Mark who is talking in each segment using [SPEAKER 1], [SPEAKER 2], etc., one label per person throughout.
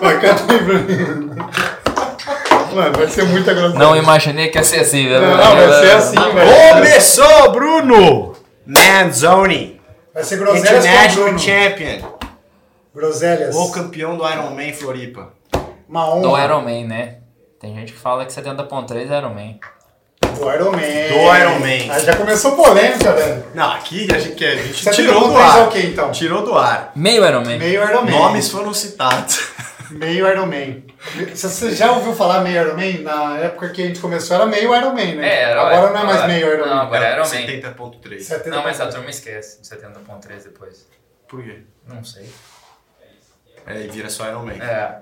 [SPEAKER 1] Vai, canta aí pra mim. Mano, vai ser muita groselha.
[SPEAKER 2] Não imaginei que ia ser assim, né?
[SPEAKER 1] Não, vai ser assim, velho.
[SPEAKER 3] Começou, Bruno! Manzoni,
[SPEAKER 1] Vai ser groselhas com o
[SPEAKER 3] International
[SPEAKER 1] Bruno.
[SPEAKER 3] Champion,
[SPEAKER 1] Groselhas.
[SPEAKER 3] o campeão do Iron Man Floripa.
[SPEAKER 1] Uma honra.
[SPEAKER 2] Do Iron Man, né? Tem gente que fala que 70.3 é Iron Man.
[SPEAKER 1] Do Iron Man.
[SPEAKER 3] Do Iron Man.
[SPEAKER 1] Ah, já começou polêmica, velho.
[SPEAKER 3] Não, aqui a gente, que a gente
[SPEAKER 1] Você
[SPEAKER 3] tirou
[SPEAKER 1] tem
[SPEAKER 3] do
[SPEAKER 1] vontade de
[SPEAKER 3] ar.
[SPEAKER 1] usar o quê, então?
[SPEAKER 3] Tirou do ar.
[SPEAKER 2] Meio Iron Man.
[SPEAKER 1] Meio Iron Man.
[SPEAKER 3] Nomes foram citados.
[SPEAKER 1] Meio Iron Man. Se Você já ouviu falar meio Iron Man? Na época que a gente começou era meio Iron Man, né?
[SPEAKER 2] É, era-
[SPEAKER 1] agora não é mais
[SPEAKER 2] agora-
[SPEAKER 1] meio Iron
[SPEAKER 2] não,
[SPEAKER 1] Man.
[SPEAKER 2] agora- Era Iron Man.
[SPEAKER 3] 70.3.
[SPEAKER 1] 70.
[SPEAKER 2] Não, é mas a turma esquece do 70.3 depois.
[SPEAKER 3] Por quê?
[SPEAKER 2] Não sei.
[SPEAKER 3] É, e vira só Iron Man.
[SPEAKER 2] É.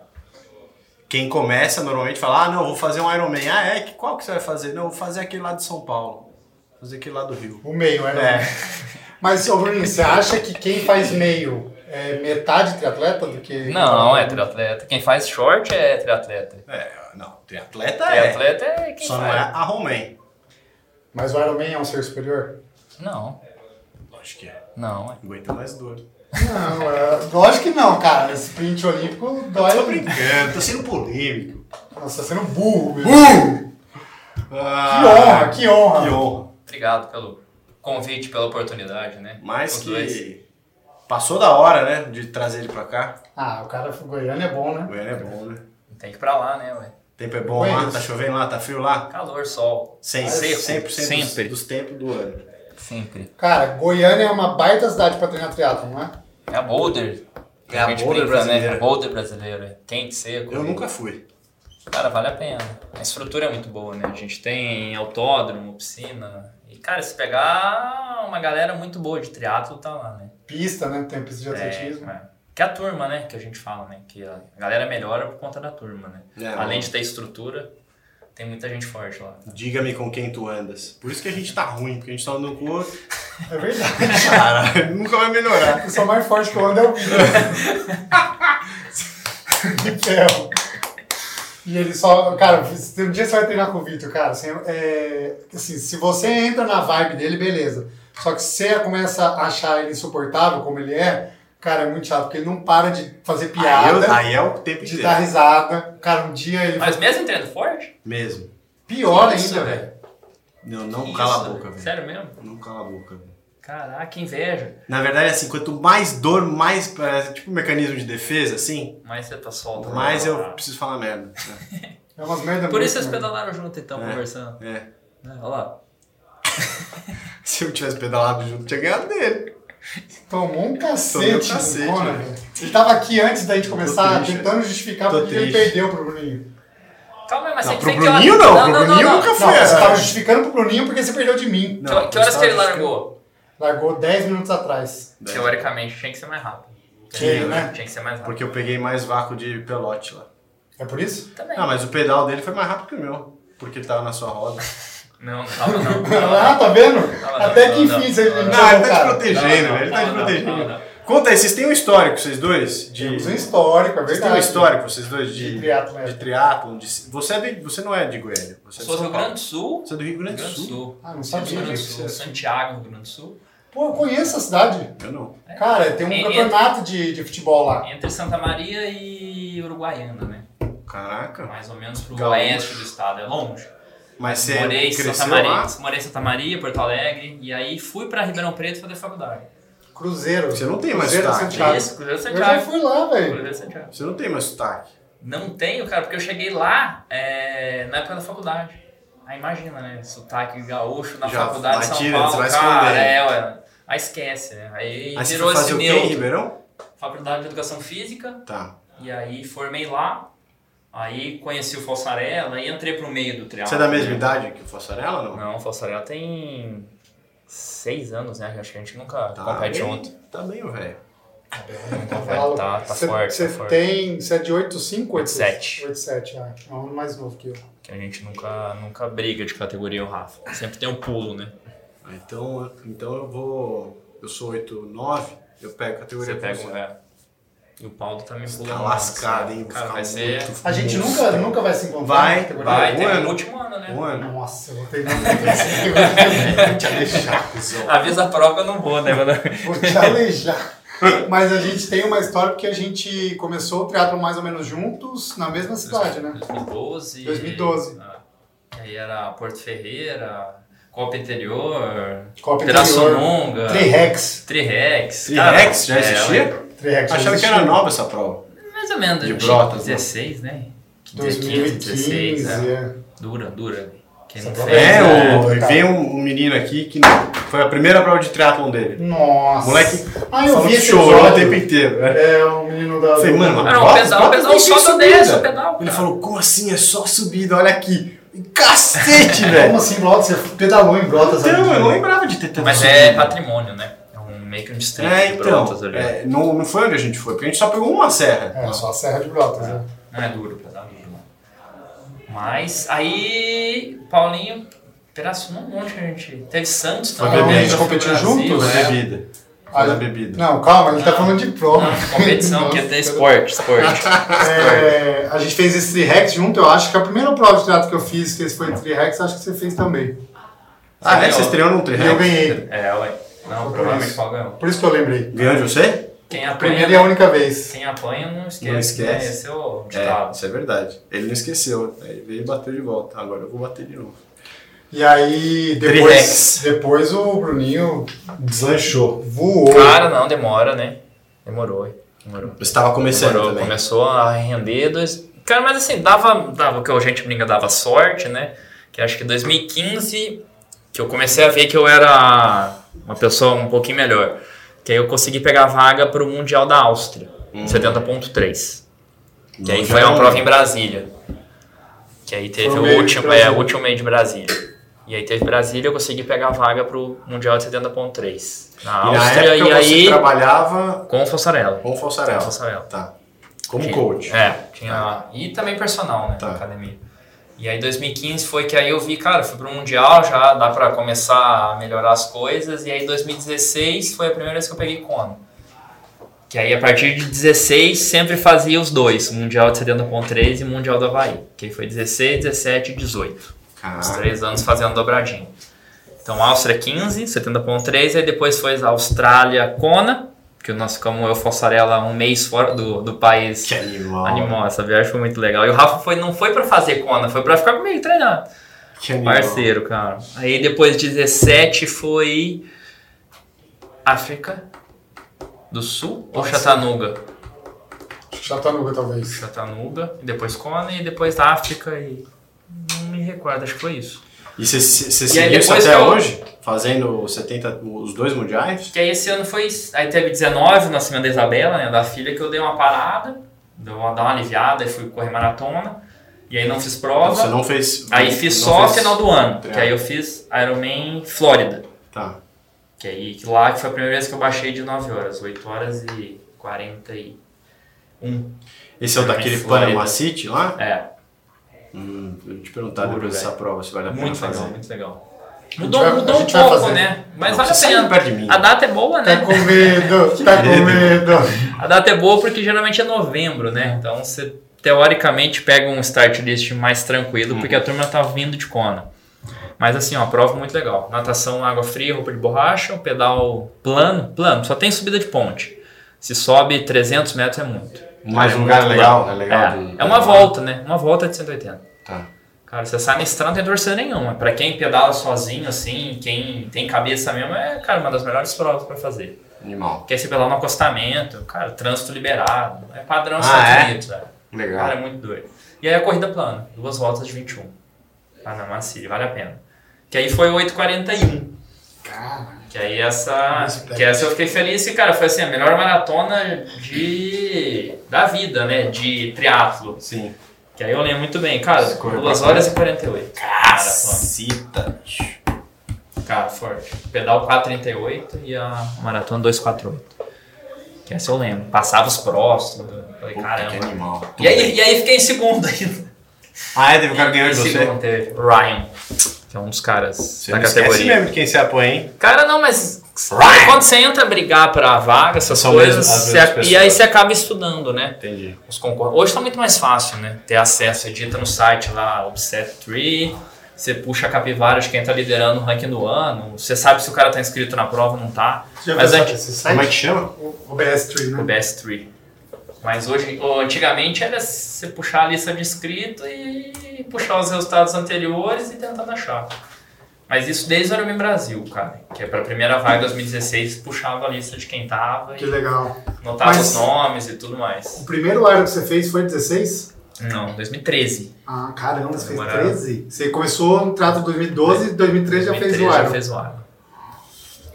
[SPEAKER 3] Quem começa normalmente fala, ah, não, vou fazer um Iron Man. Ah, é? Que- Qual que você vai fazer? Não, vou fazer aquele lá de São Paulo. Vou fazer aquele lá do Rio.
[SPEAKER 1] O meio Iron
[SPEAKER 3] É.
[SPEAKER 1] Man. Mas, ô Bruninho, você acha que quem faz meio é metade triatleta do que...
[SPEAKER 2] Não, é triatleta. Quem faz short é triatleta.
[SPEAKER 3] É, não, triatleta é.
[SPEAKER 2] Triatleta é quem
[SPEAKER 3] Só não é
[SPEAKER 2] faz.
[SPEAKER 3] a Romain.
[SPEAKER 1] Mas o Iron Man é um ser superior?
[SPEAKER 2] Não,
[SPEAKER 3] Lógico que é.
[SPEAKER 2] não. é.
[SPEAKER 3] Aguenta mais dor.
[SPEAKER 1] Não, é... lógico que não, cara. Esse sprint olímpico dói.
[SPEAKER 3] Tô brincando, tô sendo polêmico.
[SPEAKER 1] Nossa, você é sendo burro. velho. Que honra,
[SPEAKER 3] Ah,
[SPEAKER 1] que honra.
[SPEAKER 3] Que honra.
[SPEAKER 2] Obrigado pelo convite, pela oportunidade, né?
[SPEAKER 3] Mas
[SPEAKER 2] Os
[SPEAKER 3] que
[SPEAKER 2] dois.
[SPEAKER 3] passou da hora, né, de trazer ele pra cá.
[SPEAKER 1] Ah, o cara foi goiano é bom, né?
[SPEAKER 3] Goiânia é bom, né?
[SPEAKER 2] Tem que ir pra lá, né, ué?
[SPEAKER 3] O tempo é bom
[SPEAKER 1] Foi
[SPEAKER 3] lá,
[SPEAKER 1] isso.
[SPEAKER 3] tá chovendo lá, tá frio lá.
[SPEAKER 2] Calor, sol.
[SPEAKER 3] Sem,
[SPEAKER 2] Seco.
[SPEAKER 3] 100% dos,
[SPEAKER 2] Sempre.
[SPEAKER 3] dos tempos do ano.
[SPEAKER 2] Sempre.
[SPEAKER 1] Cara, Goiânia é uma baita cidade pra treinar triatlon, não é?
[SPEAKER 2] É a Boulder.
[SPEAKER 3] É a
[SPEAKER 2] gente
[SPEAKER 3] Boulder
[SPEAKER 2] brinca,
[SPEAKER 3] brasileira.
[SPEAKER 2] Né? É a Boulder brasileira. é Quente, seco.
[SPEAKER 3] Eu nunca fui.
[SPEAKER 2] Cara, vale a pena. A estrutura é muito boa, né? A gente tem autódromo, piscina. E, cara, se pegar uma galera muito boa de triatlo, tá lá, né?
[SPEAKER 1] Pista, né? Tem pista de atletismo.
[SPEAKER 2] É, que a turma, né? Que a gente fala, né? Que a galera melhora por conta da turma, né?
[SPEAKER 3] É,
[SPEAKER 2] Além
[SPEAKER 3] mano.
[SPEAKER 2] de ter estrutura, tem muita gente forte lá.
[SPEAKER 3] Diga-me com quem tu andas. Por isso que a gente tá ruim, porque a gente tá andando com o outro.
[SPEAKER 1] É, verdade.
[SPEAKER 3] Cara, nunca vai melhorar.
[SPEAKER 1] O som mais forte que eu ando é o Billy. De ferro. E ele só. Cara, se- um dia você vai treinar com o Vitor, cara. Assim, é, assim, se você entra na vibe dele, beleza. Só que se você começa a achar ele insuportável, como ele é, cara, é muito chato, porque ele não para de fazer
[SPEAKER 3] Aí, eu-
[SPEAKER 1] piada,
[SPEAKER 3] aí é o tempo
[SPEAKER 1] de
[SPEAKER 3] inteiro.
[SPEAKER 1] dar risada. Cara, um dia ele.
[SPEAKER 2] Mas mesmo entrando forte?
[SPEAKER 3] Mesmo.
[SPEAKER 1] Pior
[SPEAKER 2] Isso,
[SPEAKER 1] ainda,
[SPEAKER 2] velho.
[SPEAKER 1] velho.
[SPEAKER 3] Não, não
[SPEAKER 2] Isso,
[SPEAKER 3] cala a boca, velho.
[SPEAKER 2] Sério mesmo?
[SPEAKER 3] Não cala a boca, velho.
[SPEAKER 2] Caraca, inveja.
[SPEAKER 3] Na verdade, assim, quanto mais dor, mais parece tipo um mecanismo de defesa, assim,
[SPEAKER 2] Mas você tá solto. né?
[SPEAKER 3] mais eu preciso falar merda. né?
[SPEAKER 1] É umas merda
[SPEAKER 2] Por
[SPEAKER 1] muito,
[SPEAKER 2] isso vocês
[SPEAKER 1] né?
[SPEAKER 2] pedalaram junto, então,
[SPEAKER 3] É.
[SPEAKER 2] conversando.
[SPEAKER 3] É. É.
[SPEAKER 2] né? Olha lá.
[SPEAKER 3] Se eu tivesse pedalado junto, tinha ganhado dele.
[SPEAKER 1] Tomou um
[SPEAKER 3] Tomei um
[SPEAKER 1] cacete,
[SPEAKER 3] cacete,
[SPEAKER 1] do Conan,
[SPEAKER 3] velho.
[SPEAKER 1] velho. Ele tava aqui antes da gente começar,
[SPEAKER 3] triste,
[SPEAKER 1] tentando justificar
[SPEAKER 3] Tô
[SPEAKER 1] porque ele
[SPEAKER 3] triste.
[SPEAKER 1] perdeu pro Bruninho.
[SPEAKER 2] Calma aí, mas
[SPEAKER 3] Não,
[SPEAKER 2] você
[SPEAKER 3] pro
[SPEAKER 2] tem que hora-
[SPEAKER 3] Bruninho não, pro Bruninho
[SPEAKER 2] não.
[SPEAKER 3] nunca
[SPEAKER 1] Não,
[SPEAKER 3] Foi,
[SPEAKER 1] você
[SPEAKER 3] é.
[SPEAKER 1] tava justificando pro Bruninho porque você perdeu de mim.
[SPEAKER 2] Que, que horas que ele largou?
[SPEAKER 1] Largou 10 minutos atrás.
[SPEAKER 3] Dez.
[SPEAKER 2] Teoricamente, tinha que ser mais rápido.
[SPEAKER 1] Tinha, né?
[SPEAKER 2] Tinha que ser mais rápido.
[SPEAKER 3] Porque eu peguei mais vácuo de pelote lá.
[SPEAKER 1] É por isso?
[SPEAKER 2] Também.
[SPEAKER 3] Ah, mas o pedal dele foi mais rápido que o meu. Porque ele tava na sua roda.
[SPEAKER 2] Não, não tava não.
[SPEAKER 1] Ah, tá vendo?
[SPEAKER 2] Não,
[SPEAKER 1] Até
[SPEAKER 2] não,
[SPEAKER 1] que
[SPEAKER 2] não,
[SPEAKER 1] enfim, você
[SPEAKER 2] não,
[SPEAKER 1] ele
[SPEAKER 2] não.
[SPEAKER 3] Não, ele tá te
[SPEAKER 1] cara.
[SPEAKER 3] protegendo,
[SPEAKER 2] Não,
[SPEAKER 3] velho. Ele tá te
[SPEAKER 2] não, não, não,
[SPEAKER 3] protegendo.
[SPEAKER 2] não.
[SPEAKER 3] Conta aí, vocês têm um histórico, vocês dois? De...
[SPEAKER 1] Temos um histórico, é
[SPEAKER 3] Vocês têm um
[SPEAKER 1] verdade.
[SPEAKER 3] histórico, vocês dois, de,
[SPEAKER 1] De triatlon, é.
[SPEAKER 3] de triatlon, de- Você, é de- você não é de Goiânia. Você é
[SPEAKER 2] Sou
[SPEAKER 3] de
[SPEAKER 2] do
[SPEAKER 3] São
[SPEAKER 2] Rio
[SPEAKER 3] Paulo.
[SPEAKER 2] Grande do Sul.
[SPEAKER 3] Você é do Rio Grande do Sul?
[SPEAKER 1] Ah, não
[SPEAKER 2] Rio
[SPEAKER 1] sabia
[SPEAKER 2] Grande do
[SPEAKER 1] disso.
[SPEAKER 2] Sul. Santiago, Rio Grande do Sul.
[SPEAKER 1] Pô, eu conheço a cidade.
[SPEAKER 3] Eu não.
[SPEAKER 1] Cara, tem um
[SPEAKER 2] É, é.
[SPEAKER 1] campeonato de, de futebol lá.
[SPEAKER 2] Entre Santa Maria e Uruguaiana, né?
[SPEAKER 3] Caraca.
[SPEAKER 2] Mais ou menos pro
[SPEAKER 3] Gaúcho.
[SPEAKER 2] oeste do estado, é longe.
[SPEAKER 3] Mas você
[SPEAKER 2] Morei em Santa
[SPEAKER 3] cresceu
[SPEAKER 2] Maria,
[SPEAKER 3] lá?
[SPEAKER 2] morei em Santa Maria, Porto Alegre, e aí fui pra Ribeirão Preto fazer faculdade.
[SPEAKER 1] Cruzeiro.
[SPEAKER 3] Você não tem mais
[SPEAKER 1] Cruzeiro de
[SPEAKER 3] sotaque.
[SPEAKER 1] Santiago.
[SPEAKER 2] Isso, Cruzeiro
[SPEAKER 1] Eu já
[SPEAKER 2] Santiago.
[SPEAKER 1] fui lá, velho.
[SPEAKER 2] Cruzeiro Santiago.
[SPEAKER 3] Você não tem mais sotaque.
[SPEAKER 2] Não tenho, cara, porque eu cheguei lá é, na época da faculdade. Aí imagina, né? Sotaque gaúcho na
[SPEAKER 3] Já
[SPEAKER 2] faculdade de São
[SPEAKER 3] batida,
[SPEAKER 2] Paulo.
[SPEAKER 3] você vai
[SPEAKER 2] cara,
[SPEAKER 3] esconder.
[SPEAKER 2] é, ué. Aí esquece, né? Aí,
[SPEAKER 3] Aí você
[SPEAKER 2] virou
[SPEAKER 3] foi
[SPEAKER 2] esse
[SPEAKER 3] fazer o quê em
[SPEAKER 2] neutro.
[SPEAKER 3] Ribeirão?
[SPEAKER 2] Faculdade de Educação Física,
[SPEAKER 3] Tá.
[SPEAKER 2] e aí formei lá. Aí conheci o Falsarela e entrei pro meio do triângulo.
[SPEAKER 3] Você é da mesma idade que o Fossarela ou não?
[SPEAKER 2] Não, o Falsarela tem seis anos, né? Acho que a gente nunca
[SPEAKER 3] Tá
[SPEAKER 2] compete
[SPEAKER 3] bem,
[SPEAKER 2] junto.
[SPEAKER 3] Tá bem, velho.
[SPEAKER 2] Tá,
[SPEAKER 1] Falo.
[SPEAKER 2] velho, tá, tá
[SPEAKER 1] Cê-
[SPEAKER 2] forte,
[SPEAKER 1] cê
[SPEAKER 2] tá forte.
[SPEAKER 1] tem. Você é de 85
[SPEAKER 2] 87.
[SPEAKER 1] 87, ah, é um ano mais novo que eu.
[SPEAKER 2] Que a gente nunca, nunca briga de categoria, o Rafa. Sempre tem um pulo, né?
[SPEAKER 3] Ah, Então, então eu vou... Eu sou 8, 9, eu pego a categoria
[SPEAKER 2] Você pega
[SPEAKER 3] com
[SPEAKER 2] o
[SPEAKER 3] você.
[SPEAKER 2] ré. E o Paulo tá me pulando.
[SPEAKER 3] Tá lascado,
[SPEAKER 2] assim.
[SPEAKER 3] hein?
[SPEAKER 2] Cara,
[SPEAKER 3] Ficar
[SPEAKER 2] vai ser.
[SPEAKER 3] muito
[SPEAKER 1] A gente
[SPEAKER 3] monstro.
[SPEAKER 1] nunca, nunca vai se encontrar.
[SPEAKER 3] Vai,
[SPEAKER 1] na categoria.
[SPEAKER 2] Vai,
[SPEAKER 3] Um
[SPEAKER 2] tem
[SPEAKER 3] ano.
[SPEAKER 2] no último ano, né?
[SPEAKER 3] Um ano.
[SPEAKER 1] Nossa, eu vou ter que
[SPEAKER 3] Te deixar, cuzão.
[SPEAKER 2] Avisa a prova eu não vou, né?
[SPEAKER 1] Vou te aleijar. Mas a gente tem uma história porque a gente começou o triatlo mais ou menos juntos, na mesma cidade, né?
[SPEAKER 2] 2012.
[SPEAKER 1] 2012.
[SPEAKER 2] Ah, e aí era Porto Ferreira, Copa Interior,
[SPEAKER 1] Copa
[SPEAKER 2] Pirassununga,
[SPEAKER 1] Trirex.
[SPEAKER 2] Trirex. cara,
[SPEAKER 3] Trirex já
[SPEAKER 2] é,
[SPEAKER 3] existia?
[SPEAKER 1] Trirex.
[SPEAKER 3] Achava que era nova essa prova.
[SPEAKER 2] mais ou menos,
[SPEAKER 3] De
[SPEAKER 2] 2016,
[SPEAKER 3] Brotas, né?
[SPEAKER 2] 16, né? 2015, 16,
[SPEAKER 1] 2015,
[SPEAKER 2] né?
[SPEAKER 1] é.
[SPEAKER 2] Dura, dura. Quem não
[SPEAKER 1] Essa
[SPEAKER 2] fez,
[SPEAKER 1] prova
[SPEAKER 3] É,
[SPEAKER 2] né?
[SPEAKER 3] o, e vem um, um menino aqui que foi a primeira prova de triatlon dele.
[SPEAKER 1] Nossa.
[SPEAKER 3] Moleque,
[SPEAKER 1] ah, eu
[SPEAKER 3] Falou
[SPEAKER 1] vi
[SPEAKER 3] que
[SPEAKER 1] esse
[SPEAKER 3] chorou o
[SPEAKER 1] episódio.
[SPEAKER 3] tempo inteiro. né?
[SPEAKER 1] É, o menino da...
[SPEAKER 3] Falei,
[SPEAKER 1] do-
[SPEAKER 3] mano, é,
[SPEAKER 2] Ah, não,
[SPEAKER 3] bota-
[SPEAKER 2] o pedal-
[SPEAKER 3] bota
[SPEAKER 2] o pedal
[SPEAKER 3] deixa
[SPEAKER 2] só
[SPEAKER 3] isso
[SPEAKER 2] só
[SPEAKER 3] subida.
[SPEAKER 2] desce, o pedal,
[SPEAKER 3] Ele
[SPEAKER 2] cara.
[SPEAKER 3] falou, como assim? É só subida, olha aqui. Cacete,
[SPEAKER 1] Como
[SPEAKER 3] velho.
[SPEAKER 1] assim, Brotas? Você pedalou em Brotas? né?
[SPEAKER 3] Então,
[SPEAKER 1] amigo?
[SPEAKER 3] eu não lembrava de ter tanto
[SPEAKER 2] Mas é patrimônio, né? É um meio que um distrito
[SPEAKER 3] É,
[SPEAKER 2] de
[SPEAKER 3] então.
[SPEAKER 2] brotas ali.
[SPEAKER 3] é, não, não foi onde a gente foi, porque a gente só pegou uma serra.
[SPEAKER 1] É, só a Serra de Brotas, né?
[SPEAKER 2] Não é duro, pesado duro. não. Mas aí, Paulinho, Pirassununga, onde que a gente. Teve Santos
[SPEAKER 3] Foi
[SPEAKER 2] também.
[SPEAKER 3] beber, a gente
[SPEAKER 2] Copa
[SPEAKER 1] competiu
[SPEAKER 2] Brasil,
[SPEAKER 1] juntos?
[SPEAKER 2] né?
[SPEAKER 1] É.
[SPEAKER 3] Bebida. Foi da
[SPEAKER 1] Ah,
[SPEAKER 3] bebida.
[SPEAKER 1] Não, calma, ele tá
[SPEAKER 2] Não.
[SPEAKER 1] falando de prova.
[SPEAKER 2] Não, competição, que
[SPEAKER 1] Nossa,
[SPEAKER 2] é ter
[SPEAKER 1] tá-
[SPEAKER 2] esporte, esporte.
[SPEAKER 1] É, a gente fez esse Trirex junto, eu acho que a primeira prova de teatro que eu fiz, que esse foi o Trirex, acho que você fez também.
[SPEAKER 3] Ah, é?
[SPEAKER 2] ganhou.
[SPEAKER 3] Você estreou num
[SPEAKER 1] E
[SPEAKER 3] treino?
[SPEAKER 1] eu ganhei.
[SPEAKER 2] É, ué. Não,
[SPEAKER 1] Foi
[SPEAKER 2] provavelmente
[SPEAKER 1] isso. é
[SPEAKER 2] o Paulo ganhou.
[SPEAKER 1] Por isso que eu lembrei.
[SPEAKER 3] Ganhou de você?
[SPEAKER 2] Quem
[SPEAKER 1] A primeira e a
[SPEAKER 2] apanha,
[SPEAKER 1] única vez.
[SPEAKER 2] quem apanha não esquece.
[SPEAKER 3] Não esquece.
[SPEAKER 2] Né? Esse é o
[SPEAKER 3] É,
[SPEAKER 2] ditado.
[SPEAKER 3] isso é verdade. Ele não esqueceu. Aí veio e bateu de volta. Agora eu vou bater de novo.
[SPEAKER 1] E aí, depois,
[SPEAKER 3] Trirex.
[SPEAKER 1] depois o Bruninho
[SPEAKER 3] Deslanchou.
[SPEAKER 1] voou.
[SPEAKER 2] Cara, não, demora, né? Demorou, hein? demorou.
[SPEAKER 3] Você tava começando
[SPEAKER 2] Demorou,
[SPEAKER 3] também.
[SPEAKER 2] começou a render dois. Cara, mas assim, dava, dava o que a gente brinca, dava sorte, né? Que acho que 2015 que eu comecei a ver que eu era uma pessoa um pouquinho melhor. Que aí eu consegui pegar a vaga pro Mundial da Áustria, 70.3. Que aí foi uma prova em Brasília. Que aí teve
[SPEAKER 1] Foi o
[SPEAKER 2] o
[SPEAKER 1] meio de
[SPEAKER 2] último, é,
[SPEAKER 1] Brasília.
[SPEAKER 2] o último meio de Brasília. E aí teve Brasília, eu consegui pegar a vaga pro Mundial de 70.3. Na
[SPEAKER 3] E na
[SPEAKER 2] Áustria,
[SPEAKER 3] época
[SPEAKER 2] e
[SPEAKER 3] você
[SPEAKER 2] aí
[SPEAKER 3] trabalhava
[SPEAKER 2] com o Falsarella.
[SPEAKER 3] com o
[SPEAKER 2] Com o
[SPEAKER 3] Falsarela.
[SPEAKER 2] Falsarella.
[SPEAKER 3] Tá. Como
[SPEAKER 2] Tinha-
[SPEAKER 3] coach.
[SPEAKER 2] É, tinha. E também personal, né?
[SPEAKER 3] Tá.
[SPEAKER 2] Na academia. E aí 2015 foi que aí eu vi, cara, fui pro Mundial, já dá pra começar a melhorar as coisas. E aí 2016 foi a primeira vez que eu peguei Kono. Que aí a partir de 16 sempre fazia os dois, o Mundial de 70.3 e o Mundial do Havaí. Que aí foi 16, 17 e 18. Os
[SPEAKER 3] Caraca.
[SPEAKER 2] três anos fazendo dobradinho. Então Áustria 15, 70.3, aí depois foi a Austrália Kona, que nós ficamos eu Fossarela um mês fora do, do país.
[SPEAKER 3] Que animal.
[SPEAKER 2] Animal, essa viagem foi muito legal. E o Rafa foi, não foi pra fazer Kona, foi pra ficar comigo treinando.
[SPEAKER 3] Que animal.
[SPEAKER 2] Parceiro, cara. Aí depois de 17 foi. África do Sul ou Chatanuga?
[SPEAKER 1] Chatanuga, tá talvez.
[SPEAKER 2] Chatanuga, e depois Kona, e depois da África e. Não me recordo, acho que foi isso.
[SPEAKER 3] E você você
[SPEAKER 2] E aí
[SPEAKER 3] seguiu isso
[SPEAKER 2] depois
[SPEAKER 3] até
[SPEAKER 2] que eu-
[SPEAKER 3] hoje? Fazendo os 70, os dois mundiais?
[SPEAKER 2] Que aí esse ano foi. Aí teve 19, o nascimento da Isabela, né? Da filha, que eu dei uma parada, deu uma, dar uma aliviada e fui correr maratona. E aí não fiz prova.
[SPEAKER 3] Então Você não fez.
[SPEAKER 2] Aí fiz só final do ano, que
[SPEAKER 3] triatlo.
[SPEAKER 2] aí eu fiz Ironman Flórida.
[SPEAKER 3] Tá.
[SPEAKER 2] Que aí que lá que foi a primeira vez que eu baixei de 9 horas, 8 horas e 41.
[SPEAKER 3] Esse é o
[SPEAKER 2] Ironman
[SPEAKER 3] daquele
[SPEAKER 2] Flórida.
[SPEAKER 3] Panama City lá?
[SPEAKER 2] É,
[SPEAKER 3] Hum, eu te perguntar
[SPEAKER 2] Duro,
[SPEAKER 3] depois dessa
[SPEAKER 2] velho.
[SPEAKER 3] prova se vale a pena
[SPEAKER 2] muito
[SPEAKER 3] fazer.
[SPEAKER 2] É legal, muito legal.
[SPEAKER 1] gente
[SPEAKER 2] Mudou,
[SPEAKER 1] vai- a
[SPEAKER 2] mudou um
[SPEAKER 1] gente vai
[SPEAKER 2] pouco,
[SPEAKER 1] fazer.
[SPEAKER 2] né? Mas
[SPEAKER 3] Não,
[SPEAKER 2] vale a
[SPEAKER 3] você saiu
[SPEAKER 2] pena.
[SPEAKER 3] perto de mim.
[SPEAKER 2] A data é
[SPEAKER 1] Tá
[SPEAKER 2] boa, né?
[SPEAKER 1] com medo, tá com medo.
[SPEAKER 2] A data é boa porque geralmente é novembro, né? Então você teoricamente pega um start list mais
[SPEAKER 3] Uhum.
[SPEAKER 2] tranquilo, porque a turma tá vindo de Kona. Mas assim, ó, prova muito legal. Natação, água fria, roupa de borracha, o pedal plano, plano, só tem subida de ponte. Se sobe 300 metros é muito.
[SPEAKER 3] Mas
[SPEAKER 2] É
[SPEAKER 3] um lugar
[SPEAKER 2] muito
[SPEAKER 3] legal, é legal.
[SPEAKER 2] É,
[SPEAKER 3] de-
[SPEAKER 2] é uma volta, né? Uma volta de 180.
[SPEAKER 3] Tá.
[SPEAKER 2] Cara, você sai na estrada não tem torcida nenhuma. Pra quem pedala sozinho, assim, quem tem cabeça mesmo, é, cara, uma das melhores provas pra fazer.
[SPEAKER 3] Animal.
[SPEAKER 2] Quer se pelar no acostamento, cara, trânsito liberado. É padrão
[SPEAKER 3] Ah,
[SPEAKER 2] Estados
[SPEAKER 3] é?
[SPEAKER 2] Unidos, velho.
[SPEAKER 3] Legal.
[SPEAKER 2] Cara, é muito doido. E aí a corrida plana, duas voltas de 21. Ah, não, macio, vale a pena. Que aí foi 8h41.
[SPEAKER 1] Cara,
[SPEAKER 2] Que aí essa.
[SPEAKER 1] Mas,
[SPEAKER 2] Que essa eu fiquei feliz e, cara, foi assim, a melhor maratona de. da vida, né? De triatlo.
[SPEAKER 3] Sim.
[SPEAKER 2] Que aí eu lembro muito bem, cara,
[SPEAKER 3] Esse correu
[SPEAKER 2] 2
[SPEAKER 3] pra
[SPEAKER 2] horas e 48. Maratona.
[SPEAKER 3] Cacita.
[SPEAKER 2] Cara, forte. Pedal 438 e a maratona 248. Que essa eu lembro. Passava os próximos. Falei,
[SPEAKER 3] Puta, que
[SPEAKER 2] caramba.
[SPEAKER 3] animal.
[SPEAKER 2] E aí, e aí fiquei em segundo ainda.
[SPEAKER 3] Ah, é? Teve um cara que ganhou de
[SPEAKER 2] Em
[SPEAKER 3] você?
[SPEAKER 2] segundo teve Ryan, que é um dos caras
[SPEAKER 3] Você
[SPEAKER 2] da
[SPEAKER 3] não esquece
[SPEAKER 2] categoria.
[SPEAKER 3] mesmo de quem você apoia, hein?
[SPEAKER 2] Cara, não, mas
[SPEAKER 3] Ryan.
[SPEAKER 2] quando você entra brigar pra vaga, essas
[SPEAKER 3] São
[SPEAKER 2] coisas,
[SPEAKER 3] mesmo as
[SPEAKER 2] você
[SPEAKER 3] mesmas
[SPEAKER 2] ac- e
[SPEAKER 3] pessoas.
[SPEAKER 2] aí você acaba estudando, né?
[SPEAKER 3] Entendi.
[SPEAKER 2] Os concorrentes. Hoje tá muito mais fácil, né? Ter acesso, edita no site lá, Obset Tree, Você puxa a capivara de quem tá liderando o ranking do ano. Você sabe se o cara tá inscrito na prova ou não tá.
[SPEAKER 1] Você já
[SPEAKER 2] Mas
[SPEAKER 1] viu
[SPEAKER 2] antes-
[SPEAKER 1] esse site?
[SPEAKER 3] Como é que chama?
[SPEAKER 1] O o BS3,
[SPEAKER 2] O
[SPEAKER 1] né?
[SPEAKER 2] BS3. Mas hoje, ou antigamente era você puxar a lista de inscrito e puxar os resultados anteriores e tentar achar. Mas isso desde o Ironman Brasil, cara. Que é pra primeira vaga 2016, puxava a lista de quem tava
[SPEAKER 1] Que
[SPEAKER 2] e
[SPEAKER 1] legal.
[SPEAKER 2] anotava
[SPEAKER 1] Mas-
[SPEAKER 2] os nomes e tudo
[SPEAKER 1] O
[SPEAKER 2] mais.
[SPEAKER 1] primeiro Iron que você fez foi 16?
[SPEAKER 2] Não, 2013.
[SPEAKER 1] Ah, caramba, você fez
[SPEAKER 2] Agora-
[SPEAKER 1] 13? Você começou no trato em
[SPEAKER 3] É.
[SPEAKER 1] 2012 e 2013 já fez o
[SPEAKER 2] 2013
[SPEAKER 1] Iron.
[SPEAKER 2] Já fez o Iron.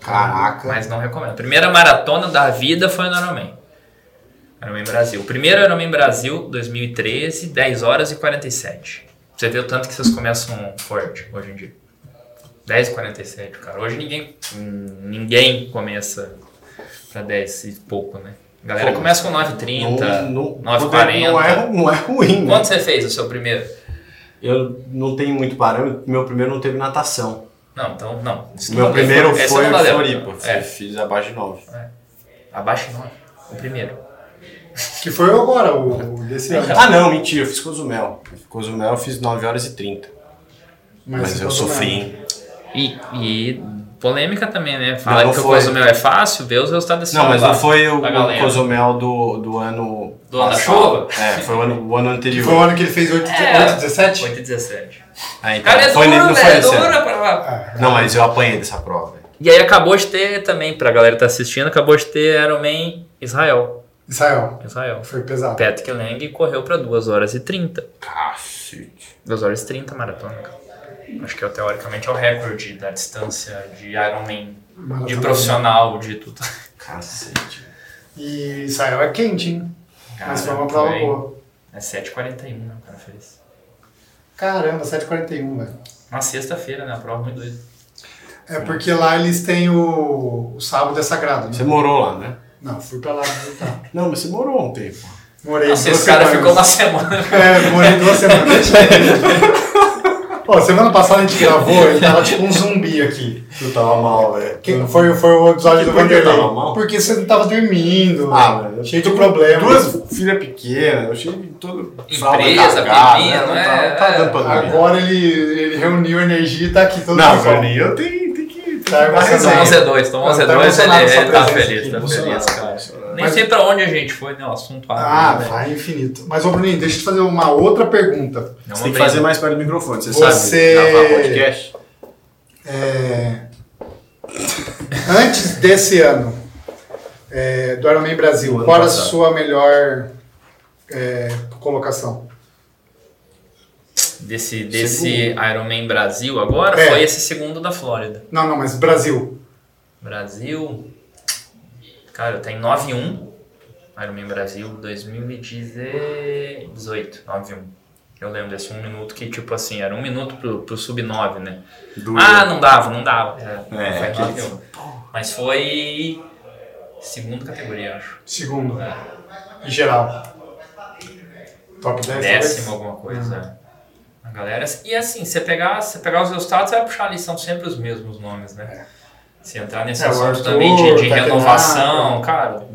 [SPEAKER 3] Caraca.
[SPEAKER 2] Mas não recomendo. A primeira maratona da vida foi no Ironman. Ironman Brasil. O primeiro Ironman Brasil, 2013, 10 horas e 47. Você vê o tanto que vocês começam forte hoje em dia. 10 e 47, cara. Hoje ninguém, hum, ninguém começa pra 10 e pouco, né? A galera
[SPEAKER 3] Pô,
[SPEAKER 2] começa com 9h30,
[SPEAKER 3] Não- não-
[SPEAKER 2] 9h40.
[SPEAKER 3] Não é, não é ruim, né?
[SPEAKER 2] Quanto você fez o seu primeiro?
[SPEAKER 3] Eu não tenho muito parâmetro, meu primeiro não teve natação.
[SPEAKER 2] Não, então, não. Isso
[SPEAKER 3] meu
[SPEAKER 2] não-
[SPEAKER 3] primeiro
[SPEAKER 2] esse
[SPEAKER 3] foi
[SPEAKER 2] não dá
[SPEAKER 3] o
[SPEAKER 2] tempo.
[SPEAKER 3] Floripa,
[SPEAKER 2] É,
[SPEAKER 3] fiz abaixo de 9.
[SPEAKER 2] abaixo de 9. O primeiro.
[SPEAKER 1] Que foi agora, o o desse ano.
[SPEAKER 3] Ah não, mentira, eu fiz Cozumel. Cozumel eu fiz 9 horas e 30. Mas,
[SPEAKER 1] você
[SPEAKER 3] eu
[SPEAKER 1] tá
[SPEAKER 3] sofri,
[SPEAKER 1] zoando.
[SPEAKER 3] hein?
[SPEAKER 2] E, e polêmica também, né? Fala
[SPEAKER 3] Ah, Não, não
[SPEAKER 2] que o
[SPEAKER 3] foi.
[SPEAKER 2] Cozumel é fácil, vê os resultados desse
[SPEAKER 3] Não,
[SPEAKER 2] ano
[SPEAKER 3] mas
[SPEAKER 2] lá.
[SPEAKER 3] não foi o,
[SPEAKER 2] da
[SPEAKER 3] o
[SPEAKER 2] galera.
[SPEAKER 3] Cozumel do, do ano.
[SPEAKER 2] Do ano da
[SPEAKER 3] passado.
[SPEAKER 2] chuva?
[SPEAKER 3] É, foi o ano, o ano
[SPEAKER 1] Que foi o
[SPEAKER 3] anterior.
[SPEAKER 1] ano que ele fez 8,
[SPEAKER 2] É.
[SPEAKER 1] 8 17?
[SPEAKER 2] 8 e 17.
[SPEAKER 3] Ah, então,
[SPEAKER 2] Cara, é
[SPEAKER 3] foi,
[SPEAKER 2] dura,
[SPEAKER 3] não foi
[SPEAKER 2] velho, é
[SPEAKER 3] esse ano.
[SPEAKER 2] dura pra...
[SPEAKER 1] Ah,
[SPEAKER 3] Não, mas eu apanhei dessa prova. velho.
[SPEAKER 2] E aí acabou de ter também, pra galera que tá assistindo, acabou de ter Ironman Israel.
[SPEAKER 1] Israel.
[SPEAKER 2] Israel.
[SPEAKER 1] Foi pesado.
[SPEAKER 2] Patrick Lang correu pra 2 horas e 30.
[SPEAKER 3] Cacete.
[SPEAKER 2] 2 horas e 30 maratona. cara. Acho que é, teoricamente é o recorde da distância de Ironman, de
[SPEAKER 1] Maratona.
[SPEAKER 2] profissional, de tudo.
[SPEAKER 3] Cacete.
[SPEAKER 1] E Israel é quente, hein? Mas foi uma
[SPEAKER 2] Cara,
[SPEAKER 1] prova
[SPEAKER 2] bem.
[SPEAKER 1] boa.
[SPEAKER 2] É 7h41, né, o cara fez.
[SPEAKER 1] Caramba, 7h41, velho.
[SPEAKER 2] Na sexta-feira, né, a prova muito doida.
[SPEAKER 1] É porque lá eles têm o, o sábado é sagrado,
[SPEAKER 3] Você
[SPEAKER 1] né?
[SPEAKER 3] morou lá, né?
[SPEAKER 1] Não, fui pra lá visitar.
[SPEAKER 3] Não, mas você morou um tempo.
[SPEAKER 1] Morei
[SPEAKER 2] Nossa,
[SPEAKER 1] duas
[SPEAKER 2] esse cara
[SPEAKER 1] semanas.
[SPEAKER 2] ficou uma semana.
[SPEAKER 1] É, morei duas semanas. Pô, semana passada a gente gravou, ele tava tipo um zumbi aqui.
[SPEAKER 3] Tu tava mal, velho.
[SPEAKER 1] Que foi, foi o episódio do
[SPEAKER 3] Por que eu
[SPEAKER 1] Vanderlei.
[SPEAKER 3] tava mal?
[SPEAKER 1] Porque você não tava dormindo,
[SPEAKER 3] Ah, velho.
[SPEAKER 1] cheio de problema.
[SPEAKER 3] Duas né? filhas pequenas, eu cheio de todo. fralda
[SPEAKER 2] Empresa,
[SPEAKER 3] cagada,
[SPEAKER 2] bebida,
[SPEAKER 3] Não
[SPEAKER 2] é,
[SPEAKER 3] tá, não tá
[SPEAKER 2] é.
[SPEAKER 3] dando pra dormir.
[SPEAKER 1] Agora ele, ele reuniu energia e tá aqui todo
[SPEAKER 3] Não,
[SPEAKER 1] mundo.
[SPEAKER 3] Bruninho, eu tenho, tenho que. Tem que
[SPEAKER 1] Tá
[SPEAKER 3] dar
[SPEAKER 1] emocionado.
[SPEAKER 3] resenha.
[SPEAKER 2] 11 a 2, então 11 a
[SPEAKER 1] Tá
[SPEAKER 2] 2 ele,
[SPEAKER 1] emocionado sua
[SPEAKER 2] ele tá
[SPEAKER 1] presença
[SPEAKER 2] feliz, tá
[SPEAKER 3] Emocionado,
[SPEAKER 2] feliz, cara.
[SPEAKER 3] emocionado.
[SPEAKER 2] Nem sei pra onde a gente foi, né? O assunto
[SPEAKER 1] Ah,
[SPEAKER 2] abre, né?
[SPEAKER 1] vai infinito. Mas, ô Bruninho, deixa eu te fazer uma outra pergunta.
[SPEAKER 2] Não
[SPEAKER 3] Você tem que
[SPEAKER 2] abre-
[SPEAKER 3] fazer mais perto do microfone, você,
[SPEAKER 1] Você-
[SPEAKER 3] sabe gravar podcast?
[SPEAKER 1] É, Antes desse ano, é, do Ironman Brasil,
[SPEAKER 3] Do ano
[SPEAKER 1] qual era a
[SPEAKER 3] passado.
[SPEAKER 1] sua melhor é, colocação?
[SPEAKER 2] Desse, desse Ironman Brasil agora
[SPEAKER 1] É.
[SPEAKER 2] foi esse segundo da Flórida.
[SPEAKER 1] Não, não, mas Brasil.
[SPEAKER 2] Brasil. Cara, tá eu tenho 9-1. Ironman Brasil 2018. 9-1. Eu lembro desse um minuto que, tipo assim, era um minuto pro, pro sub-9, né?
[SPEAKER 3] Do-
[SPEAKER 2] Ah, não dava, não dava. É,
[SPEAKER 3] É,
[SPEAKER 2] foi
[SPEAKER 3] aquele-
[SPEAKER 2] 9-1. Mas foi. Segunda categoria, acho.
[SPEAKER 1] Segundo. Em geral. Top 10?
[SPEAKER 2] décimo
[SPEAKER 1] talvez?
[SPEAKER 2] alguma
[SPEAKER 1] Uhum.
[SPEAKER 2] coisa. é. A galera. E assim, você pegar, você pegar os resultados, você vai puxar ali, são sempre os mesmos nomes, né? Se entrar nesse
[SPEAKER 1] É, o
[SPEAKER 2] assunto
[SPEAKER 1] Arthur,
[SPEAKER 2] também de, de
[SPEAKER 1] o Takenawa.
[SPEAKER 2] renovação, cara,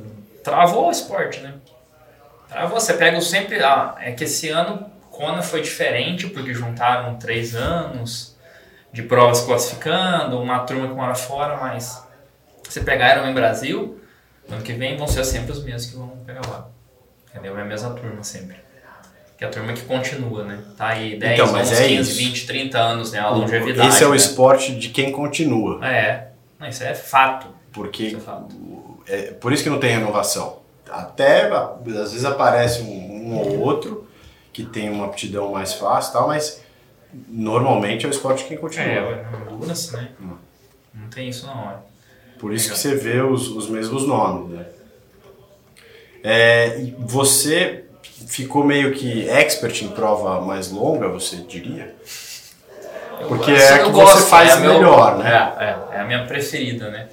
[SPEAKER 2] travou o esporte, né? Travou, você pega o sempre. Ah, é que esse ano Kona foi diferente, porque juntaram três anos de provas classificando, uma turma que mora fora, mas você pegar Ironman Brasil, ano que vem vão ser sempre os mesmos que vão pegar lá. Entendeu? É a mesma turma sempre. Que é a turma que continua, né? Tá aí 10,
[SPEAKER 3] Então, mas
[SPEAKER 2] 11,
[SPEAKER 3] é
[SPEAKER 2] 15,
[SPEAKER 3] isso.
[SPEAKER 2] 20, 30 anos, né? A longevidade.
[SPEAKER 3] Esse é o
[SPEAKER 2] né?
[SPEAKER 3] esporte de quem continua,
[SPEAKER 2] É. Não, isso é fato.
[SPEAKER 3] porque
[SPEAKER 2] Isso é fato.
[SPEAKER 3] é por isso que não tem renovação. Até a- às vezes aparece um, um ou outro que tem uma aptidão mais fácil, e tal, mas normalmente é o esporte de quem continua.
[SPEAKER 2] É, ué, não muda-se, né? Não tem isso não, é.
[SPEAKER 3] Por isso que você vê os, os mesmos nomes, né? É, e você ficou meio que expert em prova mais longa, você diria?
[SPEAKER 2] Eu
[SPEAKER 3] Porque
[SPEAKER 2] gosto,
[SPEAKER 3] é a
[SPEAKER 2] eu
[SPEAKER 3] que
[SPEAKER 2] gosto,
[SPEAKER 3] você faz
[SPEAKER 2] a meu-
[SPEAKER 3] melhor, né?
[SPEAKER 2] É, é, é a minha preferida, né?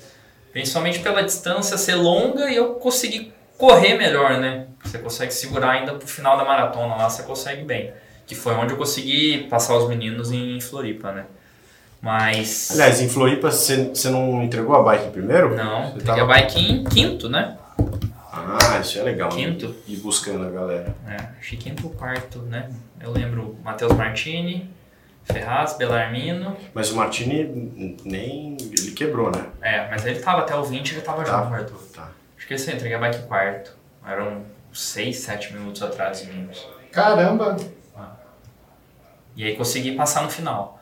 [SPEAKER 2] Principalmente pela distância ser longa e eu conseguir correr melhor, né? Você consegue segurar ainda pro final da maratona lá, você consegue bem. Que foi onde eu consegui passar os meninos em Floripa, né? Mas.
[SPEAKER 3] Aliás, em Floripa, você você não entregou a bike primeiro?
[SPEAKER 2] não,
[SPEAKER 3] Você
[SPEAKER 2] peguei a
[SPEAKER 3] tava...
[SPEAKER 2] bike em quinto, né?
[SPEAKER 3] Ah, isso é legal. né?
[SPEAKER 2] Quinto.
[SPEAKER 3] Ir buscando a galera.
[SPEAKER 2] É, acho que quinto ou quarto, né? Eu lembro Matheus Martini, Ferraz, Belarmino.
[SPEAKER 3] Mas o Martini n- nem. Ele quebrou, né?
[SPEAKER 2] É, mas ele tava até o 20, ele tava junto com o Arthur.
[SPEAKER 3] Tá.
[SPEAKER 2] Acho que esse eu entreguei a bike em quarto. Eram 6, 7 minutos atrás de mim.
[SPEAKER 1] Caramba!
[SPEAKER 2] E aí consegui passar no final.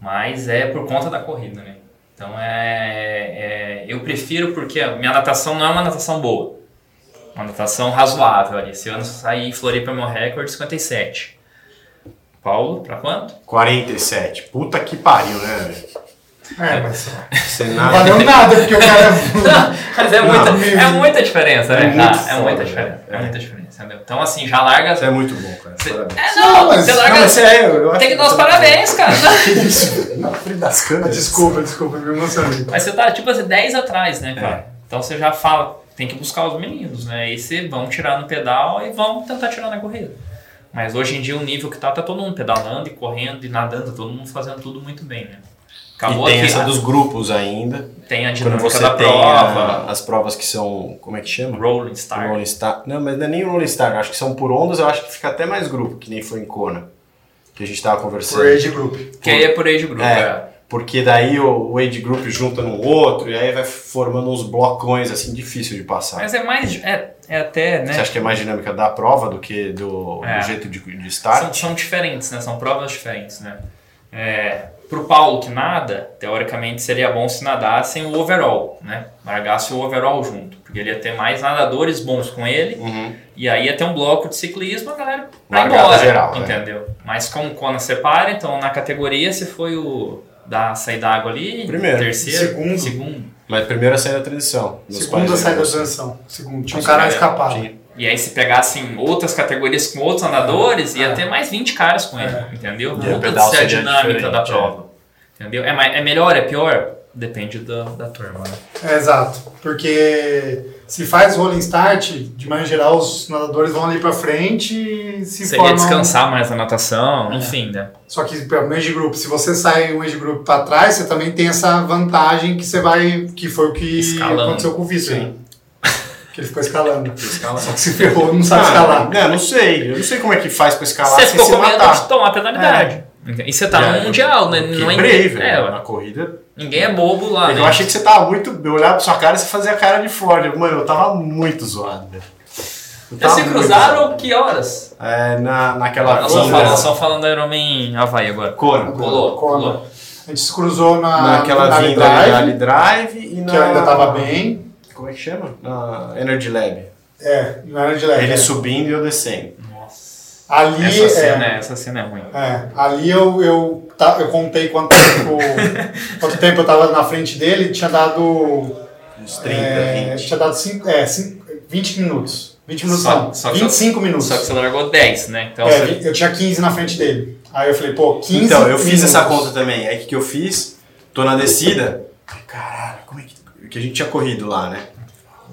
[SPEAKER 2] Mas é por conta da corrida, né? Então é, é- Eu prefiro porque a minha natação não é uma natação boa. Uma natação razoável ali. Esse ano eu saí em Floripa meu recorde 57. Paulo, pra quanto?
[SPEAKER 3] 47. Puta que pariu, né, velho?
[SPEAKER 1] É, mas
[SPEAKER 3] Ah,
[SPEAKER 1] não
[SPEAKER 3] Senado.
[SPEAKER 1] valeu nada, porque o cara.
[SPEAKER 2] Mas é muita, é muita diferença, né?
[SPEAKER 3] É muito
[SPEAKER 2] Tá, é
[SPEAKER 3] foda,
[SPEAKER 2] muita
[SPEAKER 3] né?
[SPEAKER 2] diferença. É
[SPEAKER 3] É.
[SPEAKER 2] muita diferença, entendeu? Então assim, já larga.
[SPEAKER 3] Você é muito bom, cara.
[SPEAKER 2] É,
[SPEAKER 3] Parabéns.
[SPEAKER 2] não, você larga.
[SPEAKER 3] sério, é, eu acho
[SPEAKER 2] Tem que dar os
[SPEAKER 3] você-
[SPEAKER 2] parabéns, cara.
[SPEAKER 3] Que isso? Na frente das câmeras.
[SPEAKER 1] desculpa, desculpa, me emocionei.
[SPEAKER 2] Mas você tá, tipo assim, 10 atrás,
[SPEAKER 3] É.
[SPEAKER 2] né, cara? Então você já fala, tem que buscar os meninos, né? E você vão tirar no pedal e vão tentar tirar na corrida. Mas hoje em dia o nível que tá, tá todo mundo pedalando e correndo e nadando, todo mundo fazendo tudo muito bem, né? Acabou
[SPEAKER 3] e tem
[SPEAKER 2] aqui,
[SPEAKER 3] essa
[SPEAKER 2] a-
[SPEAKER 3] dos grupos ainda.
[SPEAKER 2] tem a
[SPEAKER 3] Quando
[SPEAKER 2] dinâmica
[SPEAKER 3] você
[SPEAKER 2] da
[SPEAKER 3] tem
[SPEAKER 2] prova,
[SPEAKER 3] a- as provas que são. Como é que chama?
[SPEAKER 2] Rolling Star.
[SPEAKER 3] Rolling Star. Não, mas não é nem o Rolling Star. Acho que são por ondas, eu acho que fica até mais grupo, que nem foi em Kona. Que a gente tava conversando.
[SPEAKER 1] Por age group.
[SPEAKER 2] Que aí é por age group, é.
[SPEAKER 3] É, porque daí o, o age group junta no outro e aí vai formando uns blocões assim difícil de passar.
[SPEAKER 2] Mas é mais, é, é até, né?
[SPEAKER 3] Você acha que é mais dinâmica da prova do que do, do
[SPEAKER 2] É.
[SPEAKER 3] jeito de, de
[SPEAKER 2] São,
[SPEAKER 3] start?
[SPEAKER 2] são diferentes, né? São provas diferentes, né? É, pro Paulo que nada, teoricamente seria bom se nadassem o overall, né? Largasse o overall junto, porque ele ia ter mais nadadores bons com ele,
[SPEAKER 3] Uhum.
[SPEAKER 2] e aí ia ter um bloco de ciclismo, a galera vai
[SPEAKER 3] Largada
[SPEAKER 2] embora,
[SPEAKER 3] geral, né?
[SPEAKER 2] entendeu? Mas como o Kona separa, então na categoria se foi o da saída d'água ali,
[SPEAKER 3] Primeiro.
[SPEAKER 2] terceiro,
[SPEAKER 1] Segundo.
[SPEAKER 3] Mas primeiro é a saída da transição. Meus pais
[SPEAKER 1] Segunda
[SPEAKER 3] eram
[SPEAKER 1] saída da
[SPEAKER 3] assim.
[SPEAKER 1] transição. Segundo, tinha um cara escapado.
[SPEAKER 3] Tinha.
[SPEAKER 2] E aí se pegassem outras categorias com outros nadadores, ia
[SPEAKER 1] É.
[SPEAKER 2] ter mais 20 caras com ele,
[SPEAKER 1] É.
[SPEAKER 2] entendeu?
[SPEAKER 3] E o
[SPEAKER 2] Muda
[SPEAKER 3] pedal
[SPEAKER 2] se a
[SPEAKER 3] seria
[SPEAKER 2] dinâmica
[SPEAKER 3] diferente,
[SPEAKER 2] da
[SPEAKER 3] é.
[SPEAKER 2] prova. Entendeu? É, mais- é melhor, é pior? Depende da, da turma, né?
[SPEAKER 1] É, exato. Porque se faz rolling start, de maneira geral, os nadadores vão ali pra frente e se
[SPEAKER 2] Seria
[SPEAKER 1] formam.
[SPEAKER 2] descansar mais na natação, enfim, né?
[SPEAKER 1] Só que pra- no age group, se você sai um age group pra trás, você também tem essa vantagem que você vai. que foi o que
[SPEAKER 2] Escalando.
[SPEAKER 1] aconteceu com o Vitor.
[SPEAKER 3] Sim.
[SPEAKER 1] né? Que ele ficou escalando.
[SPEAKER 2] Escalar.
[SPEAKER 1] Só que se ferrou, não sabe
[SPEAKER 3] Ah,
[SPEAKER 1] escalar.
[SPEAKER 3] né, não sei. Eu não sei como é que faz pra escalar
[SPEAKER 2] Você
[SPEAKER 3] sem
[SPEAKER 2] ficou
[SPEAKER 3] se
[SPEAKER 2] com medo
[SPEAKER 3] matar.
[SPEAKER 2] de tomar penalidade. E você tá
[SPEAKER 3] É,
[SPEAKER 2] no Mundial, né? Não é,
[SPEAKER 3] Quebrei, velho.
[SPEAKER 2] é,
[SPEAKER 3] na
[SPEAKER 2] ué,
[SPEAKER 3] corrida.
[SPEAKER 2] ninguém é bobo lá, né?
[SPEAKER 3] eu achei que você tava muito. Eu olhava pra sua cara e você fazia a cara de Ford. Mano, eu tava muito zoado, velho. Eu
[SPEAKER 2] Vocês
[SPEAKER 3] tava
[SPEAKER 2] se
[SPEAKER 3] muito
[SPEAKER 2] cruzaram que horas?
[SPEAKER 3] zoado. É, na, naquela.
[SPEAKER 2] Nós estamos
[SPEAKER 3] corrida-
[SPEAKER 2] falando, nós estamos falando da Ironman Havaí agora.
[SPEAKER 3] Cona.
[SPEAKER 2] Colou, colou.
[SPEAKER 1] A gente se cruzou na,
[SPEAKER 3] Naquela
[SPEAKER 1] na
[SPEAKER 3] vinda
[SPEAKER 1] drive,
[SPEAKER 3] ali da Drive e na.
[SPEAKER 1] que eu ainda tava bem.
[SPEAKER 3] Como é que chama? Na Energy Lab.
[SPEAKER 1] É, não era de leve.
[SPEAKER 3] Ele subindo e eu descendo.
[SPEAKER 2] Nossa.
[SPEAKER 1] Ali,
[SPEAKER 2] Essa
[SPEAKER 1] é,
[SPEAKER 2] cena, é- essa cena é ruim.
[SPEAKER 1] É, ali eu, eu, ta- eu contei quanto tempo, quanto tempo eu tava na frente dele, tinha dado.
[SPEAKER 3] Uns 30,
[SPEAKER 1] é,
[SPEAKER 3] 20.
[SPEAKER 1] Tinha dado cinco, é, cinco, 20 minutos. 20 minutos
[SPEAKER 2] Só-
[SPEAKER 1] não,
[SPEAKER 2] só que
[SPEAKER 1] 25 minutos.
[SPEAKER 2] Só que você largou 10, né? Então
[SPEAKER 1] É,
[SPEAKER 2] você
[SPEAKER 1] vi- eu tinha 15 na frente dele. Aí eu falei, pô, 15.
[SPEAKER 3] Então, eu fiz
[SPEAKER 1] minutos.
[SPEAKER 3] essa conta também. Aí o que, que eu fiz? Tô na descida. Caralho, como é que. Porque a gente tinha corrido lá, né?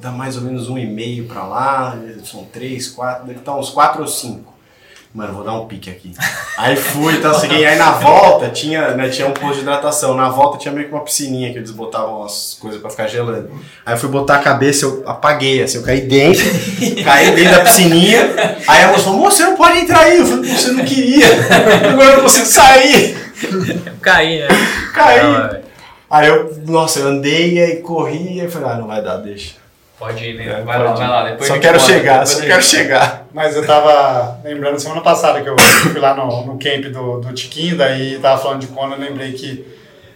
[SPEAKER 3] Dá mais ou menos um e meio pra lá, são três, quatro, deve estar uns quatro ou cinco. Mano, vou dar um pique aqui. Aí fui, então cheguei. Aí na volta tinha, né, tinha um posto de hidratação. Na volta tinha meio que uma piscininha que eles botavam as coisas pra ficar gelando. Aí eu fui botar a cabeça, eu apaguei, assim, eu caí dentro, caí dentro da piscininha. Aí a moça falou, moça, você não pode entrar aí. Eu falei, você não queria. Agora eu não consigo sair.
[SPEAKER 2] caí, né? é,
[SPEAKER 3] Caí.
[SPEAKER 2] Ela-
[SPEAKER 3] Aí eu, nossa, eu andei e corri e falei, ah, não vai dar, deixa.
[SPEAKER 2] Pode ir, né?
[SPEAKER 3] É,
[SPEAKER 2] vai lá,
[SPEAKER 3] pode
[SPEAKER 2] vai
[SPEAKER 3] ir.
[SPEAKER 2] lá. Depois a
[SPEAKER 3] só
[SPEAKER 2] gente
[SPEAKER 3] quero
[SPEAKER 2] volta,
[SPEAKER 3] chegar,
[SPEAKER 2] depois
[SPEAKER 3] só
[SPEAKER 2] a
[SPEAKER 3] quero
[SPEAKER 2] gente-
[SPEAKER 3] chegar.
[SPEAKER 1] Mas eu tava lembrando semana passada que eu fui lá no, no camp do, do Tiquinho, daí tava falando de Kona, eu lembrei que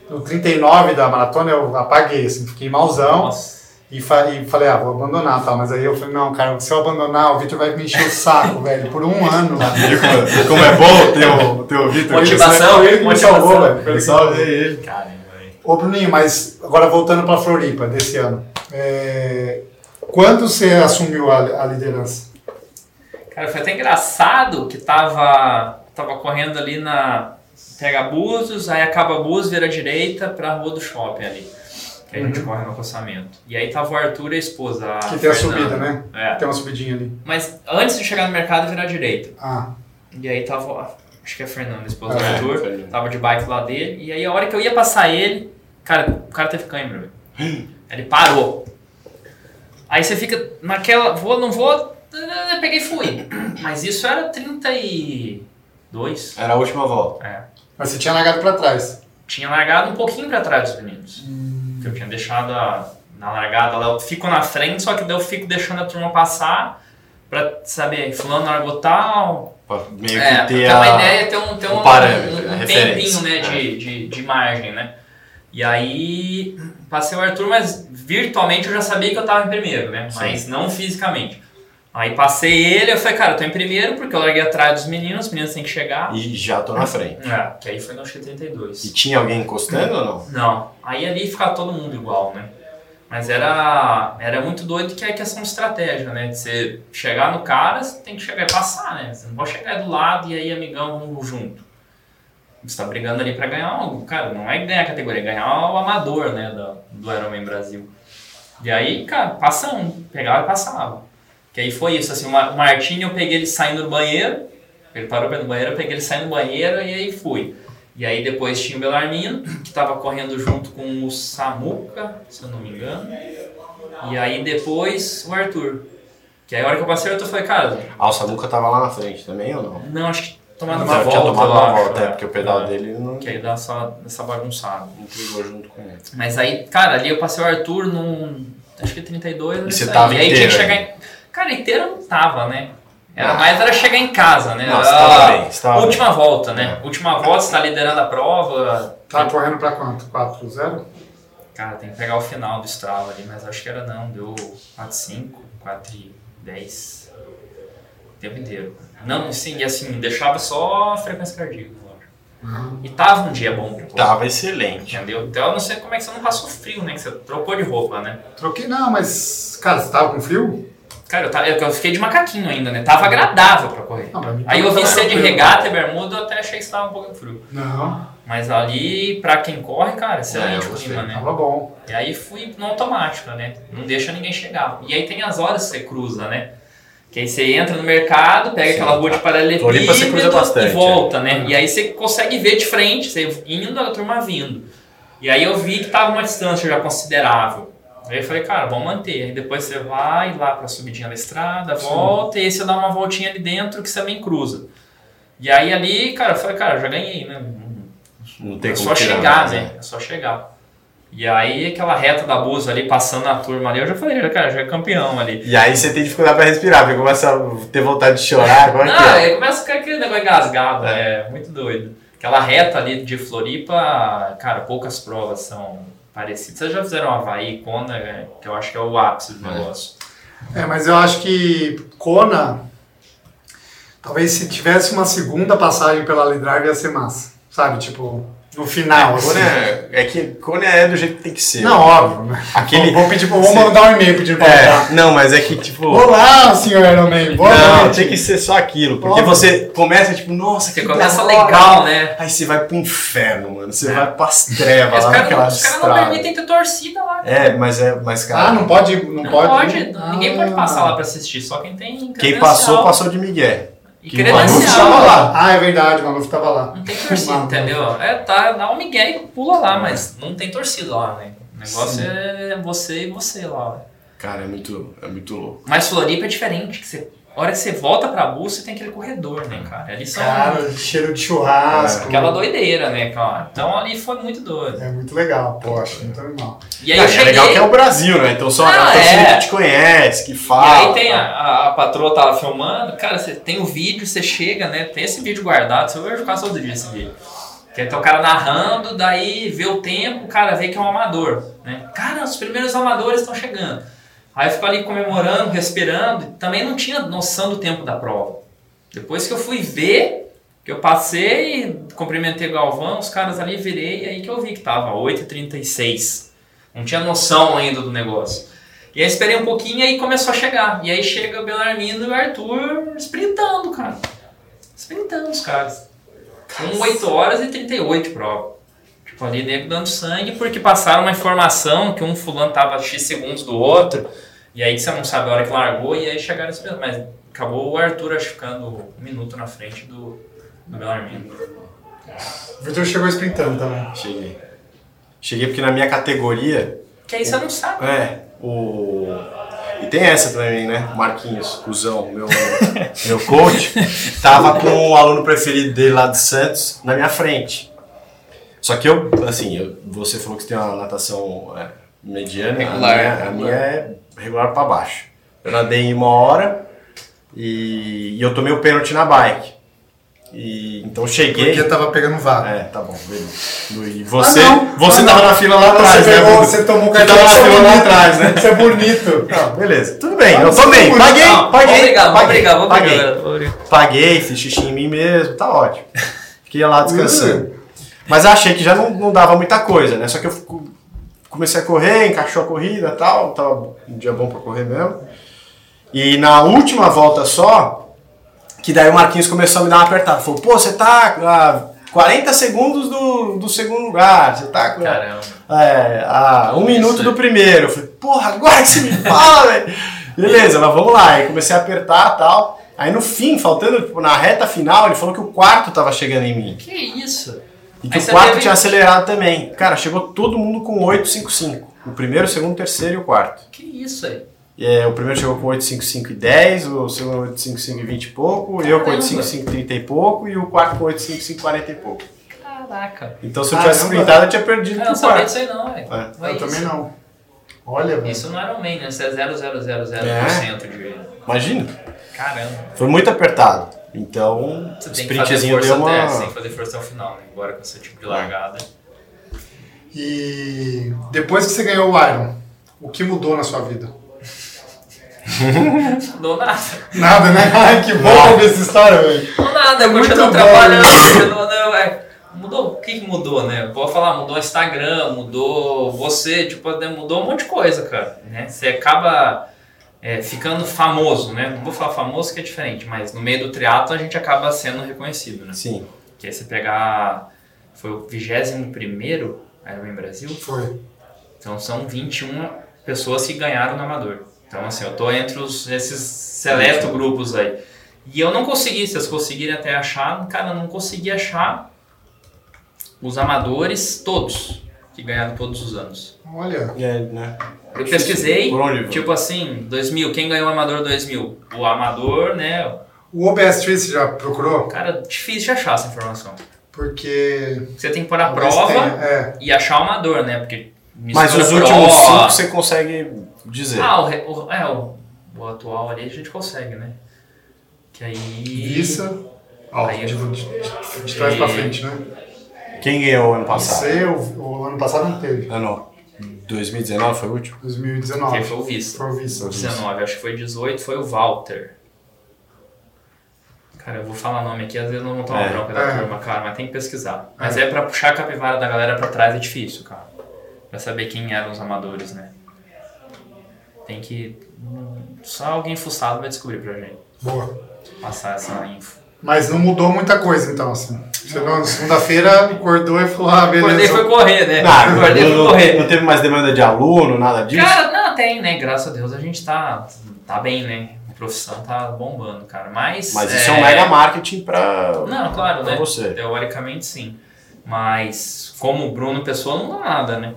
[SPEAKER 1] no 39 da maratona eu apaguei, assim, fiquei malzão.
[SPEAKER 2] Nossa.
[SPEAKER 1] E, fa- e falei, ah, vou abandonar tal. Mas aí eu falei, não, cara, se eu abandonar, o Vitor vai me encher o saco, velho, por um ano. é
[SPEAKER 3] Viu como- viu como é bom ter o, ter o Vitor? né? aqui?
[SPEAKER 2] Motivação.
[SPEAKER 1] ele que me
[SPEAKER 2] motivação.
[SPEAKER 1] salvou, velho.
[SPEAKER 3] Eu
[SPEAKER 1] Pelo
[SPEAKER 3] salvei ele.
[SPEAKER 2] Caramba, velho.
[SPEAKER 1] Ô, Bruninho, mas agora voltando pra Floripa desse ano. É, Quando você assumiu a, a liderança?
[SPEAKER 2] Cara, foi até engraçado que tava, tava correndo ali na. Pega Búzios, aí acaba Búzios, vira à direita pra rua do shopping ali. Que a gente
[SPEAKER 3] Uhum.
[SPEAKER 2] corre no acostamento. E aí tava o Arthur e a esposa. a
[SPEAKER 1] que tem a
[SPEAKER 2] Fernanda.
[SPEAKER 1] subida, né?
[SPEAKER 2] É.
[SPEAKER 1] Tem uma subidinha ali.
[SPEAKER 2] Mas antes de chegar no mercado, vira à direita.
[SPEAKER 1] Ah,
[SPEAKER 2] E aí tava, acho que é a Fernanda, a esposa
[SPEAKER 1] É,
[SPEAKER 2] do Arthur,
[SPEAKER 3] Fernanda.
[SPEAKER 2] tava de bike lá dele, e aí a hora que eu ia passar ele, cara, o cara teve câimbra, velho. Ele parou. Aí você fica naquela, vou, não vou, peguei e fui. Mas isso era 32.
[SPEAKER 3] Era a última volta.
[SPEAKER 2] É.
[SPEAKER 1] Mas você tinha largado pra trás.
[SPEAKER 2] Tinha largado um pouquinho pra trás dos meninos. Porque eu tinha deixado a- na largada lá, eu fico na frente, só que daí eu fico deixando a turma passar pra saber, fulano largou tal.
[SPEAKER 3] Pra meio que
[SPEAKER 2] É, pra
[SPEAKER 3] ter
[SPEAKER 2] ter
[SPEAKER 3] a...
[SPEAKER 2] uma ideia, ter um, ter
[SPEAKER 3] o
[SPEAKER 2] um,
[SPEAKER 3] parâmetro,
[SPEAKER 2] um-
[SPEAKER 3] a
[SPEAKER 2] um
[SPEAKER 3] referência. é.
[SPEAKER 2] tempinho né, de, de, de margem, né? E aí passei o Arthur, mas virtualmente eu já sabia que eu tava em primeiro, né?
[SPEAKER 3] Sim.
[SPEAKER 2] Mas não fisicamente. Aí passei ele, eu falei, cara, eu tô em primeiro porque eu larguei atrás dos meninos, os meninos têm que chegar.
[SPEAKER 3] E já tô na frente.
[SPEAKER 2] É, que aí foi no acho que 32.
[SPEAKER 3] E tinha alguém encostando ou não?
[SPEAKER 2] Não, aí ali ficava todo mundo igual, né? Mas era, era muito doido que é questão de estratégia, né? De você chegar no cara, você tem que chegar e passar, né? Você não pode chegar do lado e aí, amigão, vamos junto. Você tá brigando ali pra ganhar algo, cara. Não é ganhar a categoria, é ganhar o amador, né? Do, do Ironman Brasil. E aí, cara, passa um, pegava e passava. Que aí foi isso, assim, o Ma- o Martinho eu peguei ele saindo do banheiro, ele parou pra ir no banheiro, eu peguei ele saindo do banheiro e aí fui. E aí depois tinha o Belarmino, que tava correndo junto com o Samuca, se eu não me engano. E aí depois o Arthur. Que aí a hora que eu passei, o Arthur foi, cara,
[SPEAKER 3] Ah, o Samuca tava lá na frente também ou não?
[SPEAKER 2] não, acho que tomar
[SPEAKER 3] Mas
[SPEAKER 2] uma
[SPEAKER 3] eu
[SPEAKER 2] volta.
[SPEAKER 3] tinha tomado
[SPEAKER 2] eu
[SPEAKER 3] uma
[SPEAKER 2] acho,
[SPEAKER 3] volta, é,
[SPEAKER 2] né?
[SPEAKER 3] porque o pedal
[SPEAKER 2] É,
[SPEAKER 3] dele não
[SPEAKER 2] Que aí dá essa, essa bagunçada.
[SPEAKER 3] entregou junto com ele.
[SPEAKER 2] Mas aí, cara, ali eu passei o Arthur num. Acho que 32. era
[SPEAKER 3] E
[SPEAKER 2] isso
[SPEAKER 3] você
[SPEAKER 2] aí.
[SPEAKER 3] tava
[SPEAKER 2] E aí tinha
[SPEAKER 3] inteiro
[SPEAKER 2] que chegar
[SPEAKER 3] ainda?
[SPEAKER 2] em. Cara, inteiro eu não tava, né? Era,
[SPEAKER 3] Ah.
[SPEAKER 2] mais era chegar em casa, né?
[SPEAKER 3] Não, você
[SPEAKER 2] Era
[SPEAKER 3] tava
[SPEAKER 2] a
[SPEAKER 3] bem, É. você tava
[SPEAKER 2] última volta, né? Última volta, você tá liderando a prova. tá?
[SPEAKER 1] Tava correndo pra quanto? 4-0?
[SPEAKER 2] Cara, tem que pegar o final do Strava ali, mas acho que era não. Deu 4,5, 4,10. O tempo inteiro. Não, sim, e assim, deixava só a frequência cardíaca, lógico. E tava um dia bom pra correr,
[SPEAKER 3] Tava excelente.
[SPEAKER 2] Entendeu? Então eu não sei como é que você não passou frio, né? Que você trocou de roupa, né?
[SPEAKER 1] Troquei não, mas. Cara, você tava com frio?
[SPEAKER 2] Cara, eu, tava, eu fiquei de macaquinho ainda, né? Tava agradável pra correr.
[SPEAKER 1] Não, pra mim
[SPEAKER 2] Aí eu
[SPEAKER 1] tava
[SPEAKER 2] vi ser de
[SPEAKER 1] tranquilo.
[SPEAKER 2] regata e bermuda, eu até achei que estava um pouco frio.
[SPEAKER 1] Não,
[SPEAKER 2] Mas ali, pra quem corre, cara, excelente
[SPEAKER 3] É, eu
[SPEAKER 2] o
[SPEAKER 3] gostei.
[SPEAKER 2] clima, né?
[SPEAKER 1] tava bom.
[SPEAKER 2] E aí fui no automático, né? Não deixa ninguém chegar. E aí tem as horas que você cruza, né? Que aí você entra no mercado, pega
[SPEAKER 3] Sim.
[SPEAKER 2] aquela rua de
[SPEAKER 3] Floripa você cruza
[SPEAKER 2] paralelepípedo
[SPEAKER 3] bastante, é.
[SPEAKER 2] e volta, né? E aí você consegue ver de frente, você indo, a turma vindo. E aí eu vi que tava uma distância já considerável. Aí eu falei, cara, vamos manter. Aí depois você vai lá pra subidinha da estrada,
[SPEAKER 1] Sim.
[SPEAKER 2] volta, e aí você dá uma voltinha ali dentro que você também cruza. E aí ali, cara, eu falei, cara, eu já ganhei, né? Não-
[SPEAKER 3] Não tem
[SPEAKER 2] é
[SPEAKER 3] como
[SPEAKER 2] só
[SPEAKER 3] tirar
[SPEAKER 2] chegar,
[SPEAKER 3] mais,
[SPEAKER 2] né? É só chegar. E aí, aquela reta da Busa ali, passando a turma ali, eu já falei, já, cara, já é campeão ali.
[SPEAKER 3] E aí você tem dificuldade pra respirar, porque começa a ter vontade de chorar, como é que
[SPEAKER 2] Ah,
[SPEAKER 3] é?
[SPEAKER 2] aí começa a ficar aquele negócio engasgado, é. muito doido. Aquela reta ali de Floripa, cara, poucas provas são parecidas. Vocês já fizeram Havaí, Kona, é, que eu acho que é o ápice do
[SPEAKER 3] É.
[SPEAKER 2] negócio.
[SPEAKER 1] É, mas eu acho que Kona. Talvez se tivesse uma segunda passagem pela Lidrive ia ser massa. Sabe? Tipo, no final, assim.
[SPEAKER 3] Kona é, é que Kona é do jeito que tem que ser.
[SPEAKER 1] Não, óbvio. né?
[SPEAKER 3] Aquele-
[SPEAKER 1] Vou, vou pedir, vou mandar um e-mail pedindo pra
[SPEAKER 3] É, não, mas é que tipo.
[SPEAKER 1] Olá, senhor Iron Man. Boa
[SPEAKER 3] não,
[SPEAKER 1] noite.
[SPEAKER 3] tem que ser só aquilo. Porque
[SPEAKER 1] Óbvio.
[SPEAKER 3] você começa tipo, nossa,
[SPEAKER 2] Você
[SPEAKER 3] que
[SPEAKER 2] É começa
[SPEAKER 3] da hora.
[SPEAKER 2] legal, né?
[SPEAKER 3] Aí você vai pro inferno, mano. Você
[SPEAKER 2] É.
[SPEAKER 3] vai pras trevas
[SPEAKER 2] Mas
[SPEAKER 3] lá
[SPEAKER 2] os caras
[SPEAKER 3] naquela
[SPEAKER 2] não, os caras não
[SPEAKER 3] estrada.
[SPEAKER 2] permitem ter torcida lá.
[SPEAKER 3] É, mas é, mas cara.
[SPEAKER 1] Ah, não pode. Não,
[SPEAKER 2] Não pode,
[SPEAKER 1] Ah.
[SPEAKER 2] ninguém pode passar lá pra assistir, só quem tem
[SPEAKER 3] né? Quem
[SPEAKER 2] credencial.
[SPEAKER 3] passou, passou de Miguel.
[SPEAKER 2] E
[SPEAKER 3] Quem passou,
[SPEAKER 1] Maluf
[SPEAKER 2] credencial.
[SPEAKER 1] tava lá. Ah, é verdade, o Maluf tava lá.
[SPEAKER 2] Não tem torcida,
[SPEAKER 1] Maluco.
[SPEAKER 2] entendeu? É, tá, dá um migué e pula
[SPEAKER 3] É.
[SPEAKER 2] lá, mas não tem torcida lá, né? O negócio é você e você lá. né?
[SPEAKER 3] Cara, é muito, é muito louco.
[SPEAKER 2] Mas Floripa é diferente, que você, a hora que você volta pra Bússola, tem aquele corredor, né, cara? Ali são
[SPEAKER 1] Cara, cheiro de churrasco.
[SPEAKER 2] aquela doideira, né, cara? Então ali foi muito doido.
[SPEAKER 1] É muito legal, poxa, muito animal.
[SPEAKER 2] E aí
[SPEAKER 3] Ah,
[SPEAKER 2] eu
[SPEAKER 3] e
[SPEAKER 2] cheguei...
[SPEAKER 3] é legal que é o Brasil, né? Então só a
[SPEAKER 2] Ah,
[SPEAKER 3] torcida
[SPEAKER 2] é.
[SPEAKER 3] que te conhece, que
[SPEAKER 2] E
[SPEAKER 3] fala.
[SPEAKER 2] aí tem a, a, a patroa tava filmando, cara, você tem o vídeo, você chega, né? Tem esse vídeo guardado, você vai ficar todo dia esse vídeo. Que aí tá o cara narrando, daí vê o tempo, o cara vê que é um amador, né? Cara, os primeiros amadores estão chegando. Aí eu fico ali comemorando, respirando, também não tinha noção do tempo da prova. Depois que eu fui ver, que eu passei, cumprimentei o Galvão, os caras ali, virei, e aí que eu vi que tava 8h36. Não tinha noção ainda do negócio. E aí esperei um pouquinho e aí começou a chegar. E aí chega o Belarmino e o Arthur sprintando, cara. Sprintando os caras. Com 8 horas e 38 prova. Tipo, ali nego dando sangue porque passaram uma informação que um fulano tava X segundos do outro. E aí que você não sabe a hora que largou e aí chegaram sprintando. Mas acabou o Arthur acho, ficando um minuto na frente do, do Belarmino.
[SPEAKER 1] O Vitor chegou sprintando também.
[SPEAKER 3] Cheguei. Cheguei porque na minha categoria,
[SPEAKER 2] Que aí você não sabe.
[SPEAKER 3] é, o. E tem essa também, né? Marquinhos, cuzão, meu, meu coach, tava com o aluno preferido dele lá de Santos na minha frente. Só que eu, assim, eu- você falou que você tem uma natação é, mediana,
[SPEAKER 2] Regular,
[SPEAKER 3] a, minha, a minha é regular pra baixo. Eu nadei em uma hora e, e eu tomei o pênalti na bike. E, então eu cheguei.
[SPEAKER 1] Porque eu tava pegando vaga.
[SPEAKER 3] É, tá bom, beleza. E você,
[SPEAKER 1] Ah, não.
[SPEAKER 3] você
[SPEAKER 1] Ah, não.
[SPEAKER 3] tava na fila
[SPEAKER 1] Você,
[SPEAKER 3] lá atrás, né?
[SPEAKER 1] pegou,
[SPEAKER 3] Bruno?
[SPEAKER 1] você tomou o
[SPEAKER 3] Você
[SPEAKER 1] cartão
[SPEAKER 3] tava na
[SPEAKER 1] você é
[SPEAKER 3] fila lá
[SPEAKER 1] bonito.
[SPEAKER 3] atrás, né?
[SPEAKER 1] Você é bonito.
[SPEAKER 3] Não, beleza, tudo bem,
[SPEAKER 1] Ah,
[SPEAKER 3] eu
[SPEAKER 1] você
[SPEAKER 3] tomei,
[SPEAKER 1] foi
[SPEAKER 3] paguei,
[SPEAKER 2] Não,
[SPEAKER 3] paguei.
[SPEAKER 2] vamos brigar, vamos
[SPEAKER 3] paguei,
[SPEAKER 2] brigar, vamos
[SPEAKER 3] paguei.
[SPEAKER 2] brigar. vamos brigar.
[SPEAKER 3] Paguei, fiz xixi em mim mesmo, tá ótimo. Fiquei lá descansando. Mas achei que já não, não dava muita coisa, né? Só que eu fico- comecei a correr, encaixou a corrida e tal, tava um dia bom pra correr mesmo. E na última volta só, que daí o Marquinhos começou a me dar uma apertada. Falou, pô, você tá a 40 segundos do, do segundo lugar, você tá... com-
[SPEAKER 2] Caramba.
[SPEAKER 3] é, a um minuto do primeiro. Eu falei, porra, agora que você me fala, velho. Beleza, mas vamos lá. Aí comecei a apertar tal. Aí no fim, faltando, tipo, na reta final, ele falou que o quarto tava chegando em mim.
[SPEAKER 2] Que isso?
[SPEAKER 3] E que
[SPEAKER 2] Aí
[SPEAKER 3] o
[SPEAKER 2] você
[SPEAKER 3] quarto
[SPEAKER 2] teve-
[SPEAKER 3] tinha acelerado também. Cara, chegou todo mundo com 855. O primeiro, o segundo, o terceiro e o quarto.
[SPEAKER 2] Que isso aí?
[SPEAKER 3] E, é, o primeiro chegou com 855 e 10, o segundo 855 e 20 e pouco, eu com
[SPEAKER 2] Caramba.
[SPEAKER 3] 855 e 30 e pouco e o quarto com 855 e 40 e pouco.
[SPEAKER 2] Caraca.
[SPEAKER 3] Então se eu tivesse
[SPEAKER 1] Caramba.
[SPEAKER 3] sprintado, eu tinha
[SPEAKER 2] É,
[SPEAKER 3] perdido
[SPEAKER 2] Eu
[SPEAKER 3] pro
[SPEAKER 2] não sabia
[SPEAKER 3] quarto.
[SPEAKER 2] disso aí não, velho.
[SPEAKER 3] É.
[SPEAKER 2] Olha
[SPEAKER 1] eu também
[SPEAKER 2] isso.
[SPEAKER 1] não. Olha, velho.
[SPEAKER 2] Isso não era um main, né? Isso é 0000% de...
[SPEAKER 3] Imagina.
[SPEAKER 2] Caramba.
[SPEAKER 3] Foi muito apertado. Então,
[SPEAKER 2] Você
[SPEAKER 3] o
[SPEAKER 2] tem que fazer
[SPEAKER 3] sprintzinho
[SPEAKER 2] força
[SPEAKER 3] deu
[SPEAKER 2] até, você tem que
[SPEAKER 3] uma.
[SPEAKER 2] fazer força ao final, né? Agora com esse tipo de largada.
[SPEAKER 1] E depois que você ganhou o Iron, o que mudou na sua vida?
[SPEAKER 2] Não nada.
[SPEAKER 1] Nada, né? Ai, que bom ouvir essa história, velho.
[SPEAKER 2] Não nada, eu
[SPEAKER 1] Muito
[SPEAKER 2] continuo
[SPEAKER 1] bom.
[SPEAKER 2] trabalhando, continuo, né, é, Mudou, o que que mudou, né? Eu vou falar, mudou o Instagram, mudou você, tipo, né, mudou um monte de coisa, cara, né? Você acaba é, ficando famoso, né? Não vou falar famoso que é diferente, mas no meio do triatlo a gente acaba sendo reconhecido, né?
[SPEAKER 3] Sim.
[SPEAKER 2] Que aí você pegar, foi o 21º Ironman Brasil,
[SPEAKER 1] Foi.
[SPEAKER 2] então são 21 pessoas que ganharam no amador. Então, assim, eu tô entre os, esses seleto grupos aí. E eu não consegui, se vocês conseguirem até achar, cara, eu não consegui achar os amadores todos, que ganharam todos os anos.
[SPEAKER 1] Olha.
[SPEAKER 3] É, né?
[SPEAKER 2] Eu pesquisei,
[SPEAKER 3] Por onde?
[SPEAKER 2] tipo assim, 2000, quem ganhou o amador 2000? O amador, né?
[SPEAKER 1] O OBS Tree você já procurou?
[SPEAKER 2] Cara, difícil de achar essa informação.
[SPEAKER 1] Porque.
[SPEAKER 2] Você tem que pôr a
[SPEAKER 1] talvez
[SPEAKER 2] prova
[SPEAKER 1] tenha- É.
[SPEAKER 2] e achar o amador, né? Porque
[SPEAKER 3] Mas
[SPEAKER 2] mistura
[SPEAKER 3] os
[SPEAKER 2] prova,
[SPEAKER 3] últimos cinco você consegue dizer.
[SPEAKER 2] Ah, o, re- o- é, o, o atual ali a gente consegue, né? Que aí.
[SPEAKER 1] Isso. Ó,
[SPEAKER 2] Aí-
[SPEAKER 3] é
[SPEAKER 1] de, de- de trás pra frente, né?
[SPEAKER 3] Quem ganhou ano passado?
[SPEAKER 1] Você, o, o ano passado não teve.
[SPEAKER 3] Ah, não. 2019 foi o último?
[SPEAKER 2] Quem
[SPEAKER 1] 2019.
[SPEAKER 2] foi o vice?
[SPEAKER 1] Foi o vice.
[SPEAKER 2] 19, acho que foi 18, foi o Walter. Cara, eu vou falar nome aqui, às vezes eu não vou tomar
[SPEAKER 3] É.
[SPEAKER 2] bronca da
[SPEAKER 1] É.
[SPEAKER 2] turma, cara, mas tem que pesquisar. Mas é. pra puxar a capivara da galera pra trás é difícil, cara. Pra saber quem eram os amadores, né? Tem que. hum, Só alguém fuçado vai descobrir pra gente.
[SPEAKER 1] Boa.
[SPEAKER 2] Passar essa info.
[SPEAKER 1] Mas não mudou muita coisa, então, assim. Você não, segunda-feira acordou e falou, ah, beleza.
[SPEAKER 2] Acordei foi correr, né?
[SPEAKER 3] Ah, não,
[SPEAKER 2] Acordei foi correr.
[SPEAKER 3] não, não teve mais demanda de aluno, nada disso?
[SPEAKER 2] Cara, não, tem, né? Graças a Deus a gente tá, tá bem, né? A profissão tá bombando, cara. Mas.
[SPEAKER 3] Mas isso é um mega marketing pra,
[SPEAKER 2] Não, claro,
[SPEAKER 3] pra
[SPEAKER 2] né?
[SPEAKER 3] você.
[SPEAKER 2] Teoricamente sim. Mas como o Bruno Pessoa não dá nada, né?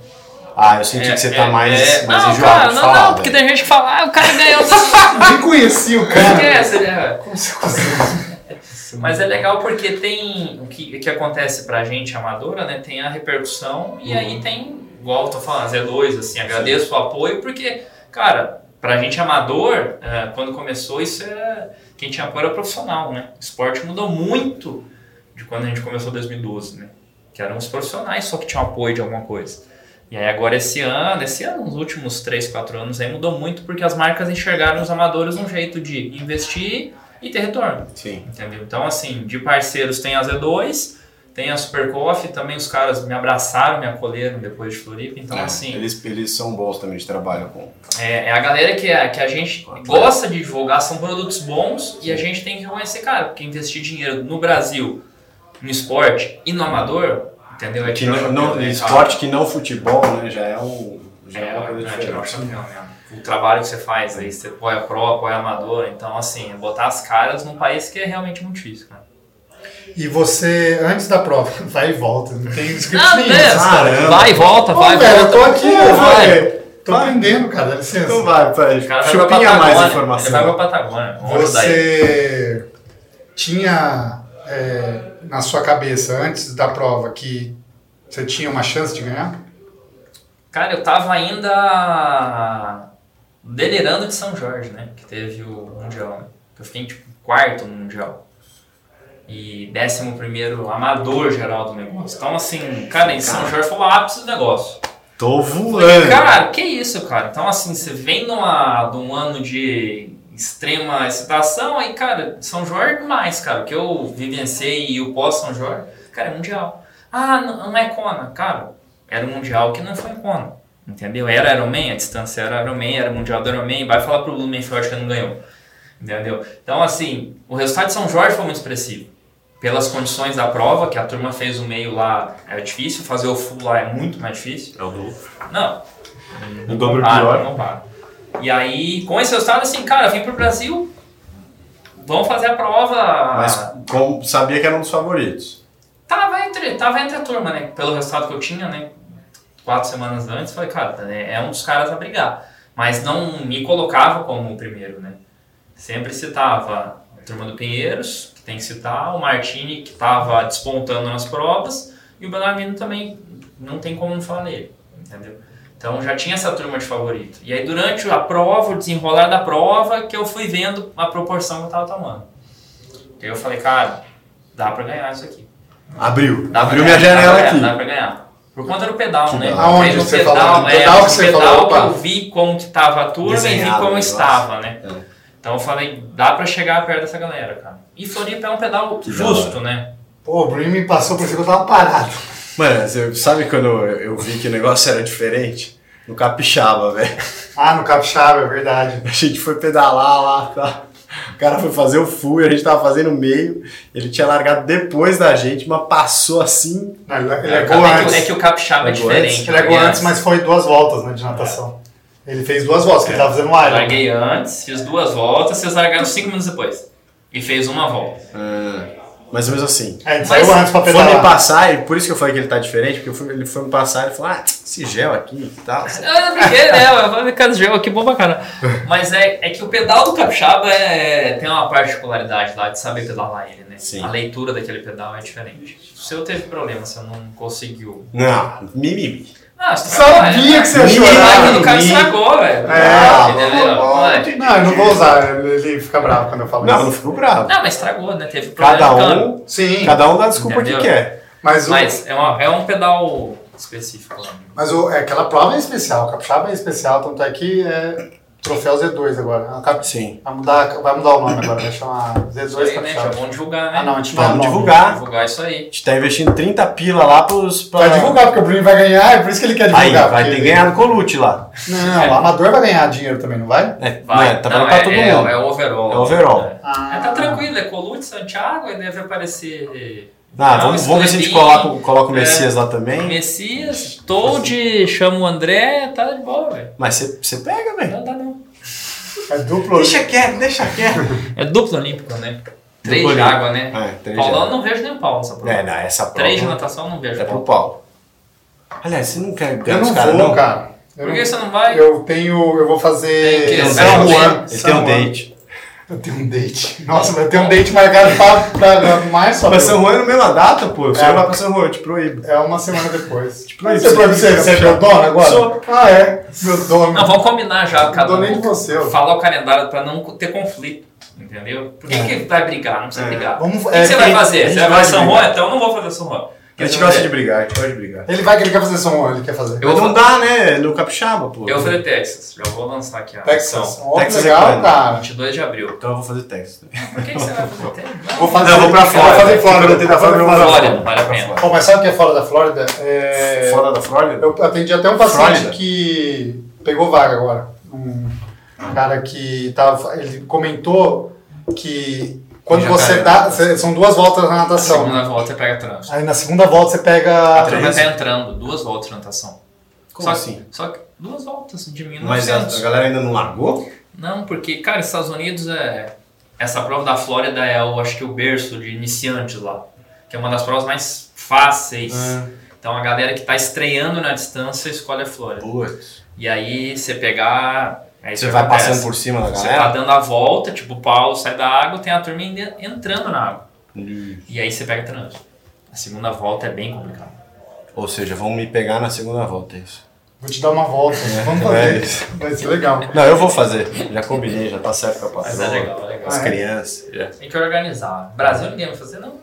[SPEAKER 3] Ah, eu senti
[SPEAKER 2] É,
[SPEAKER 3] que você
[SPEAKER 2] é,
[SPEAKER 3] tá mais,
[SPEAKER 2] é-
[SPEAKER 3] mais
[SPEAKER 2] não,
[SPEAKER 3] enjoado
[SPEAKER 2] cara,
[SPEAKER 3] de
[SPEAKER 2] não,
[SPEAKER 3] falar.
[SPEAKER 2] não, porque
[SPEAKER 3] velho.
[SPEAKER 2] tem gente que fala, ah, o cara ganhou.
[SPEAKER 1] Nem conheci o cara.
[SPEAKER 2] Esquece, né?
[SPEAKER 1] Como você conseguiu?
[SPEAKER 2] Mas é legal porque tem o que, o que acontece pra gente amadora, né? Tem a repercussão e aí tem, igual eu tô falando, Z2, assim, agradeço o apoio, porque, cara, pra gente amador, é, quando começou, isso era. Quem tinha apoio era profissional, né? O esporte mudou muito de quando a gente começou em 2012, né? Que eram os profissionais só que tinham apoio de alguma coisa. E aí agora esse ano, esse ano, nos últimos 3, 4 anos aí mudou muito porque as marcas enxergaram os amadores um jeito de investir e ter retorno.
[SPEAKER 3] Sim.
[SPEAKER 2] Entendeu? Então, assim, de parceiros tem a Z2, tem a Super Coffee, também os caras me abraçaram, me acolheram depois de Floripa. Então,
[SPEAKER 3] É,
[SPEAKER 2] assim,
[SPEAKER 3] eles, eles são bons também de trabalho com.
[SPEAKER 2] é, é a galera que, a- que a gente gosta de divulgar, são produtos bons e a gente tem que reconhecer, cara, porque investir dinheiro no Brasil, no esporte e no amador, entendeu? É
[SPEAKER 3] Que
[SPEAKER 2] tirar o
[SPEAKER 3] não,
[SPEAKER 2] chapéu,
[SPEAKER 3] não-
[SPEAKER 2] né, cara?
[SPEAKER 3] esporte que não futebol, né? Já é um. Já é,
[SPEAKER 2] É,
[SPEAKER 3] uma coisa
[SPEAKER 2] né, tirar o
[SPEAKER 3] diferente.
[SPEAKER 2] chapéu, né? O trabalho que você faz aí, você apoia pró, apoia amador, então, assim, é botar as caras num país que é realmente muito difícil, cara.
[SPEAKER 1] E você, antes da prova, vai e volta. Não tem Ah, script
[SPEAKER 2] Não,
[SPEAKER 1] nenhum.
[SPEAKER 2] né?
[SPEAKER 3] Caramba.
[SPEAKER 2] Vai e volta,
[SPEAKER 1] Ô,
[SPEAKER 2] vai e
[SPEAKER 1] velho, eu
[SPEAKER 2] volta.
[SPEAKER 1] tô aqui, eu
[SPEAKER 2] vai.
[SPEAKER 1] falei, Tô aprendendo, cara, dá licença.
[SPEAKER 3] Então vai,
[SPEAKER 2] O
[SPEAKER 3] Fred.
[SPEAKER 2] cara vai pra
[SPEAKER 3] Chupinha
[SPEAKER 2] Patagônia,
[SPEAKER 3] mais
[SPEAKER 2] Ele vai pra
[SPEAKER 3] informação.
[SPEAKER 2] Patagônia. Vamos daí.
[SPEAKER 1] Você tinha é, na sua cabeça, antes da prova, que você tinha uma chance de ganhar?
[SPEAKER 2] Cara, eu tava ainda delirando de São Jorge, né? Que teve o Mundial, né? Eu fiquei, tipo, quarto no Mundial. E décimo primeiro amador geral do negócio. Então, assim, cara, em São Jorge foi o ápice do negócio.
[SPEAKER 3] Tô
[SPEAKER 2] Falei,
[SPEAKER 3] voando.
[SPEAKER 2] Cara, que isso, cara? Então, assim, você vem numa, de um ano de extrema excitação, aí, cara, São Jorge mais, cara. O que eu vivenciei e o pós-São Jorge, cara, é mundial. Ah, não, não é Kona, cara. Era um mundial que não foi Kona, entendeu? Era Ironman, a distância era Ironman, era mundial do Ironman. Vai falar pro Blumenfeld que não ganhou, entendeu? Então, assim, o resultado de São Jorge foi muito expressivo. Pelas condições da prova, que a turma fez o meio lá, é difícil. Fazer o full lá é muito mais difícil.
[SPEAKER 3] É o dobro.
[SPEAKER 2] Não.
[SPEAKER 3] O dobro
[SPEAKER 2] para,
[SPEAKER 3] pior.
[SPEAKER 2] Não Ah, então para. E aí, com esse resultado, assim, cara, vim pro Brasil, vamos fazer a prova.
[SPEAKER 3] Mas com- sabia que era um dos favoritos.
[SPEAKER 2] Tava, entre, tava entre a turma, né? Pelo resultado que eu tinha, né? Quatro semanas antes, falei, cara, é, é um dos caras a brigar. Mas não me colocava como o primeiro, né? Sempre citava a turma do Pinheiros, que tem que citar, o Martini, que tava despontando nas provas, e o Bellarmino também, não tem como não falar nele, entendeu? Então já tinha essa turma de favorito. E aí durante a prova, o desenrolar da prova, que eu fui vendo a proporção que eu tava tomando. E aí eu falei, cara, dá pra ganhar isso aqui.
[SPEAKER 3] Abriu.
[SPEAKER 2] Dá pra
[SPEAKER 3] Abriu
[SPEAKER 2] ganhar,
[SPEAKER 3] minha
[SPEAKER 2] dá
[SPEAKER 3] janela
[SPEAKER 2] pra ganhar, Dá
[SPEAKER 3] aqui.
[SPEAKER 2] pra ganhar. Por conta do pedal, né?
[SPEAKER 3] legal.
[SPEAKER 1] Aonde
[SPEAKER 2] Fez o
[SPEAKER 1] você
[SPEAKER 2] pedal,
[SPEAKER 1] falou? O
[SPEAKER 2] é,
[SPEAKER 1] pedal que
[SPEAKER 2] o
[SPEAKER 1] você
[SPEAKER 2] pedal
[SPEAKER 1] falou,
[SPEAKER 2] que
[SPEAKER 1] opa.
[SPEAKER 2] eu vi como que tava a turma e vi
[SPEAKER 3] Desenhado,
[SPEAKER 2] como
[SPEAKER 3] negócio.
[SPEAKER 2] estava, né?
[SPEAKER 3] É.
[SPEAKER 2] Então eu falei, dá pra chegar perto dessa galera, cara. E Floripa é um pedal
[SPEAKER 3] Que da
[SPEAKER 2] justo, né?
[SPEAKER 1] Pô, o Bruno me passou por isso que eu tava parado.
[SPEAKER 3] Mano, você sabe quando eu eu vi que o negócio era diferente? No capixaba, velho.
[SPEAKER 1] Ah, no capixaba, é verdade.
[SPEAKER 3] A gente foi pedalar lá, tá? O cara foi fazer o full, a gente tava fazendo o meio. Ele tinha largado depois da gente, mas passou assim.
[SPEAKER 1] Não, ele ele
[SPEAKER 2] É,
[SPEAKER 1] largou
[SPEAKER 2] que, é
[SPEAKER 1] antes.
[SPEAKER 2] que o capixaba é
[SPEAKER 3] Largou antes?
[SPEAKER 2] diferente.
[SPEAKER 1] Ele largou antes, É. mas foi duas voltas, né, de natação. Ele fez duas voltas, porque ele tava fazendo um
[SPEAKER 2] Eu
[SPEAKER 1] Iron.
[SPEAKER 2] Larguei antes, fiz duas voltas, vocês largaram cinco minutos depois. E fez uma volta.
[SPEAKER 3] Mas mesmo assim.
[SPEAKER 1] É, ele
[SPEAKER 2] Mas
[SPEAKER 1] saiu antes pra
[SPEAKER 3] Foi me
[SPEAKER 1] pedalar.
[SPEAKER 3] passar, e por isso que eu falei que ele tá diferente, porque eu fui- ele foi me passar e ele falou: ah, esse gel aqui e tal.
[SPEAKER 2] Eu brinquei, né? Eu falei, cara, esse jogo aqui é bom pra caralho. Mas é, é que o pedal do capixaba é, tem uma particularidade lá de saber pedalar ele, né?
[SPEAKER 3] Sim.
[SPEAKER 2] A leitura daquele pedal é diferente. O seu teve problema, você não conseguiu.
[SPEAKER 3] Não, mimimi.
[SPEAKER 2] Ah, você
[SPEAKER 1] Sabia que você ia
[SPEAKER 2] O
[SPEAKER 1] chorar.
[SPEAKER 2] like do cara
[SPEAKER 3] Mimimi.
[SPEAKER 2] estragou, velho.
[SPEAKER 3] Ah,
[SPEAKER 1] É,
[SPEAKER 2] Entendeu? Moleque.
[SPEAKER 1] Não, eu não vou usar, ele fica bravo quando eu falo
[SPEAKER 3] Não, não
[SPEAKER 1] isso.
[SPEAKER 3] ficou bravo.
[SPEAKER 2] Não, mas estragou, né? Teve problema.
[SPEAKER 3] Cada
[SPEAKER 2] de câmbio.
[SPEAKER 3] um,
[SPEAKER 1] Sim,
[SPEAKER 3] cada um dá a desculpa
[SPEAKER 2] Entendeu?
[SPEAKER 3] que quer.
[SPEAKER 1] mas, o, mas...
[SPEAKER 2] Mas é, uma- é um pedal específico né? lá.
[SPEAKER 1] o, é, aquela prova é especial, o capixaba é especial, tanto é que é troféu Z2 agora. A cap-
[SPEAKER 3] Sim.
[SPEAKER 1] Vai mudar, vai mudar o nome agora, vai chamar
[SPEAKER 2] Isso
[SPEAKER 1] Z2
[SPEAKER 2] aí, né? Já
[SPEAKER 1] Capixaba.
[SPEAKER 2] vamos divulgar, né?
[SPEAKER 1] Ah, não, a gente não
[SPEAKER 3] Vamos
[SPEAKER 1] é nome.
[SPEAKER 3] divulgar. A
[SPEAKER 2] Divulgar isso aí.
[SPEAKER 3] gente tá investindo 30 pila lá pros. pra-
[SPEAKER 1] Vai divulgar, porque o Bruno vai ganhar, é por isso que ele quer divulgar.
[SPEAKER 3] Aí, vai
[SPEAKER 1] porque
[SPEAKER 3] ter
[SPEAKER 1] ele-
[SPEAKER 3] ganhado Colute lá.
[SPEAKER 1] Não, o amador vai ganhar dinheiro também, não vai?
[SPEAKER 3] É,
[SPEAKER 2] Vai.
[SPEAKER 3] né, tá valendo
[SPEAKER 2] Não,
[SPEAKER 3] pra
[SPEAKER 2] é-
[SPEAKER 3] todo
[SPEAKER 2] é,
[SPEAKER 3] mundo.
[SPEAKER 2] É overall.
[SPEAKER 3] É overall.
[SPEAKER 2] É.
[SPEAKER 1] Ah.
[SPEAKER 2] É, tá tranquilo, é Colute, Santiago, e deve aparecer.
[SPEAKER 3] Ah, vamos, vamos ver se a gente coloca, coloca o
[SPEAKER 2] É.
[SPEAKER 3] Messias lá também.
[SPEAKER 2] Messias, Toad, chama o André, tá de boa, velho. Tá,
[SPEAKER 3] Mas você pega, velho.
[SPEAKER 2] Não dá não.
[SPEAKER 1] É duplo.
[SPEAKER 3] quieto, deixa quieto.
[SPEAKER 2] É duplo olímpico, né? Três
[SPEAKER 3] Duplo
[SPEAKER 2] de
[SPEAKER 3] olímpico.
[SPEAKER 2] água, né?
[SPEAKER 3] É, três de
[SPEAKER 2] Paulão
[SPEAKER 3] água.
[SPEAKER 2] não vejo nem pau nessa prova.
[SPEAKER 3] É, não, essa
[SPEAKER 2] Três de
[SPEAKER 3] prova
[SPEAKER 2] natação não vejo
[SPEAKER 3] é pro
[SPEAKER 2] pau.
[SPEAKER 3] Paulo. Aliás, você não quer
[SPEAKER 1] Eu
[SPEAKER 3] ganhar os
[SPEAKER 1] não
[SPEAKER 3] caras,
[SPEAKER 1] vou,
[SPEAKER 3] não?
[SPEAKER 1] cara. Eu
[SPEAKER 2] Por
[SPEAKER 1] não-
[SPEAKER 2] que você não vai?
[SPEAKER 1] Eu tenho. Eu vou
[SPEAKER 2] Tem que-
[SPEAKER 1] fazer.
[SPEAKER 3] Ele
[SPEAKER 2] Ele
[SPEAKER 3] tem
[SPEAKER 2] vai
[SPEAKER 3] um
[SPEAKER 2] fazer.
[SPEAKER 3] Juan, ele tem um date.
[SPEAKER 1] Eu tenho um date. Nossa, vai ter um date marcado pra, pra mais só.
[SPEAKER 3] Pra São Juan é na mesma data, pô. Você
[SPEAKER 1] É.
[SPEAKER 3] não vai pra São Juan, eu te proíbo.
[SPEAKER 1] É uma semana depois. Tipo,
[SPEAKER 3] mas
[SPEAKER 1] você,
[SPEAKER 3] você-
[SPEAKER 1] você, você é meu dono agora?
[SPEAKER 3] Sou.
[SPEAKER 1] Ah, é. Meu dono.
[SPEAKER 2] Não, vamos combinar já, cada
[SPEAKER 1] dou nem de
[SPEAKER 2] um.
[SPEAKER 1] você, ó.
[SPEAKER 2] Fala o calendário pra não ter conflito, entendeu? Por que,
[SPEAKER 1] É.
[SPEAKER 2] que vai brigar? Não precisa
[SPEAKER 3] É.
[SPEAKER 2] brigar.
[SPEAKER 1] Vamos-
[SPEAKER 2] o que,
[SPEAKER 1] é,
[SPEAKER 2] que você vai
[SPEAKER 1] tem-
[SPEAKER 3] a
[SPEAKER 2] fazer?
[SPEAKER 3] gente
[SPEAKER 2] Você vai
[SPEAKER 3] vai
[SPEAKER 2] fazer São
[SPEAKER 3] brigar.
[SPEAKER 2] Juan? Então eu não vou fazer São Juan.
[SPEAKER 3] A gente gosta de brigar, a gente gosta de brigar.
[SPEAKER 1] Ele vai que ele quer fazer São Juan, ele quer fazer.
[SPEAKER 2] Eu
[SPEAKER 3] Mas
[SPEAKER 2] vou,
[SPEAKER 3] não dá, né? No capixaba, pô.
[SPEAKER 2] eu vou fazer Texas. Já vou lançar aqui a
[SPEAKER 1] Texas.
[SPEAKER 2] ação.
[SPEAKER 1] Ó, que
[SPEAKER 3] Texas é
[SPEAKER 1] legal,
[SPEAKER 3] plano.
[SPEAKER 1] cara.
[SPEAKER 2] 22 de abril.
[SPEAKER 3] Então eu vou fazer Texas.
[SPEAKER 2] Por que, que você vai fazer tênis?
[SPEAKER 1] Vou fazer.
[SPEAKER 3] Não, eu vou pra
[SPEAKER 1] Eu vou
[SPEAKER 3] fora.
[SPEAKER 1] fazer fora.
[SPEAKER 3] Eu vou tentar fazer
[SPEAKER 2] Flórida,
[SPEAKER 3] fora.
[SPEAKER 2] não vale a pena.
[SPEAKER 1] Pô, mas sabe o que é fora da Flórida? É...
[SPEAKER 3] Fora da Flórida?
[SPEAKER 1] Eu atendi até um paciente
[SPEAKER 3] Flórida.
[SPEAKER 1] que pegou vaga agora. Um cara que tava, ele comentou que quando
[SPEAKER 2] Já
[SPEAKER 1] você
[SPEAKER 2] caiu.
[SPEAKER 1] dá, cê- são duas voltas na natação.
[SPEAKER 2] Segunda volta você pega trânsito.
[SPEAKER 1] Aí na segunda volta você
[SPEAKER 2] A
[SPEAKER 1] pega.
[SPEAKER 3] Ah, Três.
[SPEAKER 2] turma tá entrando, duas voltas de natação.
[SPEAKER 3] Como
[SPEAKER 2] só
[SPEAKER 3] assim?
[SPEAKER 2] Que, só que duas voltas assim, de
[SPEAKER 3] Mas a,
[SPEAKER 2] 1900.
[SPEAKER 3] a galera ainda não largou?
[SPEAKER 2] Não, porque, cara, Estados Unidos é. Essa prova da Flórida é, eu acho que, o berço de iniciantes lá. Que é uma das provas
[SPEAKER 3] Ah.
[SPEAKER 2] mais fáceis. Então a galera que tá estreando na distância escolhe a Flórida.
[SPEAKER 3] Putz.
[SPEAKER 2] E aí você pegar. Aí
[SPEAKER 3] Você
[SPEAKER 2] que
[SPEAKER 3] vai
[SPEAKER 2] acontece?
[SPEAKER 3] passando por cima da
[SPEAKER 2] Você tá
[SPEAKER 3] galera.
[SPEAKER 2] dando a volta, tipo, o Paulo sai da água, tem a turma ainda entrando na água.
[SPEAKER 3] Ih.
[SPEAKER 2] E aí você pega trânsito. A segunda volta é bem complicado.
[SPEAKER 3] Ou seja, vão me pegar na segunda volta, é isso.
[SPEAKER 1] Vou te dar uma volta. Vamos
[SPEAKER 3] É
[SPEAKER 1] fazer.
[SPEAKER 3] isso.
[SPEAKER 1] Vai ser legal.
[SPEAKER 3] Não, eu vou fazer. Já combinei, já tá certo com a
[SPEAKER 2] Mas
[SPEAKER 3] patroa.
[SPEAKER 2] é legal, é legal.
[SPEAKER 3] As
[SPEAKER 1] Ah, é?
[SPEAKER 3] crianças. já.
[SPEAKER 2] Tem que organizar. Brasil ninguém vai fazer, não?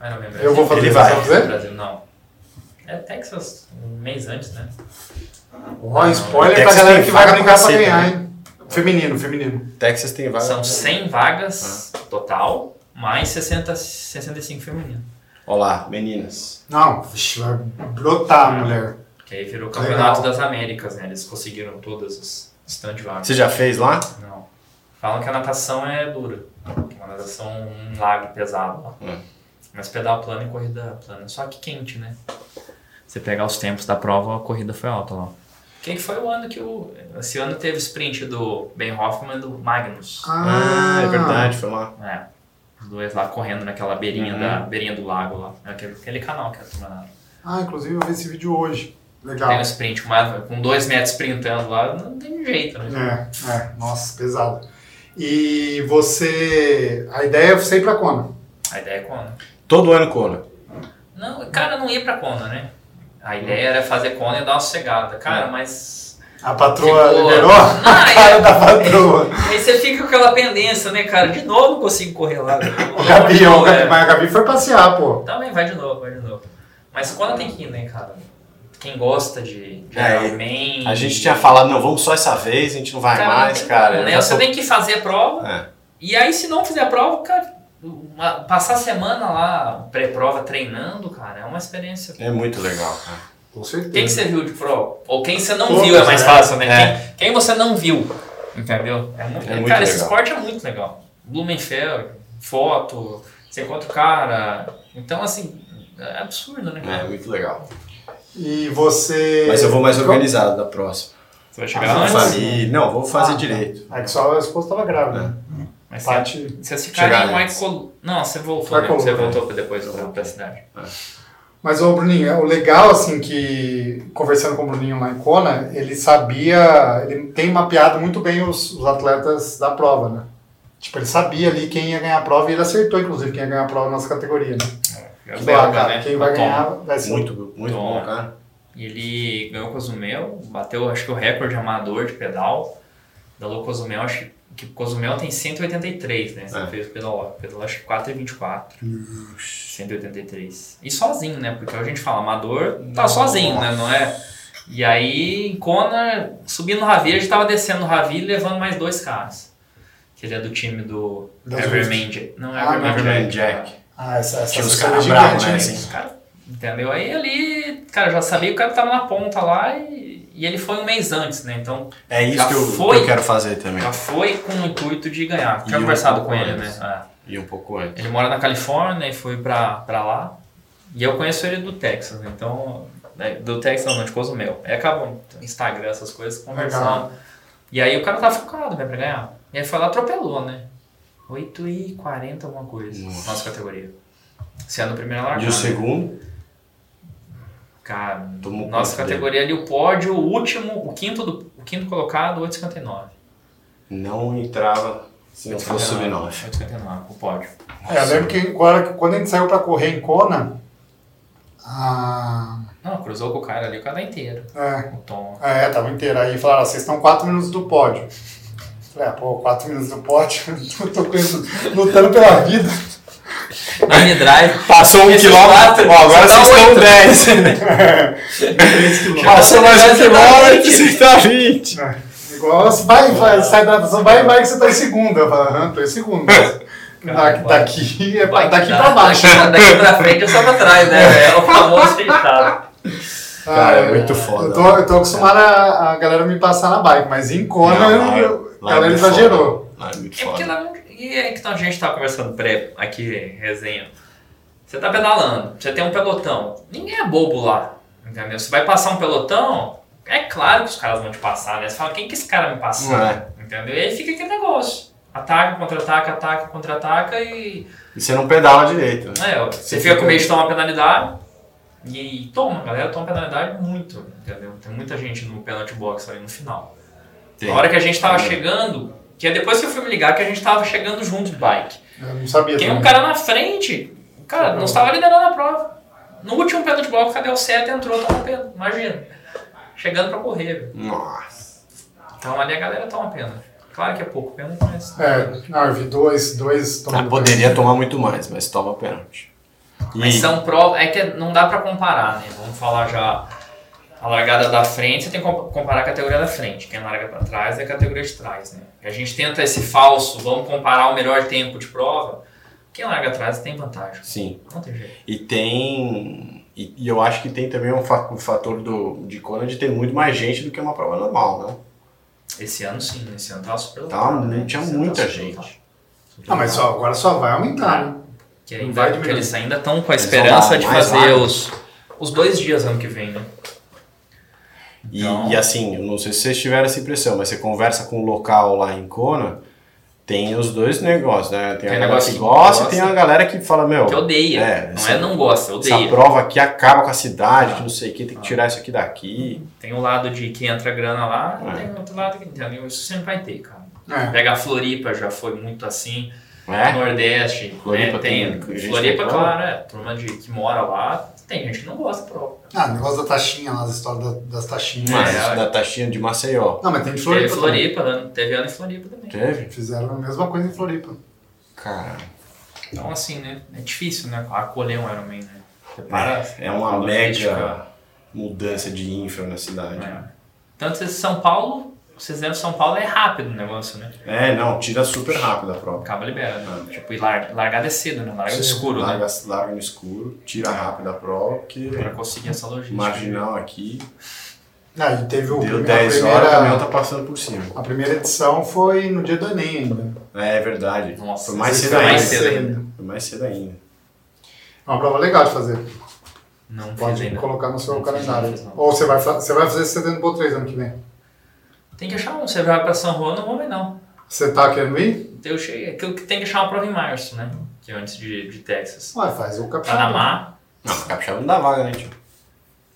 [SPEAKER 2] Mas não é Brasil.
[SPEAKER 1] Eu vou fazer.
[SPEAKER 3] Ele vai.
[SPEAKER 1] Você fazer?
[SPEAKER 2] Brasil, não. É Texas, um mês antes, né?
[SPEAKER 1] Ó, é spoiler pra
[SPEAKER 3] Texas
[SPEAKER 1] galera
[SPEAKER 3] tem
[SPEAKER 1] que vai
[SPEAKER 3] vaga
[SPEAKER 1] aplicar pra né?
[SPEAKER 3] pra
[SPEAKER 1] ganhar,
[SPEAKER 3] cacete,
[SPEAKER 1] hein? Feminino, feminino.
[SPEAKER 3] Texas tem vaga.
[SPEAKER 2] São 100 vagas
[SPEAKER 1] Ah.
[SPEAKER 2] total, mais 60, 65 feminino.
[SPEAKER 3] Olá, meninas.
[SPEAKER 1] Não, vixe, vai brotar, mulher.
[SPEAKER 2] Que aí virou o
[SPEAKER 1] Legal.
[SPEAKER 2] Campeonato das Américas, né? Eles conseguiram todas as stand vagas.
[SPEAKER 3] Você já fez lá?
[SPEAKER 2] Não. Falam que a natação é dura. Que é uma natação, um lago pesado lá.
[SPEAKER 3] Hum.
[SPEAKER 2] Mas pedal plano e corrida plana. Só que quente, né? Você pegar os tempos da prova, a corrida foi alta lá. Quem que foi o ano que o. Esse ano teve sprint do Ben Hoffman e do Magnus.
[SPEAKER 3] Ah, é verdade, foi lá.
[SPEAKER 2] É. Os dois lá correndo naquela beirinha,
[SPEAKER 3] Uhum.
[SPEAKER 2] da, beirinha do lago lá. Aquele, aquele canal que é a turma nada.
[SPEAKER 1] Ah, inclusive eu vi esse vídeo hoje. Legal.
[SPEAKER 2] Tem um sprint uma- com dois metros sprintando lá, não tem jeito, né?
[SPEAKER 1] É, é, nossa, pesado. E você. A ideia é você ir pra Kona.
[SPEAKER 2] A ideia é quando?
[SPEAKER 3] Todo ano Kona.
[SPEAKER 2] Não, cara, não ia pra Kona, né? A ideia era fazer Kona e dar uma sossegada. Cara, mas.
[SPEAKER 1] A patroa
[SPEAKER 2] Ficou-
[SPEAKER 1] liberou?
[SPEAKER 2] Ah,
[SPEAKER 1] a
[SPEAKER 2] é.
[SPEAKER 1] cara da patroa.
[SPEAKER 2] Aí você fica com aquela pendência, né, cara? De novo não consigo correr lá.
[SPEAKER 1] O Gabi, ó, o
[SPEAKER 2] É.
[SPEAKER 1] Gabi, mas a Gabi foi passear, pô.
[SPEAKER 2] Também vai de novo, vai de novo. Mas Kona tem que ir, né, cara? Quem gosta de, de
[SPEAKER 3] É,
[SPEAKER 2] Ironman,
[SPEAKER 3] A gente tinha falado, não, vamos só essa vez, a gente não vai
[SPEAKER 2] Cara, não
[SPEAKER 3] mais,
[SPEAKER 2] tem
[SPEAKER 3] cara.
[SPEAKER 2] como,
[SPEAKER 3] Eu
[SPEAKER 2] né?
[SPEAKER 3] já
[SPEAKER 2] Você
[SPEAKER 3] sou-
[SPEAKER 2] tem que fazer a prova.
[SPEAKER 3] É.
[SPEAKER 2] E aí, se não fizer a prova, cara, uma- passar a semana lá, pré-prova, treinando, cara, é uma experiência.
[SPEAKER 3] É muito legal, cara.
[SPEAKER 1] Com
[SPEAKER 2] O que, que
[SPEAKER 1] certeza.
[SPEAKER 2] você viu de prova? Ou quem você não
[SPEAKER 1] Todas,
[SPEAKER 2] viu é mais
[SPEAKER 1] né?
[SPEAKER 2] fácil, né?
[SPEAKER 3] É.
[SPEAKER 2] Quem, quem você não viu, entendeu? É muito,
[SPEAKER 3] É
[SPEAKER 2] cara,
[SPEAKER 3] muito
[SPEAKER 2] esse
[SPEAKER 3] legal.
[SPEAKER 2] esporte é muito legal. Blumenfeld, foto, você encontra o cara. Então, assim, é absurdo, né, cara?
[SPEAKER 3] É muito legal.
[SPEAKER 1] E você.
[SPEAKER 3] Mas eu vou mais organizado da próxima.
[SPEAKER 2] Você vai
[SPEAKER 1] Ah,
[SPEAKER 2] chegar
[SPEAKER 3] Vou
[SPEAKER 2] antes,
[SPEAKER 1] faz.
[SPEAKER 3] fazer- Não, vou fazer
[SPEAKER 1] Ah,
[SPEAKER 3] direito.
[SPEAKER 1] É que só a esposa tava grávida. né?
[SPEAKER 3] É.
[SPEAKER 2] mas você
[SPEAKER 1] Tati.
[SPEAKER 2] vocês
[SPEAKER 3] Chegar
[SPEAKER 2] ficarem em
[SPEAKER 3] antes.
[SPEAKER 2] Waikolu. é um Não, você voltou,
[SPEAKER 1] Vai
[SPEAKER 2] né? Você
[SPEAKER 1] Colu, né?
[SPEAKER 2] voltou pra depois pra, pra cidade.
[SPEAKER 1] Mas o Bruninho, o legal, assim, que conversando com o Bruninho lá em Kona, ele sabia, ele tem mapeado muito bem os, os atletas da prova, né? Tipo, ele sabia ali quem ia ganhar a prova e ele acertou, inclusive, quem ia ganhar a prova na nossa categoria, né?
[SPEAKER 2] É
[SPEAKER 1] Que
[SPEAKER 2] belga,
[SPEAKER 1] lá, cara,
[SPEAKER 2] né?
[SPEAKER 1] Quem vai
[SPEAKER 2] O Tom.
[SPEAKER 1] ganhar vai ser
[SPEAKER 3] Muito, muito bom, cara.
[SPEAKER 2] E ele ganhou o Cozumel, bateu acho que o recorde amador de pedal da Lu Cozumel, acho que- que o Cozumel tem 183, né? Você
[SPEAKER 3] É.
[SPEAKER 2] fez o pedal, pedal acho que 4,24. 183. E sozinho, né? Porque a gente fala amador, tá sozinho, né? Não é? E aí, em Kona, subindo o Ravi, a gente tava descendo o Ravi e levando mais dois caras. Que ele é do time do
[SPEAKER 1] Das
[SPEAKER 2] Everman Jack. Não é
[SPEAKER 1] Ah,
[SPEAKER 2] Everman
[SPEAKER 3] Everman
[SPEAKER 2] Jack.
[SPEAKER 3] Jack.
[SPEAKER 1] Ah, essa, essa
[SPEAKER 3] Tinha uns
[SPEAKER 1] assessoria
[SPEAKER 3] caras
[SPEAKER 1] gigante,
[SPEAKER 3] bravos, né?
[SPEAKER 1] né?
[SPEAKER 3] Assim.
[SPEAKER 2] Os caras, entendeu? Aí ali, cara, já sabia que o cara tava na ponta lá e, e ele foi um mês antes, né? Então
[SPEAKER 3] É isso
[SPEAKER 2] Já
[SPEAKER 3] que eu, que
[SPEAKER 2] foi?
[SPEAKER 3] eu quero fazer também.
[SPEAKER 2] já foi com o intuito de ganhar.
[SPEAKER 3] E
[SPEAKER 2] Tinha
[SPEAKER 3] um
[SPEAKER 2] conversado com
[SPEAKER 3] pouco
[SPEAKER 2] ele, né?
[SPEAKER 3] antes.
[SPEAKER 2] É.
[SPEAKER 3] E um pouco antes.
[SPEAKER 2] Ele mora na Califórnia né? e foi pra, pra lá. E eu conheço ele do Texas, né? então. né, Do Texas não, de Cozumel. Aí acabam Instagram, essas coisas, conversando. E aí o cara tava focado, né, pra ganhar. E aí foi lá, atropelou, né? 8 e 40 alguma coisa.
[SPEAKER 3] Nossa.
[SPEAKER 2] Nossa categoria. Sendo o primeiro largado.
[SPEAKER 3] E o segundo,
[SPEAKER 2] Cara,
[SPEAKER 3] Tomou
[SPEAKER 2] nossa
[SPEAKER 3] conta dele.
[SPEAKER 2] categoria ali, o pódio, o último, o quinto, do, o quinto colocado, 8,59.
[SPEAKER 3] não entrava se não fosse sub 9.
[SPEAKER 2] 8,59, o pódio.
[SPEAKER 1] É, eu lembro que agora, quando a gente saiu pra correr em Kona, ah,
[SPEAKER 2] Não, cruzou com o cara ali o cara inteiro. tá
[SPEAKER 1] é,
[SPEAKER 2] O Tom.
[SPEAKER 1] é, tava inteiro. Aí falaram, "Ah, vocês estão 4 minutos do pódio. Falei, ah, pô, 4 minutos do pódio, eu tô com isso, lutando pela vida.
[SPEAKER 2] Nine Drive.
[SPEAKER 3] Passou um
[SPEAKER 2] Esses quatro,
[SPEAKER 3] quilômetro. Ó, agora
[SPEAKER 2] você dá oito.
[SPEAKER 3] vocês estão 10. Passou mais
[SPEAKER 2] Você
[SPEAKER 3] um
[SPEAKER 2] dá
[SPEAKER 3] quilômetro,
[SPEAKER 2] oito.
[SPEAKER 3] você tá 20.
[SPEAKER 1] É, Igual você vai, vai, sai da natação, vai, vai que você tá em segunda. Eu falo, aham, tô em segunda. Da,
[SPEAKER 2] Cara, vai.
[SPEAKER 1] daqui é pra,
[SPEAKER 2] Vai
[SPEAKER 1] daqui
[SPEAKER 2] dar-
[SPEAKER 1] pra baixo.
[SPEAKER 2] Daqui, daqui pra frente é só pra trás, né? É o famoso ditado.
[SPEAKER 3] Cara, é
[SPEAKER 1] Ah,
[SPEAKER 3] muito foda.
[SPEAKER 1] Eu tô, eu tô acostumado a, a galera me passar na bike, mas em Kona
[SPEAKER 3] Não,
[SPEAKER 1] eu- a
[SPEAKER 3] lá- lá é
[SPEAKER 1] galera
[SPEAKER 3] muito
[SPEAKER 1] exagerou.
[SPEAKER 3] foda. Lá é muito
[SPEAKER 2] É porque
[SPEAKER 3] foda.
[SPEAKER 2] lá, e é que a gente tava conversando pré aqui, resenha. Você tá pedalando, você tem um pelotão. Ninguém é bobo lá, entendeu? Você vai passar um pelotão, é claro que os caras vão te passar, né? Você fala, quem que esse cara me passou?
[SPEAKER 3] Não é.
[SPEAKER 2] Entendeu? E aí fica aquele negócio. Ataca, contra-ataca, ataca, contra-ataca e.
[SPEAKER 3] E você não pedala direito, né?
[SPEAKER 2] É, ó, você fica com medo de tomar penalidade. E toma, a galera toma penalidade muito, entendeu? Tem muita gente no penalty box ali no final.
[SPEAKER 3] Tem.
[SPEAKER 2] Na hora que a gente tava
[SPEAKER 3] Tem.
[SPEAKER 2] chegando, que é depois que eu fui me ligar que a gente tava chegando junto de bike.
[SPEAKER 1] Eu não sabia
[SPEAKER 2] Tem um
[SPEAKER 1] também.
[SPEAKER 2] cara na frente, cara, não estava liderando a prova. No último penalty box, cadê o Seta? Entrou, toma pena, imagina. Chegando pra correr, velho.
[SPEAKER 3] Nossa.
[SPEAKER 2] Então ali a galera toma pena. Claro que é pouco pena, mas.
[SPEAKER 1] É, não, eu vi dois, dois
[SPEAKER 3] Ah,
[SPEAKER 1] tomando
[SPEAKER 3] poderia tomar muito mais, mas toma pênalti. E-
[SPEAKER 2] Mas são provas. É que não dá pra comparar, né? Vamos falar já. A largada da frente, você tem que comp- comparar a categoria da frente. Quem larga pra trás é a categoria de trás, né? E a gente tenta esse falso, vamos comparar o melhor tempo de prova. Quem larga atrás tem vantagem.
[SPEAKER 3] Sim.
[SPEAKER 2] Não tem jeito.
[SPEAKER 3] E tem. E, e eu acho que tem também um, fa- um fator do, de Conan de ter muito mais gente do que uma prova normal, né?
[SPEAKER 2] Esse ano sim, esse ano tava super
[SPEAKER 3] Tá,
[SPEAKER 2] lotado, né?
[SPEAKER 3] tinha
[SPEAKER 2] Esse ano
[SPEAKER 3] muita
[SPEAKER 2] tava super lotado.
[SPEAKER 3] gente.
[SPEAKER 1] Ah, mas só, agora só vai aumentar, né?
[SPEAKER 2] Que,
[SPEAKER 1] não
[SPEAKER 2] ainda,
[SPEAKER 1] vai
[SPEAKER 2] que
[SPEAKER 1] diminuir.
[SPEAKER 2] eles ainda estão com a
[SPEAKER 3] Eles vão
[SPEAKER 2] esperança
[SPEAKER 3] dar
[SPEAKER 2] de
[SPEAKER 3] mais
[SPEAKER 2] fazer
[SPEAKER 3] vaga.
[SPEAKER 2] os, os dois dias ano que vem, né?
[SPEAKER 3] E,
[SPEAKER 2] Então-
[SPEAKER 3] e assim, eu não sei se vocês tiveram essa impressão, mas você conversa com o local lá em Kona, tem os dois negócios, né? Tem,
[SPEAKER 2] Tem
[SPEAKER 3] a galera
[SPEAKER 2] negócio
[SPEAKER 3] que
[SPEAKER 2] que
[SPEAKER 3] gosta e
[SPEAKER 2] gosta.
[SPEAKER 3] tem a galera que fala, meu,
[SPEAKER 2] Que odeia.
[SPEAKER 3] É,
[SPEAKER 2] não
[SPEAKER 3] essa-
[SPEAKER 2] é não gosta,
[SPEAKER 3] essa
[SPEAKER 2] odeia.
[SPEAKER 3] prova aqui acaba com a cidade,
[SPEAKER 2] Ah.
[SPEAKER 3] que não sei o que, tem que tirar isso aqui daqui.
[SPEAKER 2] Tem o lado de que entra grana lá,
[SPEAKER 3] É.
[SPEAKER 2] e tem o outro lado que entendeu. Isso sempre vai ter, cara.
[SPEAKER 1] É.
[SPEAKER 2] Pega a Floripa, já foi muito assim.
[SPEAKER 3] né?
[SPEAKER 2] Nordeste,
[SPEAKER 3] Floripa
[SPEAKER 2] né, tem.
[SPEAKER 3] tem gente
[SPEAKER 2] Floripa,
[SPEAKER 3] que
[SPEAKER 2] claro, é. Turma de, que mora lá, tem gente que não gosta da prova.
[SPEAKER 1] Ah, o negócio da taxinha lá, as histórias da- das taxinhas.
[SPEAKER 3] Mas
[SPEAKER 2] É.
[SPEAKER 3] da taxinha de Maceió.
[SPEAKER 1] Não, mas tem de
[SPEAKER 2] Teve
[SPEAKER 1] Floripa. também.
[SPEAKER 2] Floripa, né, teve ano em Floripa também.
[SPEAKER 3] Teve?
[SPEAKER 1] Fizeram a mesma coisa em Floripa.
[SPEAKER 3] Cara,
[SPEAKER 2] Então, assim, né? É difícil, né? Acolher um Ironman, né?
[SPEAKER 3] é uma
[SPEAKER 2] logística.
[SPEAKER 3] mega mudança de infra na cidade.
[SPEAKER 2] É. Tanto que São Paulo, vocês lembram, São Paulo é rápido o negócio, né?
[SPEAKER 3] É, não, tira super rápido a prova.
[SPEAKER 2] Acaba libera, né? Tipo, e larga, largada é cedo, né? Larga no
[SPEAKER 1] Sim.
[SPEAKER 2] escuro, né? É.
[SPEAKER 3] Larga, larga no escuro, tira rápido a prova, porque
[SPEAKER 2] Pra conseguir essa logística.
[SPEAKER 3] marginal aqui,
[SPEAKER 1] Ah, e teve o
[SPEAKER 3] deu
[SPEAKER 1] primeiro-
[SPEAKER 3] 10
[SPEAKER 1] a
[SPEAKER 3] horas, o
[SPEAKER 1] primeira,
[SPEAKER 3] caminhão tá passando por cima.
[SPEAKER 1] a primeira edição foi no dia do Enem ainda.
[SPEAKER 3] É, é verdade.
[SPEAKER 2] Nossa,
[SPEAKER 3] Foi mais
[SPEAKER 2] isso
[SPEAKER 3] cedo
[SPEAKER 2] foi
[SPEAKER 3] ainda.
[SPEAKER 2] mais cedo ainda.
[SPEAKER 3] Foi mais cedo ainda.
[SPEAKER 1] É uma prova legal de fazer.
[SPEAKER 2] Não fiz
[SPEAKER 1] Pode
[SPEAKER 2] ainda.
[SPEAKER 1] colocar no seu
[SPEAKER 2] Não fiz,
[SPEAKER 1] calendário.
[SPEAKER 2] não fiz, não.
[SPEAKER 1] Ou você vai, fa- você vai fazer 70 por 3 ano que vem.
[SPEAKER 2] Tem que achar um. Você vai pra São Juan, não vou ver, não.
[SPEAKER 1] Você tá querendo ir?
[SPEAKER 2] Então, Eu cheguei, aquilo que tem que achar uma prova em março, né? Que é antes de, de Texas.
[SPEAKER 1] Ué, faz o
[SPEAKER 2] Tá
[SPEAKER 1] capitão.
[SPEAKER 2] Panamá.
[SPEAKER 3] Não, mas capixaba não dá vaga, né, tio?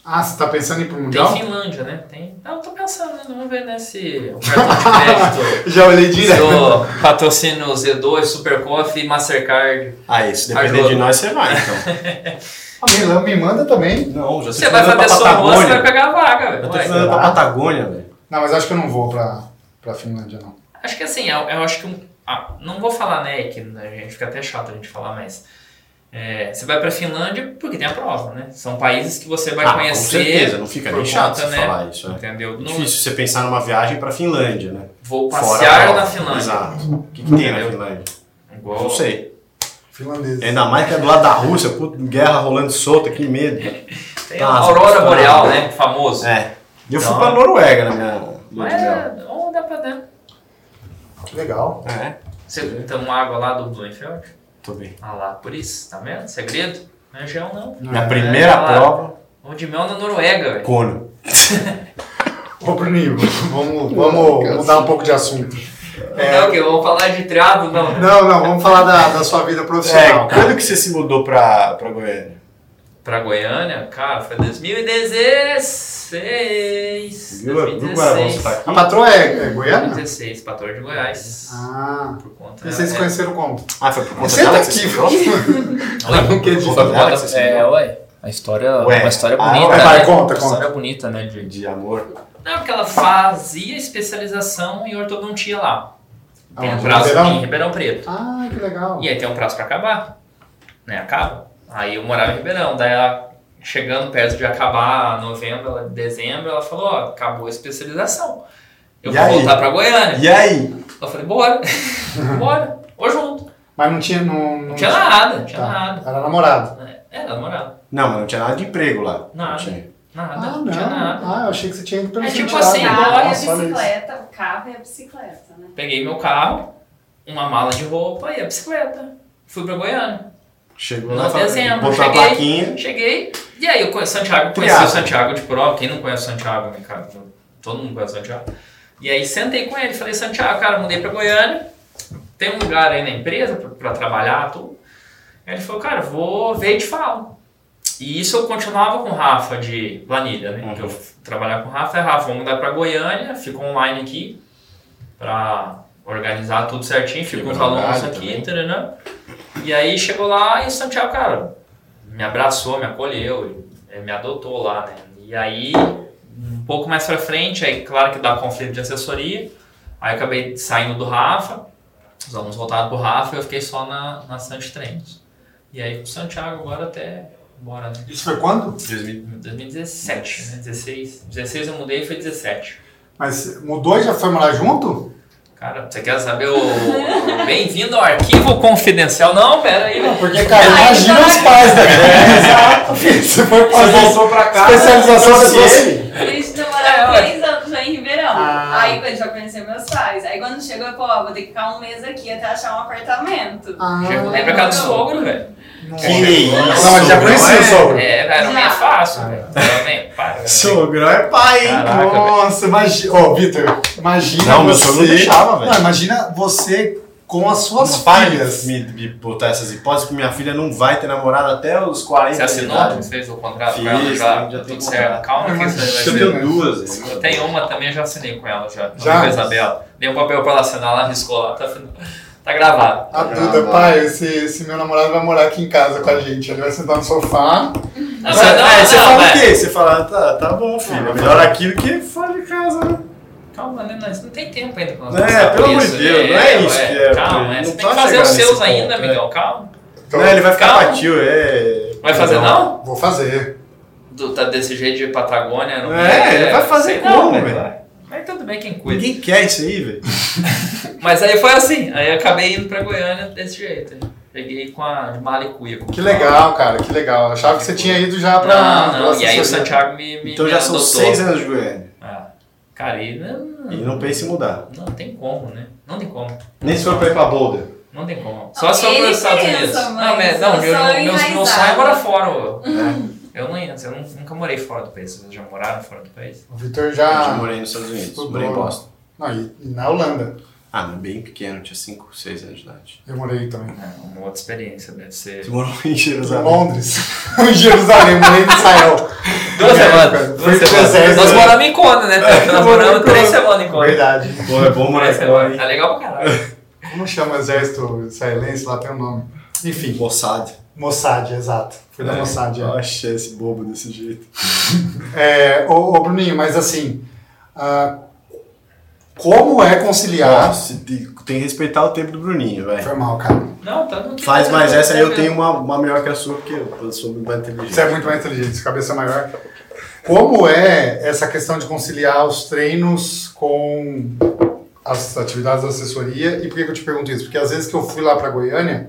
[SPEAKER 1] Ah, você tá pensando em ir pro
[SPEAKER 2] Tem
[SPEAKER 1] Mundial?
[SPEAKER 2] Finlândia, né? Tem. Não, eu tô pensando, né? Vamos ver, né? Se o cartão de crédito.
[SPEAKER 1] Já olhei direto.
[SPEAKER 2] do patrocínio Z2, Super Coffee, Mastercard.
[SPEAKER 3] Ah, isso depender
[SPEAKER 2] Ajuda.
[SPEAKER 3] de nós, você vai, então.
[SPEAKER 1] Ah, Milão me manda também.
[SPEAKER 3] Não, já
[SPEAKER 2] Você vai fazer sua rua, você vai pegar a vaga,
[SPEAKER 3] Eu
[SPEAKER 2] velho.
[SPEAKER 3] tô
[SPEAKER 2] Vai.
[SPEAKER 3] precisando pra Patagônia, velho.
[SPEAKER 1] Não, mas acho que eu não vou pra, pra Finlândia, não.
[SPEAKER 2] Acho que assim, eu, eu acho que. um- ah, não vou falar, né? Que a gente fica até chato a gente falar, mas. é, você vai pra Finlândia porque tem a prova, né? São países que você vai
[SPEAKER 3] Ah,
[SPEAKER 2] conhecer.
[SPEAKER 3] com certeza, não fica
[SPEAKER 2] por
[SPEAKER 3] nem chato
[SPEAKER 2] conta,
[SPEAKER 3] você
[SPEAKER 2] né?
[SPEAKER 3] falar isso, né?
[SPEAKER 2] Entendeu? Não
[SPEAKER 3] Difícil você pensar numa viagem pra Finlândia, né?
[SPEAKER 2] vou
[SPEAKER 3] a
[SPEAKER 2] passear é
[SPEAKER 3] prova.
[SPEAKER 2] na Finlândia.
[SPEAKER 3] Exato. O que, que tem na
[SPEAKER 2] Entendeu?
[SPEAKER 3] Finlândia?
[SPEAKER 2] Igual,
[SPEAKER 3] Não sei.
[SPEAKER 1] Finlandesa.
[SPEAKER 3] Ainda mais que é do lado da Rússia, puta, guerra rolando solta, que medo.
[SPEAKER 2] Tem
[SPEAKER 3] Tá,
[SPEAKER 2] a Aurora
[SPEAKER 3] tá,
[SPEAKER 2] Boreal,
[SPEAKER 3] né?
[SPEAKER 2] né? Famoso.
[SPEAKER 3] É. E eu fui
[SPEAKER 2] Então-
[SPEAKER 3] pra Noruega na minha lua
[SPEAKER 2] Mas
[SPEAKER 3] de mel.
[SPEAKER 2] é, ou dá pra dentro.
[SPEAKER 1] Que legal.
[SPEAKER 3] É,
[SPEAKER 2] Você toma água lá do Blumenfeld?
[SPEAKER 3] tô bem.
[SPEAKER 2] Ah lá, por isso, tá vendo? Segredo? Não é gel, não.
[SPEAKER 3] Minha
[SPEAKER 1] É,
[SPEAKER 3] primeira
[SPEAKER 2] tá lá.
[SPEAKER 3] prova, É,
[SPEAKER 2] Ou de mel na Noruega, velho.
[SPEAKER 3] Cono.
[SPEAKER 1] Ô, Bruninho, vamos, vamos mudar um pouco de assunto.
[SPEAKER 3] É.
[SPEAKER 2] Não, o quê? Vamos falar de triado, não.
[SPEAKER 1] Não, não, vamos falar da, da sua vida profissional.
[SPEAKER 3] É, quando que você se mudou pra, pra Goiânia?
[SPEAKER 2] Pra Goiânia, cara, foi 2016.
[SPEAKER 3] Viu, viu Guarabão, você tá
[SPEAKER 2] 2016.
[SPEAKER 1] A
[SPEAKER 3] aqui?
[SPEAKER 1] patroa é, é goiana?
[SPEAKER 2] 2016, patroa de Goiás.
[SPEAKER 1] Ah,
[SPEAKER 2] Por conta.
[SPEAKER 1] e vocês se
[SPEAKER 2] é,
[SPEAKER 1] conheceram como?
[SPEAKER 3] Ah, foi por conta
[SPEAKER 1] Senta
[SPEAKER 3] dela que
[SPEAKER 1] aqui,
[SPEAKER 3] você se mudou?
[SPEAKER 2] Oi?
[SPEAKER 1] Não quer dizer.
[SPEAKER 3] Por conta dela que você se
[SPEAKER 4] É,
[SPEAKER 3] mudou?
[SPEAKER 4] ué. A história,
[SPEAKER 3] Ué.
[SPEAKER 4] uma história
[SPEAKER 3] Ah,
[SPEAKER 4] bonita.
[SPEAKER 3] ué.
[SPEAKER 4] né?
[SPEAKER 1] Vai, conta,
[SPEAKER 4] Uma
[SPEAKER 1] conta.
[SPEAKER 4] história bonita, né? De,
[SPEAKER 3] De amor.
[SPEAKER 2] Não, porque ela fazia especialização em ortodontia lá. Tem um
[SPEAKER 1] Aonde?
[SPEAKER 2] prazo
[SPEAKER 1] Ah, Ribeirão?
[SPEAKER 2] em Ribeirão Preto.
[SPEAKER 1] Ah, que legal.
[SPEAKER 2] E aí tem um prazo pra acabar. Né? Acaba. Aí eu morava em Ribeirão. Daí ela, chegando perto de acabar novembro, ela- dezembro, ela falou, ó, acabou a especialização. Eu
[SPEAKER 3] E
[SPEAKER 2] vou
[SPEAKER 3] aí?
[SPEAKER 2] voltar pra Goiânia.
[SPEAKER 3] E aí?
[SPEAKER 2] Eu falei, bora, bora, ou junto.
[SPEAKER 1] Mas não tinha. Não,
[SPEAKER 2] Não tinha nada, não tinha
[SPEAKER 1] Tá.
[SPEAKER 2] nada.
[SPEAKER 1] Era namorado.
[SPEAKER 2] É, namorado,
[SPEAKER 3] Não, mas não tinha nada de emprego lá.
[SPEAKER 2] Nada.
[SPEAKER 3] tinha.
[SPEAKER 2] nada,
[SPEAKER 1] Ah,
[SPEAKER 2] não,
[SPEAKER 1] não.
[SPEAKER 2] tinha nada.
[SPEAKER 1] Ah, eu achei que você tinha ido pelo
[SPEAKER 2] É tipo
[SPEAKER 1] Santiago.
[SPEAKER 2] assim,
[SPEAKER 1] Nossa,
[SPEAKER 2] agora
[SPEAKER 5] é a
[SPEAKER 1] olha isso.
[SPEAKER 5] bicicleta, o carro é a bicicleta, né?
[SPEAKER 2] Peguei meu carro, uma mala de roupa e a bicicleta. Fui pra Goiânia.
[SPEAKER 3] Chegou lá,
[SPEAKER 2] No
[SPEAKER 3] falou,
[SPEAKER 2] dezembro,
[SPEAKER 3] botou a plaquinha.
[SPEAKER 2] cheguei, cheguei. E aí, eu conheci Santiago, conheci o
[SPEAKER 3] Triado.
[SPEAKER 2] Santiago de prova. Quem não conhece o Santiago, né, cara? Todo mundo conhece o Santiago. E aí, sentei com ele, falei, Santiago, cara, mudei pra Goiânia. Tem um lugar aí na empresa pra, pra trabalhar, tudo. Aí ele falou, cara, vou ver e te falo. E isso eu continuava com o Rafa de planilha, né?
[SPEAKER 3] Uhum.
[SPEAKER 2] Que eu f- trabalhava com o Rafa, é Rafa, vamos mudar pra Goiânia, fico online aqui pra organizar tudo certinho, um fico com os
[SPEAKER 3] Lembra do
[SPEAKER 2] alunos
[SPEAKER 3] horário
[SPEAKER 2] aqui,
[SPEAKER 3] também.
[SPEAKER 2] né? E aí chegou lá e Santiago, cara, me abraçou, me acolheu, eh, me adotou lá, né? E aí, um pouco mais pra frente, aí claro que dá conflito de assessoria, aí eu acabei saindo do Rafa, os alunos voltaram pro Rafa e eu fiquei só na, na Santos Treinos. E aí com o Santiago agora até bora, né?
[SPEAKER 1] Isso foi quando?
[SPEAKER 3] 2000.
[SPEAKER 2] 2017, né? 16. 16 eu mudei e foi 17.
[SPEAKER 1] Mas mudou e já foi morar junto?
[SPEAKER 2] Cara, você quer saber o. Bem-vindo ao arquivo confidencial? Não, pera aí.
[SPEAKER 1] Porque, cara,
[SPEAKER 5] Ai,
[SPEAKER 1] imagina
[SPEAKER 5] que
[SPEAKER 1] os pais daqui. Exato. Você foi
[SPEAKER 3] Você
[SPEAKER 1] fazer
[SPEAKER 3] voltou pra cá.
[SPEAKER 1] especialização
[SPEAKER 3] trouxe
[SPEAKER 1] social.
[SPEAKER 3] ele.
[SPEAKER 5] A gente
[SPEAKER 2] É,
[SPEAKER 5] namorava três anos lá em Ribeirão.
[SPEAKER 1] Ah.
[SPEAKER 5] Aí eu já conheci meus pais. Aí quando chegou, eu falei, ó, vou ter que ficar um mês aqui até achar um apartamento.
[SPEAKER 1] Ah,
[SPEAKER 2] Já voltei pra casa do sogro, velho.
[SPEAKER 1] nossa.
[SPEAKER 3] Que isso.
[SPEAKER 1] É. Não, já conhecia o sogro.
[SPEAKER 2] É, velho, não é
[SPEAKER 5] Já.
[SPEAKER 2] fácil, velho. Não é para.
[SPEAKER 1] Sogro é pai, hein?
[SPEAKER 2] Caraca, velho.
[SPEAKER 1] Nossa, imagina. Ô, Vitor, imagina.
[SPEAKER 3] Não, meu
[SPEAKER 1] você-
[SPEAKER 3] sogro não deixava, velho.
[SPEAKER 1] Não, imagina você com as suas
[SPEAKER 3] Não pare
[SPEAKER 1] filhas.
[SPEAKER 3] de me, me botar essas hipóteses, porque minha filha não vai ter namorado até os 40
[SPEAKER 2] Você assinou?
[SPEAKER 3] de idade.
[SPEAKER 2] Você fez o contrato
[SPEAKER 3] Fiz,
[SPEAKER 2] com ela já?
[SPEAKER 3] já
[SPEAKER 2] Já
[SPEAKER 3] tem
[SPEAKER 2] tudo certo.
[SPEAKER 3] contrato.
[SPEAKER 2] Calma que isso
[SPEAKER 3] Eu
[SPEAKER 2] aí vai ser.
[SPEAKER 3] tenho duas. assim.
[SPEAKER 2] Eu tenho uma também, eu já assinei com ela já.
[SPEAKER 1] Já?
[SPEAKER 2] Com a Isabela. Dei um papel pra ela assinar, ela riscou lá. Tá, tá gravado.
[SPEAKER 1] A Duda, pai, esse, esse meu namorado vai morar aqui em casa com a gente. Ele vai sentar no sofá.
[SPEAKER 2] Não, Ah.
[SPEAKER 3] Mas, é, você fala
[SPEAKER 2] velho.
[SPEAKER 3] o quê? Você fala, tá, tá bom, filho. é melhor aqui do que fora de casa, né?
[SPEAKER 2] Calma, né? Nós não tem tempo ainda pra nós
[SPEAKER 3] É,
[SPEAKER 2] passar
[SPEAKER 3] pelo
[SPEAKER 2] por
[SPEAKER 3] amor
[SPEAKER 2] isso. né?
[SPEAKER 3] de Deus, não é isso que é,
[SPEAKER 2] Calma, é,
[SPEAKER 3] não
[SPEAKER 2] você tem
[SPEAKER 3] tá
[SPEAKER 2] que fazer
[SPEAKER 3] chegando
[SPEAKER 2] os seus
[SPEAKER 3] nesse
[SPEAKER 2] ainda,
[SPEAKER 3] ponto, né?
[SPEAKER 2] amigão, calma.
[SPEAKER 1] Então,
[SPEAKER 3] Não, ele vai ficar
[SPEAKER 2] Calma.
[SPEAKER 3] patil, é.
[SPEAKER 2] Vai fazer não?
[SPEAKER 1] Vou fazer.
[SPEAKER 2] Do- tá desse jeito de Patagônia, não
[SPEAKER 3] É, ele vai fazer
[SPEAKER 2] sei né?
[SPEAKER 3] como,
[SPEAKER 2] velho?
[SPEAKER 3] velho?
[SPEAKER 2] Mas tudo bem, quem cuida.
[SPEAKER 3] Ninguém quer isso aí, velho.
[SPEAKER 2] Mas aí foi assim, aí eu acabei indo pra Goiânia desse jeito. né? Peguei com a de mala e cuia. com
[SPEAKER 1] Que
[SPEAKER 2] a-
[SPEAKER 1] legal, cara, que legal. Achava que você tinha ido já pra.
[SPEAKER 2] Não,
[SPEAKER 1] pra
[SPEAKER 2] não, e aí o
[SPEAKER 1] assessoria.
[SPEAKER 2] Santiago me, me
[SPEAKER 3] Então
[SPEAKER 2] me
[SPEAKER 3] já são
[SPEAKER 2] adotou.
[SPEAKER 3] seis anos de Goiânia.
[SPEAKER 2] Ah, cara, e não,
[SPEAKER 3] E não pense em mudar.
[SPEAKER 2] não tem como, né? Não tem como.
[SPEAKER 3] Nem se for pra ir pra Boulder. né?
[SPEAKER 2] Não tem como. Só se eu for
[SPEAKER 5] Ele
[SPEAKER 2] para os Estados
[SPEAKER 5] pensa,
[SPEAKER 2] Unidos.
[SPEAKER 5] mas
[SPEAKER 2] não, mas, não,
[SPEAKER 5] eu
[SPEAKER 2] eu,
[SPEAKER 5] sou
[SPEAKER 2] não- meu, meu sonho é
[SPEAKER 5] enraizada.
[SPEAKER 2] morar fora. ô.
[SPEAKER 1] Uhum.
[SPEAKER 3] né?
[SPEAKER 2] Eu, não, ia- eu nun- nunca morei fora do país. Vocês já moraram fora do país?
[SPEAKER 1] O Vitor
[SPEAKER 3] Eu já
[SPEAKER 1] já.
[SPEAKER 3] morei nos Estados Unidos,
[SPEAKER 1] Estudou.
[SPEAKER 3] morei em Boston.
[SPEAKER 1] Não, e e na Holanda.
[SPEAKER 3] Ah, mas bem pequeno, tinha 5, 6 anos de idade.
[SPEAKER 1] Eu morei também.
[SPEAKER 2] Não, É, uma outra experiência, deve ser.
[SPEAKER 3] Você morou em
[SPEAKER 1] Em
[SPEAKER 3] Jerusalém.
[SPEAKER 1] Londres. em Jerusalém, morei em Israel.
[SPEAKER 2] Duas
[SPEAKER 1] É,
[SPEAKER 2] semanas.
[SPEAKER 1] cara,
[SPEAKER 2] Duas
[SPEAKER 1] foi
[SPEAKER 2] semanas.
[SPEAKER 1] processo,
[SPEAKER 2] Nós
[SPEAKER 1] né?
[SPEAKER 2] moramos em Kona, né? Nós moramos três semanas em Kona.
[SPEAKER 1] Verdade.
[SPEAKER 3] Pô, é bom morar
[SPEAKER 2] Três
[SPEAKER 3] em Goiânia,
[SPEAKER 2] semanas.
[SPEAKER 3] hein?
[SPEAKER 2] Tá legal pra caralho.
[SPEAKER 1] Como chama o exército israelense? Lá tem um nome. Enfim,
[SPEAKER 3] Moçada.
[SPEAKER 1] Mossad, exato. Foi da Mossad, é.
[SPEAKER 3] Achei esse bobo desse jeito.
[SPEAKER 1] É, ô, ô, Bruninho, mas assim, ah, como é conciliar...
[SPEAKER 3] Nossa, tem tem que respeitar o tempo do Bruninho, velho.
[SPEAKER 1] Foi mal, cara.
[SPEAKER 2] Não, tá no que-
[SPEAKER 3] Faz mais essa aí, eu tenho um uma, uma melhor que a sua, porque eu sou muito mais inteligente.
[SPEAKER 1] Você é muito mais inteligente, sua cabeça é maior. Como é essa questão de conciliar os treinos com as atividades da assessoria? E por que que eu te pergunto isso? Porque às vezes que eu fui lá pra Goiânia,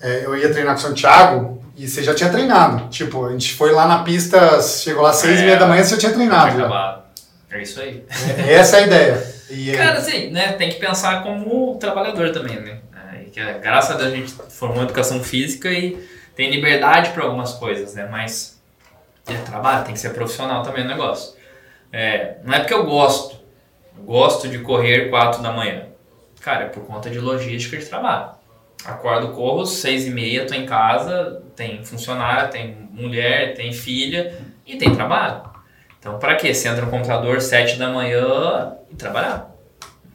[SPEAKER 1] é, eu ia treinar com o Santiago e você já tinha treinado. Tipo, a gente foi lá na pista, chegou lá às seis
[SPEAKER 2] É.
[SPEAKER 1] e meia da manhã você já tinha treinado. já.
[SPEAKER 2] Tá Acabado. É isso aí.
[SPEAKER 1] Essa é a ideia. E é-
[SPEAKER 2] Cara, assim, né? Tem que pensar como trabalhador também, né? É, que, é, graças a Deus a gente formou educação física e tem liberdade para algumas coisas, né? Mas é trabalho, tem que ser profissional também o negócio. É, não é porque eu gosto. Eu gosto de correr 4 da manhã. Cara, é por conta de logística de trabalho. Acordo, corro, seis e meia, tô em casa, tem funcionário, tem mulher, tem filha e tem trabalho. Então, pra quê? Você entra no computador sete da manhã e trabalhar.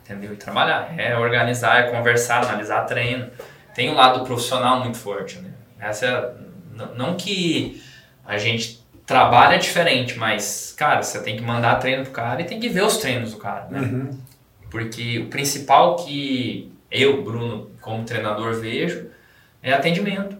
[SPEAKER 2] Entendeu? E trabalhar. É organizar, é conversar, analisar treino. Tem um lado profissional muito forte, né? Essa é- n- não que a gente trabalha diferente, mas, cara, você tem que mandar treino pro cara e tem que ver os treinos do cara, né?
[SPEAKER 1] Uhum.
[SPEAKER 2] Porque o principal que eu, Bruno, como treinador, vejo é atendimento.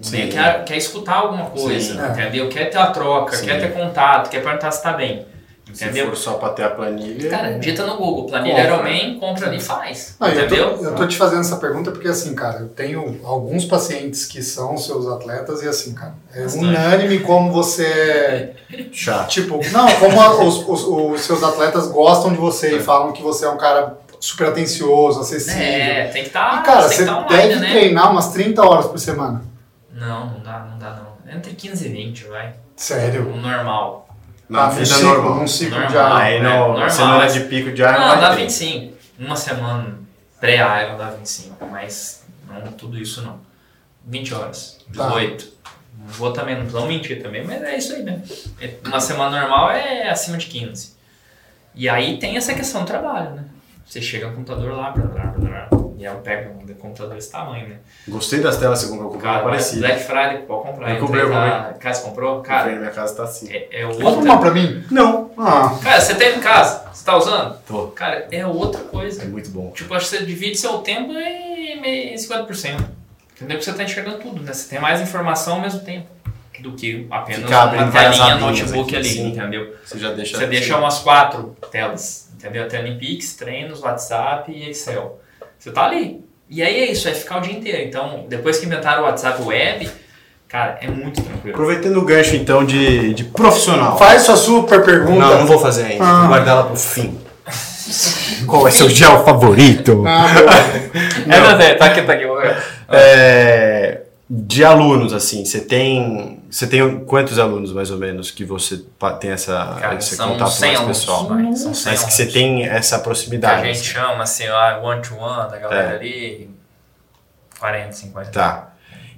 [SPEAKER 3] Sim.
[SPEAKER 2] Né? Quer, quer escutar alguma coisa,
[SPEAKER 1] Sim.
[SPEAKER 2] entendeu? Quer ter a troca,
[SPEAKER 3] Sim.
[SPEAKER 2] quer ter contato, quer perguntar se tá bem.
[SPEAKER 3] Se
[SPEAKER 2] Entendeu?
[SPEAKER 3] for só pra ter a planilha.
[SPEAKER 2] Cara, digita no Google, planilha
[SPEAKER 3] Compra.
[SPEAKER 2] Ironman, compra ali e faz.
[SPEAKER 1] Não, eu, tô,
[SPEAKER 2] entendeu?
[SPEAKER 1] eu tô te fazendo essa pergunta porque, assim, cara, eu tenho alguns pacientes que são seus atletas e, assim, cara, é
[SPEAKER 2] Bastante.
[SPEAKER 1] unânime como você é.
[SPEAKER 3] chato.
[SPEAKER 1] Tipo, não, como a- os, os- os seus atletas gostam de você e falam que você é um cara super atencioso, acessível.
[SPEAKER 2] É, tem que estar.
[SPEAKER 1] E, cara,
[SPEAKER 2] tem
[SPEAKER 1] você
[SPEAKER 2] que tá
[SPEAKER 1] deve
[SPEAKER 2] online, né?
[SPEAKER 1] treinar umas 30 horas por semana.
[SPEAKER 2] Não, não dá, não dá, não. Entre 15 e 20, vai.
[SPEAKER 1] Sério.
[SPEAKER 2] O normal.
[SPEAKER 3] Na
[SPEAKER 1] Ah, num
[SPEAKER 3] vida
[SPEAKER 1] ciclo,
[SPEAKER 3] normal.
[SPEAKER 1] Num ciclo
[SPEAKER 2] Normal.
[SPEAKER 1] de ar.
[SPEAKER 3] Aí
[SPEAKER 2] É,
[SPEAKER 3] não,
[SPEAKER 2] normal.
[SPEAKER 3] semana de pico de ar
[SPEAKER 2] Não,
[SPEAKER 3] não
[SPEAKER 2] dá
[SPEAKER 3] vai ter.
[SPEAKER 2] 25. Uma semana pré-Iron dá 25, mas não tudo isso não. 20 horas,
[SPEAKER 1] Tá.
[SPEAKER 2] 18. Não vou também, não vamos mentir também, mas é isso aí mesmo. É, Uma semana normal é acima de 15. E aí tem essa questão do trabalho, né? Você chega no computador lá, blá, blá, blá, blá, e eu pego um computador desse tamanho, né?
[SPEAKER 3] Gostei das telas que você comprou, comprei
[SPEAKER 2] Cara,
[SPEAKER 3] uma parecida.
[SPEAKER 2] Black Friday, pode comprar.
[SPEAKER 3] É Eu
[SPEAKER 2] Eu
[SPEAKER 3] comprei,
[SPEAKER 2] entrei
[SPEAKER 3] eu
[SPEAKER 2] lá, Casa comprou?
[SPEAKER 3] Cara,
[SPEAKER 2] Cara,
[SPEAKER 3] na minha casa tá assim.
[SPEAKER 2] é, é
[SPEAKER 1] Compra uma
[SPEAKER 2] outra.
[SPEAKER 1] pra mim?
[SPEAKER 3] Não,
[SPEAKER 1] Ah,
[SPEAKER 2] Cara, você tem em casa, você tá usando?
[SPEAKER 3] Tô.
[SPEAKER 2] Cara, é outra coisa.
[SPEAKER 3] é muito bom.
[SPEAKER 2] Tipo, acho que você divide seu tempo em me- em 50%. Entendeu? Porque você tá enxergando tudo, né? Você tem mais informação ao mesmo tempo do que apenas
[SPEAKER 3] Fica abrindo
[SPEAKER 2] uma
[SPEAKER 3] várias
[SPEAKER 2] telinha
[SPEAKER 3] abinhas
[SPEAKER 2] notebook
[SPEAKER 3] aqui,
[SPEAKER 2] ali,
[SPEAKER 3] assim.
[SPEAKER 2] entendeu?
[SPEAKER 3] Você já deixa.
[SPEAKER 2] Você deixa umas quatro telas, entendeu? Tela em Pix, treinos, WhatsApp e Excel. Você tá ali. E aí é isso, é ficar o dia inteiro. Então, depois que inventaram o WhatsApp Web, cara, é muito tranquilo.
[SPEAKER 3] Aproveitando o gancho então de, de profissional.
[SPEAKER 1] faz sua super pergunta.
[SPEAKER 3] Não, não vou fazer ainda.
[SPEAKER 1] Ah.
[SPEAKER 3] Vou guardar ela pro fim. Qual é seu gel favorito?
[SPEAKER 1] Ah, meu.
[SPEAKER 2] É, mas é, tá aqui, tá aqui.
[SPEAKER 3] É, de alunos, assim, você tem. Você tem quantos alunos, mais ou menos, que você pa- tem essa,
[SPEAKER 2] Cara,
[SPEAKER 3] Ah, esse
[SPEAKER 2] são
[SPEAKER 3] contato
[SPEAKER 2] 100
[SPEAKER 3] mais
[SPEAKER 2] alunos,
[SPEAKER 3] pessoal?
[SPEAKER 2] vai, são 100
[SPEAKER 3] Mas que você
[SPEAKER 2] alunos.
[SPEAKER 3] tem essa
[SPEAKER 2] que a
[SPEAKER 3] proximidade.
[SPEAKER 2] gente chama assim, ó, one to one da galera
[SPEAKER 3] É.
[SPEAKER 2] ali, 40, 50.
[SPEAKER 3] Tá.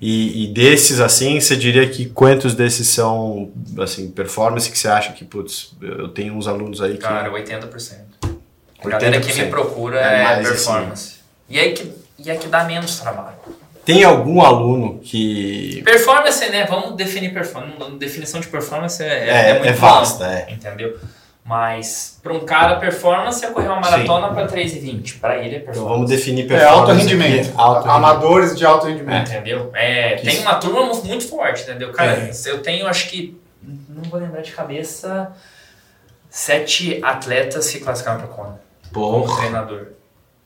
[SPEAKER 3] E, e desses, assim, você diria que quantos desses são, assim, performance que você acha que, putz, eu tenho uns alunos aí Então, que...
[SPEAKER 2] Cara, 80%. A galera que me
[SPEAKER 3] 80%.
[SPEAKER 2] procura
[SPEAKER 3] É
[SPEAKER 2] é,
[SPEAKER 3] mais
[SPEAKER 2] performance. E, é que, e é que dá menos trabalho.
[SPEAKER 3] Tem algum aluno que...
[SPEAKER 2] Performance, né? Vamos definir performance. Definição de performance é,
[SPEAKER 3] É, é,
[SPEAKER 2] muito
[SPEAKER 3] vasta,
[SPEAKER 2] ampla,
[SPEAKER 3] é.
[SPEAKER 2] Entendeu? Mas para um cara, performance é correr uma maratona para 3,20. Para ele é
[SPEAKER 3] Então
[SPEAKER 2] performance.
[SPEAKER 3] vamos definir
[SPEAKER 1] É
[SPEAKER 3] performance.
[SPEAKER 1] alto rendimento.
[SPEAKER 3] aqui, Alto rendimento.
[SPEAKER 1] Amadores de alto rendimento.
[SPEAKER 2] Entendeu? É,
[SPEAKER 3] Que
[SPEAKER 2] tem
[SPEAKER 3] isso.
[SPEAKER 2] uma turma mu- muito forte, entendeu? Cara,
[SPEAKER 3] É.
[SPEAKER 2] eu tenho, acho que, não vou lembrar de cabeça, sete atletas que classificaram para Kona.
[SPEAKER 3] Porra.
[SPEAKER 2] Como treinador.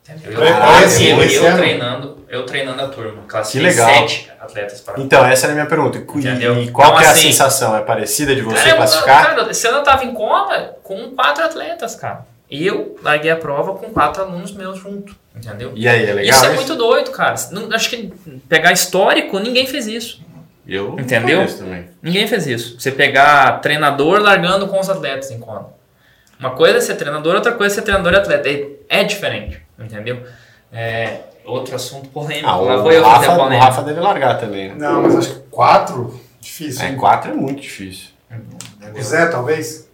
[SPEAKER 2] Entendeu? Eu,
[SPEAKER 1] Caraca,
[SPEAKER 2] eu- eu-
[SPEAKER 1] esse
[SPEAKER 2] eu
[SPEAKER 1] ano?
[SPEAKER 2] treinando, eu treinando a turma. Classifiquei
[SPEAKER 3] legal.
[SPEAKER 2] sete atletas para
[SPEAKER 3] Então, essa era a minha pergunta. E-
[SPEAKER 2] Entendeu?
[SPEAKER 3] E qual
[SPEAKER 2] Então,
[SPEAKER 3] que é a
[SPEAKER 2] assim,
[SPEAKER 3] sensação? É parecida de você
[SPEAKER 2] Cara, eu-
[SPEAKER 3] classificar?
[SPEAKER 2] Cara, esse ano eu tava em Kona com quatro atletas, cara. E eu larguei a prova com quatro alunos meus junto, entendeu?
[SPEAKER 3] E aí, é legal
[SPEAKER 2] Isso é muito doido, cara. Não- acho que pegar histórico, ninguém fez isso.
[SPEAKER 3] Eu
[SPEAKER 2] Entendeu?
[SPEAKER 3] conheço também.
[SPEAKER 2] Ninguém fez isso. Você pegar treinador largando com os atletas em Kona. Uma coisa é ser treinador, outra coisa é ser treinador e atleta. É, é diferente, entendeu? É, outro assunto polêmico.
[SPEAKER 3] Ah,
[SPEAKER 2] Lá
[SPEAKER 3] o,
[SPEAKER 2] vou eu fazer
[SPEAKER 3] Rafa,
[SPEAKER 2] a
[SPEAKER 3] o
[SPEAKER 2] polêmica.
[SPEAKER 3] Rafa deve largar também. né?
[SPEAKER 1] Não, mas acho que quatro? Difícil.
[SPEAKER 3] É,
[SPEAKER 1] hein?
[SPEAKER 3] quatro é muito difícil.
[SPEAKER 1] O Zé, talvez?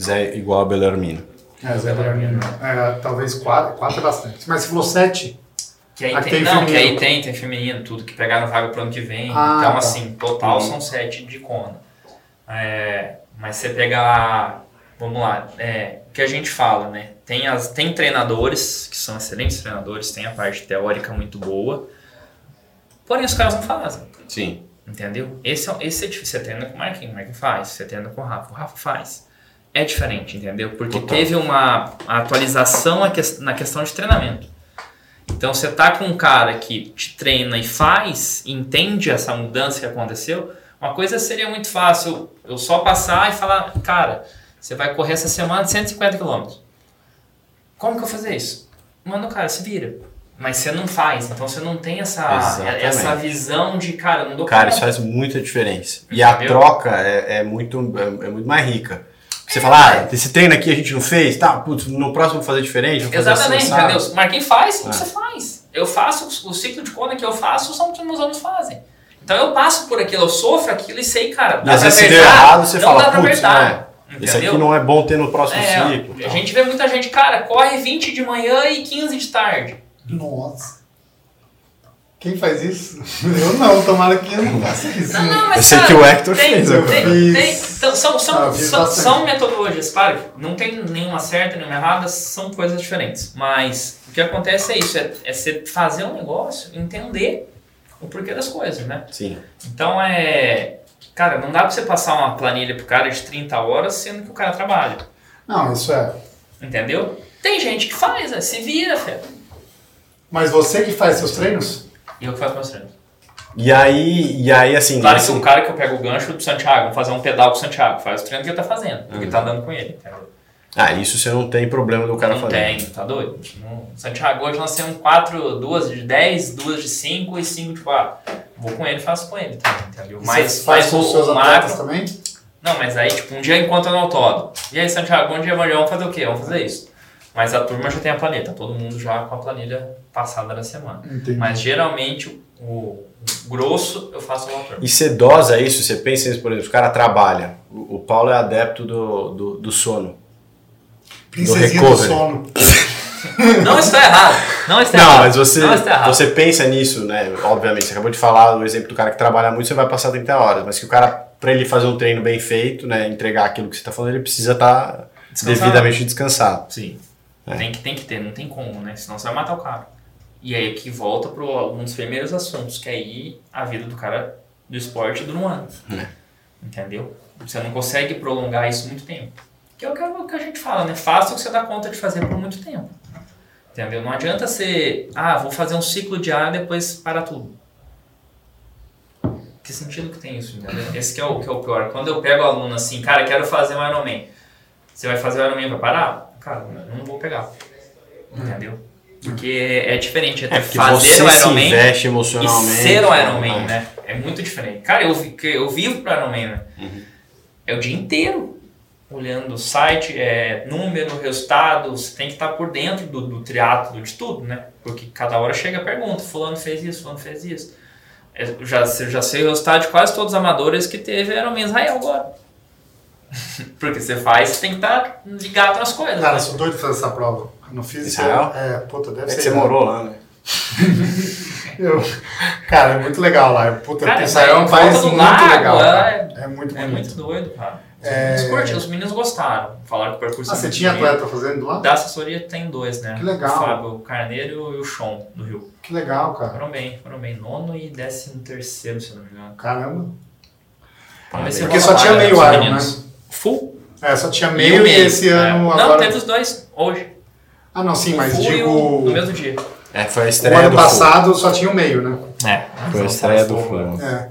[SPEAKER 3] Zé igual a Belarmino.
[SPEAKER 1] É, Zé Belarmino. É, talvez quatro. Quatro é bastante. Mas se falou sete,
[SPEAKER 2] Que aí
[SPEAKER 1] Ah,
[SPEAKER 2] tem,
[SPEAKER 1] tem
[SPEAKER 2] não, que aí
[SPEAKER 1] feminino.
[SPEAKER 2] tem, tem feminino, tudo que pegaram vaga pro ano que vem.
[SPEAKER 1] Ah,
[SPEAKER 2] então,
[SPEAKER 1] tá.
[SPEAKER 2] assim, total
[SPEAKER 3] Uhum.
[SPEAKER 2] são sete de Kona. É, mas você pegar, vamos lá, é, o que a gente fala, né? Tem, as, tem treinadores que são excelentes treinadores, tem a parte teórica muito boa, porém os caras não fazem.
[SPEAKER 3] Sim.
[SPEAKER 2] Entendeu? Esse é, esse é difícil. Você treina com o Marquinhos, o Marquinhos faz. Você treina com o Rafa, o Rafa faz. É diferente, entendeu? Porque
[SPEAKER 3] Total.
[SPEAKER 2] teve uma atualização na ques- na questão de treinamento. Então você tá com um cara que te treina e faz, e entende essa mudança que aconteceu. Uma coisa seria muito fácil eu só passar e falar, cara, você vai correr essa semana 150 km. Como que eu vou fazer isso? Manda o cara, se vira. Mas você não faz, então você não tem essa,
[SPEAKER 3] Exatamente.
[SPEAKER 2] essa visão de, cara, eu não dou
[SPEAKER 3] Cara,
[SPEAKER 2] conta.
[SPEAKER 3] isso é faz muita diferença. E a
[SPEAKER 2] Entendeu?
[SPEAKER 3] troca é, é muito, é, é muito mais rica. Você
[SPEAKER 2] É.
[SPEAKER 3] fala, ah, esse treino aqui a gente não fez, tá, putz, no próximo eu vou fazer diferente, vou fazer
[SPEAKER 2] Exatamente,
[SPEAKER 3] assim, sabe?
[SPEAKER 2] entendeu? O Marquinhos faz o que
[SPEAKER 3] É.
[SPEAKER 2] você faz. Eu faço, o ciclo de Kona que eu faço são o que meus alunos fazem. Então eu passo por aquilo, eu sofro aquilo e sei, cara.
[SPEAKER 3] E às vezes se deu
[SPEAKER 2] apertar,
[SPEAKER 3] errado, você
[SPEAKER 2] não
[SPEAKER 3] fala,
[SPEAKER 2] dá pra
[SPEAKER 3] putz,
[SPEAKER 2] apertar.
[SPEAKER 3] né?
[SPEAKER 2] Entendeu?
[SPEAKER 3] Esse aqui não é bom ter no próximo ciclo. tá?
[SPEAKER 2] é, a
[SPEAKER 3] tal.
[SPEAKER 2] gente vê muita gente, cara, corre 20 de manhã e 15 de tarde.
[SPEAKER 1] nossa. Quem faz isso? Eu não, tomara que eu não faça isso.
[SPEAKER 2] Não, não, mas
[SPEAKER 3] Eu sei
[SPEAKER 2] cara,
[SPEAKER 3] que o Hector
[SPEAKER 2] tem,
[SPEAKER 3] fez né?
[SPEAKER 2] tem,
[SPEAKER 3] agora.
[SPEAKER 2] tem, tem.
[SPEAKER 1] Fiz.
[SPEAKER 2] Então, são, são,
[SPEAKER 1] Ah, eu fiz
[SPEAKER 2] são,
[SPEAKER 1] bastante.
[SPEAKER 2] são metodologias, claro, que não tem nenhuma certa, nenhuma errada, são coisas diferentes. Mas o que acontece é isso, é, é você fazer um negócio, entender o porquê das coisas, né?
[SPEAKER 3] Sim.
[SPEAKER 2] Então é. Cara, não dá pra você passar uma planilha pro cara de 30 horas sendo que o cara trabalha.
[SPEAKER 1] Não, isso é.
[SPEAKER 2] Entendeu? Tem gente que faz, né? se vira, fé.
[SPEAKER 1] Mas você que faz seus treinos?
[SPEAKER 2] E eu que faço meus treinos.
[SPEAKER 3] E aí, e aí assim,
[SPEAKER 2] Claro que
[SPEAKER 3] esse-
[SPEAKER 2] o cara que eu pego o gancho do Santiago, vou fazer um pedal com o Santiago, faz o treino que ele tá fazendo, porque tá andando com ele, entendeu?
[SPEAKER 3] ah, isso você não tem problema do cara
[SPEAKER 2] não
[SPEAKER 3] fazer.
[SPEAKER 2] tem, tá doido? Não- Santiago, hoje nós temos quatro, duas de 10, duas de 5 e cinco de 4. Vou com ele, faço com ele, tá? entendeu? Mas
[SPEAKER 1] você faz
[SPEAKER 2] mas
[SPEAKER 1] com
[SPEAKER 2] o-
[SPEAKER 1] os seus
[SPEAKER 2] o
[SPEAKER 1] atletas
[SPEAKER 2] macro-
[SPEAKER 1] também?
[SPEAKER 2] Não, mas aí, tipo, um dia encontra no autódromo. E aí, Santiago, um dia amanhã vamos fazer o quê? Vamos fazer isso. Mas a turma já tem a planeta, todo mundo já com a planilha passada da semana.
[SPEAKER 1] Entendi.
[SPEAKER 2] Mas geralmente o grosso, eu faço o autor.
[SPEAKER 3] E você dosa isso? Você pensa nisso, por exemplo, o cara trabalha. O o Paulo é adepto do, do, do sono.
[SPEAKER 1] Princesinha do,
[SPEAKER 3] recovery.
[SPEAKER 1] sono.
[SPEAKER 2] Não está errado. Não está
[SPEAKER 3] Não,
[SPEAKER 2] errado.
[SPEAKER 3] mas você,
[SPEAKER 2] Não está errado.
[SPEAKER 3] você pensa nisso, né? Obviamente, você acabou de falar o exemplo do cara que trabalha muito, você vai passar 30 horas. Mas que o cara, pra ele fazer um treino bem feito, né? Entregar aquilo que você tá falando, ele precisa estar
[SPEAKER 2] Descansado.
[SPEAKER 3] devidamente descansado.
[SPEAKER 2] Sim. Tem, que, tem que ter, não tem como, né? Senão você vai matar o cara. E aí é que volta para um dos primeiros assuntos, que é aí a vida do cara do esporte dura um ano.
[SPEAKER 3] Né.
[SPEAKER 2] Entendeu? Você não consegue prolongar isso muito tempo. Que é o que a- o que a gente fala, né? Faça o que você dá conta de fazer por muito tempo. Entendeu? Não adianta você, ah, vou fazer um ciclo diário e depois para tudo. Que sentido que tem isso, entendeu? Esse que é o, que é o pior. Quando eu pego o aluno assim, cara, quero fazer um Ironman. Você vai fazer o Ironman e vai parar? Cara, eu não vou pegar. Entendeu? Porque é diferente até
[SPEAKER 3] É porque
[SPEAKER 2] fazer
[SPEAKER 3] você
[SPEAKER 2] o
[SPEAKER 3] se
[SPEAKER 2] Ironman
[SPEAKER 3] investe
[SPEAKER 2] e
[SPEAKER 3] emocionalmente.
[SPEAKER 2] ser o Iron Man,
[SPEAKER 3] É.
[SPEAKER 2] né? É muito diferente. Cara, eu, vi- que eu vivo pro Iron Man, né? É o dia inteiro olhando o site, é, número, resultado, você tem que estar por dentro do, do triatlo, de tudo, né? Porque cada hora chega a pergunta, fulano fez isso, fulano fez isso. É, eu já, eu já sei o resultado de quase todos os amadores que teve Iron Man Israel agora. Porque você faz, você tem que estar ligado nas coisas.
[SPEAKER 1] Cara, eu
[SPEAKER 2] né?
[SPEAKER 1] sou doido de fazer essa prova. Eu não fiz isso.
[SPEAKER 3] Israel?
[SPEAKER 1] É, puta, deve
[SPEAKER 3] É
[SPEAKER 1] ser.
[SPEAKER 3] que você morou lá, né?
[SPEAKER 1] Eu- Cara, é muito legal lá. Puta,
[SPEAKER 2] Cara,
[SPEAKER 1] Israel é um
[SPEAKER 2] volta
[SPEAKER 1] país
[SPEAKER 2] do
[SPEAKER 1] muito
[SPEAKER 2] lago,
[SPEAKER 1] legal. cara.
[SPEAKER 2] é-
[SPEAKER 1] É muito
[SPEAKER 2] É
[SPEAKER 1] bonito.
[SPEAKER 2] muito doido, cara. Os,
[SPEAKER 1] É.
[SPEAKER 2] meninos curtiram, os meninos gostaram. Falaram que o percurso
[SPEAKER 1] Ah,
[SPEAKER 2] é
[SPEAKER 1] você
[SPEAKER 2] muito
[SPEAKER 1] tinha
[SPEAKER 2] bonito.
[SPEAKER 1] atleta fazendo lá?
[SPEAKER 2] Da assessoria tem dois, né?
[SPEAKER 1] Que legal.
[SPEAKER 2] O Fábio Carneiro e o Sean, do Rio.
[SPEAKER 1] Que legal, cara.
[SPEAKER 2] Foram bem, foram bem. Nono e décimo terceiro, se eu não me engano.
[SPEAKER 1] Caramba.
[SPEAKER 3] Ah,
[SPEAKER 2] Vamos
[SPEAKER 3] é
[SPEAKER 2] ver se
[SPEAKER 1] Porque
[SPEAKER 2] rola
[SPEAKER 1] só tinha
[SPEAKER 2] vaga
[SPEAKER 1] meio
[SPEAKER 2] dos
[SPEAKER 1] Iron,
[SPEAKER 2] né, meninos. Full
[SPEAKER 1] É, só tinha
[SPEAKER 2] e
[SPEAKER 1] meio
[SPEAKER 2] o
[SPEAKER 1] e esse
[SPEAKER 2] é.
[SPEAKER 1] ano
[SPEAKER 2] Não,
[SPEAKER 1] agora.
[SPEAKER 2] teve os dois hoje.
[SPEAKER 1] Ah, não, sim,
[SPEAKER 2] O
[SPEAKER 1] mas
[SPEAKER 2] full e
[SPEAKER 1] digo.
[SPEAKER 2] o- no mesmo dia.
[SPEAKER 3] É, foi a
[SPEAKER 1] O
[SPEAKER 3] estreia
[SPEAKER 1] ano
[SPEAKER 3] do
[SPEAKER 1] passado só tinha o meio, né?
[SPEAKER 2] É.
[SPEAKER 3] Full. Foi a estreia do Full.
[SPEAKER 1] É.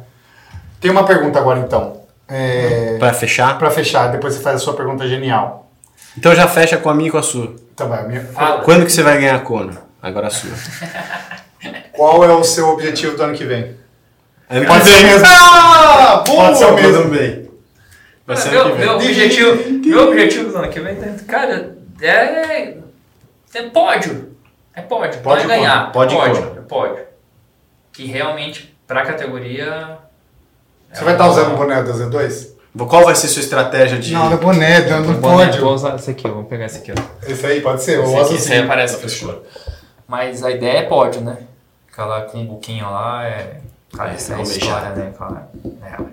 [SPEAKER 1] Tem uma pergunta agora então. É...
[SPEAKER 3] Pra fechar?
[SPEAKER 1] Pra fechar, depois você faz a sua pergunta genial.
[SPEAKER 3] Então já fecha com a minha e com a sua.
[SPEAKER 1] Então vai, a minha...
[SPEAKER 2] Fala.
[SPEAKER 3] Quando que você vai ganhar a Kona? Agora a sua.
[SPEAKER 1] Qual é o seu objetivo do ano que vem?
[SPEAKER 3] Ano
[SPEAKER 1] Pode ser mesmo.
[SPEAKER 3] Ah, boa!
[SPEAKER 1] Pode ser o mesmo.
[SPEAKER 3] bem. Vai ser ano
[SPEAKER 2] meu,
[SPEAKER 3] que vem.
[SPEAKER 2] meu objetivo, meu objetivo do ano que vem, tá- cara, é, é pódio. É pódio.
[SPEAKER 3] Pode
[SPEAKER 2] Pode ganhar.
[SPEAKER 3] como? Pode
[SPEAKER 2] pódio.
[SPEAKER 3] como?
[SPEAKER 2] É pódio. Que realmente, pra categoria. é
[SPEAKER 1] Você vai estar
[SPEAKER 2] uma-
[SPEAKER 1] usando o boné da Z2?
[SPEAKER 3] Qual vai ser sua estratégia de.
[SPEAKER 1] Não, não é boné, não
[SPEAKER 2] Pode. Vou
[SPEAKER 1] pode.
[SPEAKER 2] usar esse né? aqui, vou pegar esse aqui. Ó.
[SPEAKER 1] Esse aí pode ser, eu
[SPEAKER 2] Esse
[SPEAKER 1] uso
[SPEAKER 2] aqui, esse aí
[SPEAKER 1] sim.
[SPEAKER 2] aparece fechou. Mas a ideia é pódio, né? Aquela com buquinha lá é. Cara,
[SPEAKER 3] É,
[SPEAKER 2] essa é a
[SPEAKER 3] vamos
[SPEAKER 2] história, né? Cara? É.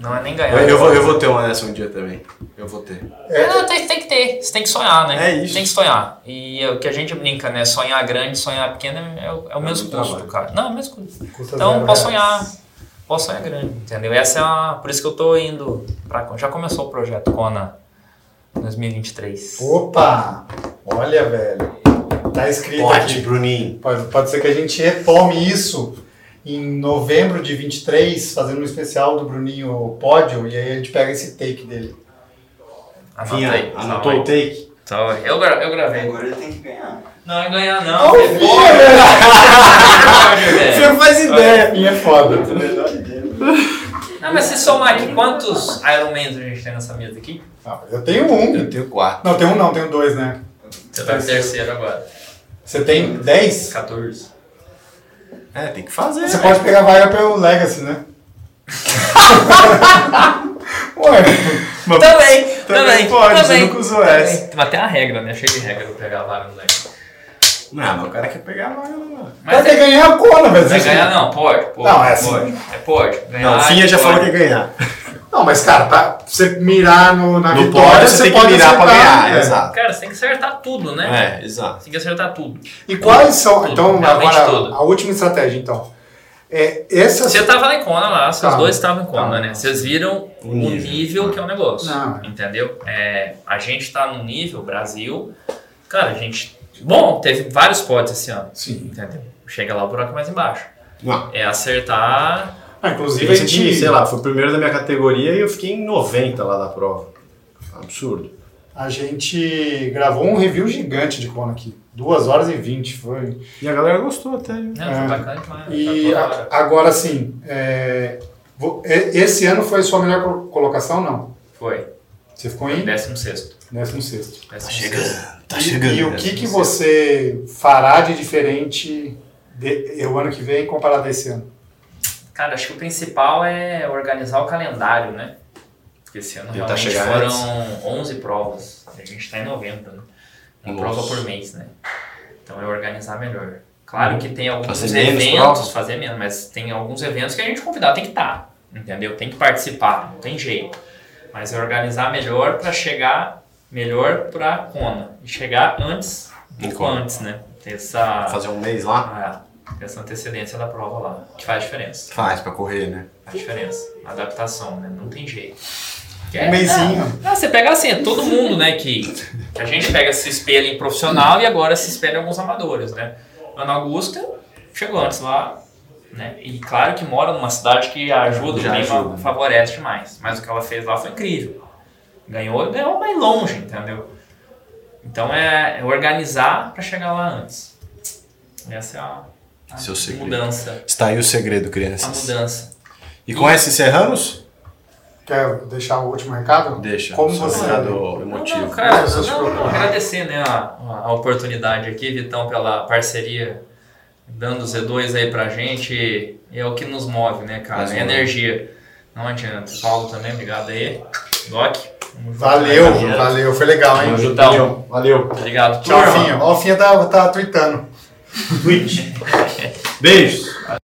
[SPEAKER 2] Não é nem ganhar.
[SPEAKER 3] Eu, eu vou, eu vou ter uma dessa um dia também. Eu vou ter.
[SPEAKER 1] É.
[SPEAKER 2] Não, tem, tem que ter, você tem que sonhar, né?
[SPEAKER 3] É isso.
[SPEAKER 2] Tem que sonhar. E é o que a gente brinca, né? Sonhar grande, sonhar pequeno é, o, é o mesmo
[SPEAKER 3] muito
[SPEAKER 2] custo, cara. Não, é o mesmo custo.
[SPEAKER 1] Custa
[SPEAKER 2] Então,
[SPEAKER 1] zero
[SPEAKER 2] posso
[SPEAKER 1] reais.
[SPEAKER 2] sonhar. Posso sonhar grande, entendeu? Essa é a. Por isso que eu tô indo pra. Já começou o projeto Kona 2023.
[SPEAKER 1] Opa! Olha, velho. Tá escrito
[SPEAKER 3] Pode,
[SPEAKER 1] aqui.
[SPEAKER 3] Bruninho.
[SPEAKER 1] Pode, pode ser que a gente retome isso em novembro de 23, fazendo um especial do Bruninho Pódio, e aí a gente pega esse take dele.
[SPEAKER 2] Anota
[SPEAKER 3] Vinha,
[SPEAKER 2] aí.
[SPEAKER 3] anotou o take?
[SPEAKER 2] Salve. Eu, gra- eu gravei.
[SPEAKER 6] Agora ele tem que ganhar.
[SPEAKER 2] Não é ganhar, não. é pódio, velho.
[SPEAKER 1] Ah, Você não faz ideia. Minha é foda.
[SPEAKER 6] Melhor dele.
[SPEAKER 2] Não, mas se somar aqui, quantos Ironmans a gente tem nessa mesa aqui?
[SPEAKER 1] Ah, mas eu tenho um.
[SPEAKER 3] tenho quatro.
[SPEAKER 1] Não, tem um não, tenho dois, né?
[SPEAKER 2] Você tá em terceiro agora.
[SPEAKER 1] Você tem 10?
[SPEAKER 2] 14.
[SPEAKER 3] É, tem que fazer.
[SPEAKER 1] Você
[SPEAKER 3] né?
[SPEAKER 1] pode pegar a vaga pelo Legacy, né? Ué,
[SPEAKER 3] Mas-
[SPEAKER 2] Também, também.
[SPEAKER 3] pode,
[SPEAKER 2] também.
[SPEAKER 3] você nunca usou essa.
[SPEAKER 2] Também. Mas tem a regra, né? Cheio de regra pra pegar a vaga no leque.
[SPEAKER 3] Não, mas o cara quer pegar a vaga né, lá.
[SPEAKER 1] vai
[SPEAKER 2] Mas
[SPEAKER 1] ter que é- ganhar assim- a Kona, velho.
[SPEAKER 2] vai ganhar, não, pode. pode
[SPEAKER 1] Não, é assim.
[SPEAKER 2] pode. É pode. Ganhar,
[SPEAKER 3] Não, o Finha já
[SPEAKER 2] pode.
[SPEAKER 3] falou que ia ganhar.
[SPEAKER 1] Não, mas cara, pra você mirar no, na
[SPEAKER 3] No
[SPEAKER 1] vitória,
[SPEAKER 3] pódio você tem que
[SPEAKER 1] pode
[SPEAKER 3] mirar pra
[SPEAKER 1] acertar,
[SPEAKER 3] ganhar,
[SPEAKER 1] né?
[SPEAKER 3] exato.
[SPEAKER 2] Cara, você tem que acertar tudo, né?
[SPEAKER 3] É, exato.
[SPEAKER 2] Você tem que acertar tudo.
[SPEAKER 1] E quais são.
[SPEAKER 2] Tudo,
[SPEAKER 1] Então,
[SPEAKER 2] realmente
[SPEAKER 1] agora,
[SPEAKER 2] tudo.
[SPEAKER 1] a última estratégia, então. É, essas.
[SPEAKER 2] Você tava na Icona lá, vocês
[SPEAKER 1] Tá.
[SPEAKER 2] dois estavam em Icona,
[SPEAKER 1] Tá.
[SPEAKER 2] né? Vocês viram
[SPEAKER 3] O
[SPEAKER 2] o
[SPEAKER 3] nível.
[SPEAKER 2] nível que é o negócio.
[SPEAKER 1] Não.
[SPEAKER 2] Entendeu? É, a gente tá num nível, Brasil. Cara, a gente. Bom, teve vários potes esse ano.
[SPEAKER 1] Sim.
[SPEAKER 2] Entendeu? Chega lá o buraco mais embaixo.
[SPEAKER 3] Não.
[SPEAKER 2] É acertar
[SPEAKER 1] Ah, inclusive, a
[SPEAKER 3] Esse time,
[SPEAKER 1] gente,
[SPEAKER 3] sei lá, foi o primeiro da minha categoria e eu fiquei em 90 lá da prova. Absurdo.
[SPEAKER 1] a gente gravou um review gigante de Kona aqui. 2 horas e 20 foi.
[SPEAKER 3] E a galera gostou até. viu?
[SPEAKER 2] Não,
[SPEAKER 1] É.
[SPEAKER 2] né? foi bacana demais.
[SPEAKER 1] E
[SPEAKER 2] tá
[SPEAKER 1] a-
[SPEAKER 2] fora.
[SPEAKER 1] agora sim, é, vo- e- esse ano foi a sua melhor co- colocação, não?
[SPEAKER 2] Foi.
[SPEAKER 1] Você ficou em
[SPEAKER 2] 16.
[SPEAKER 1] 16.
[SPEAKER 2] Tá
[SPEAKER 3] chegando, né?
[SPEAKER 1] e, e o que, que você fará de diferente de- e o ano que vem comparado a esse ano?
[SPEAKER 2] Cara, acho que o principal é organizar o calendário, né? Porque esse ano
[SPEAKER 3] Tentar
[SPEAKER 2] realmente
[SPEAKER 3] chegar
[SPEAKER 2] foram
[SPEAKER 3] antes.
[SPEAKER 2] 11 provas. E a gente tá em 90, né? Uma
[SPEAKER 3] Nossa.
[SPEAKER 2] prova por mês, né? Então é organizar melhor. Claro que tem alguns
[SPEAKER 3] Fazer menos
[SPEAKER 2] eventos,
[SPEAKER 3] provas?
[SPEAKER 2] fazer menos, mas tem alguns eventos que a gente convidar tem que estar, entendeu? Tem que participar, não tem jeito. Mas é organizar melhor pra chegar melhor pra Kona. E chegar antes, um
[SPEAKER 3] Em
[SPEAKER 2] pouco
[SPEAKER 3] Kona.
[SPEAKER 2] antes, né? Ter essa,
[SPEAKER 3] Fazer um mês lá?
[SPEAKER 2] ah, ter essa antecedência da prova lá, que faz diferença.
[SPEAKER 3] Faz pra correr, né?
[SPEAKER 2] A diferença. A adaptação, né? Não tem jeito.
[SPEAKER 1] Um mêsinho.
[SPEAKER 2] Ah, você pega assim, é todo mundo, né? Que, que a gente pega se espelha em profissional e agora se espelha em alguns amadores, né? Ana Augusta chegou antes lá, né? E claro que mora numa cidade que ajuda, o
[SPEAKER 3] Já
[SPEAKER 2] clima
[SPEAKER 3] ajuda.
[SPEAKER 2] favorece demais. Mas o que ela fez lá foi incrível. Ganhou, ganhou mais longe, entendeu? Então é, é organizar pra chegar lá antes. Essa é a, a
[SPEAKER 3] Seu segredo.
[SPEAKER 2] mudança.
[SPEAKER 3] Está aí o segredo,
[SPEAKER 2] A
[SPEAKER 3] crianças.
[SPEAKER 2] mudança.
[SPEAKER 3] E com essa encerramos?
[SPEAKER 1] Quer deixar o último recado?
[SPEAKER 3] Deixa.
[SPEAKER 1] Como
[SPEAKER 3] seu
[SPEAKER 1] você-
[SPEAKER 3] recado
[SPEAKER 2] Não,
[SPEAKER 3] emotivo.
[SPEAKER 2] cara,
[SPEAKER 1] Seus
[SPEAKER 2] não,
[SPEAKER 1] problemas.
[SPEAKER 2] não, agradecer né, a, a oportunidade aqui, Vitão, pela parceria, dando o Z2 aí pra gente. E é o que nos move, né, cara?
[SPEAKER 3] Mais
[SPEAKER 2] É
[SPEAKER 3] uma.
[SPEAKER 2] energia. Não adianta. Paulo também, obrigado aí. Doc. tamo junto.
[SPEAKER 1] Valeu, valeu. Foi legal, hein?
[SPEAKER 2] Vitão.
[SPEAKER 3] Valeu.
[SPEAKER 2] Obrigado.
[SPEAKER 1] Tchau,
[SPEAKER 2] turma.
[SPEAKER 1] Finha. Ó, o Finha tá, tá tweetando.
[SPEAKER 3] Beijos.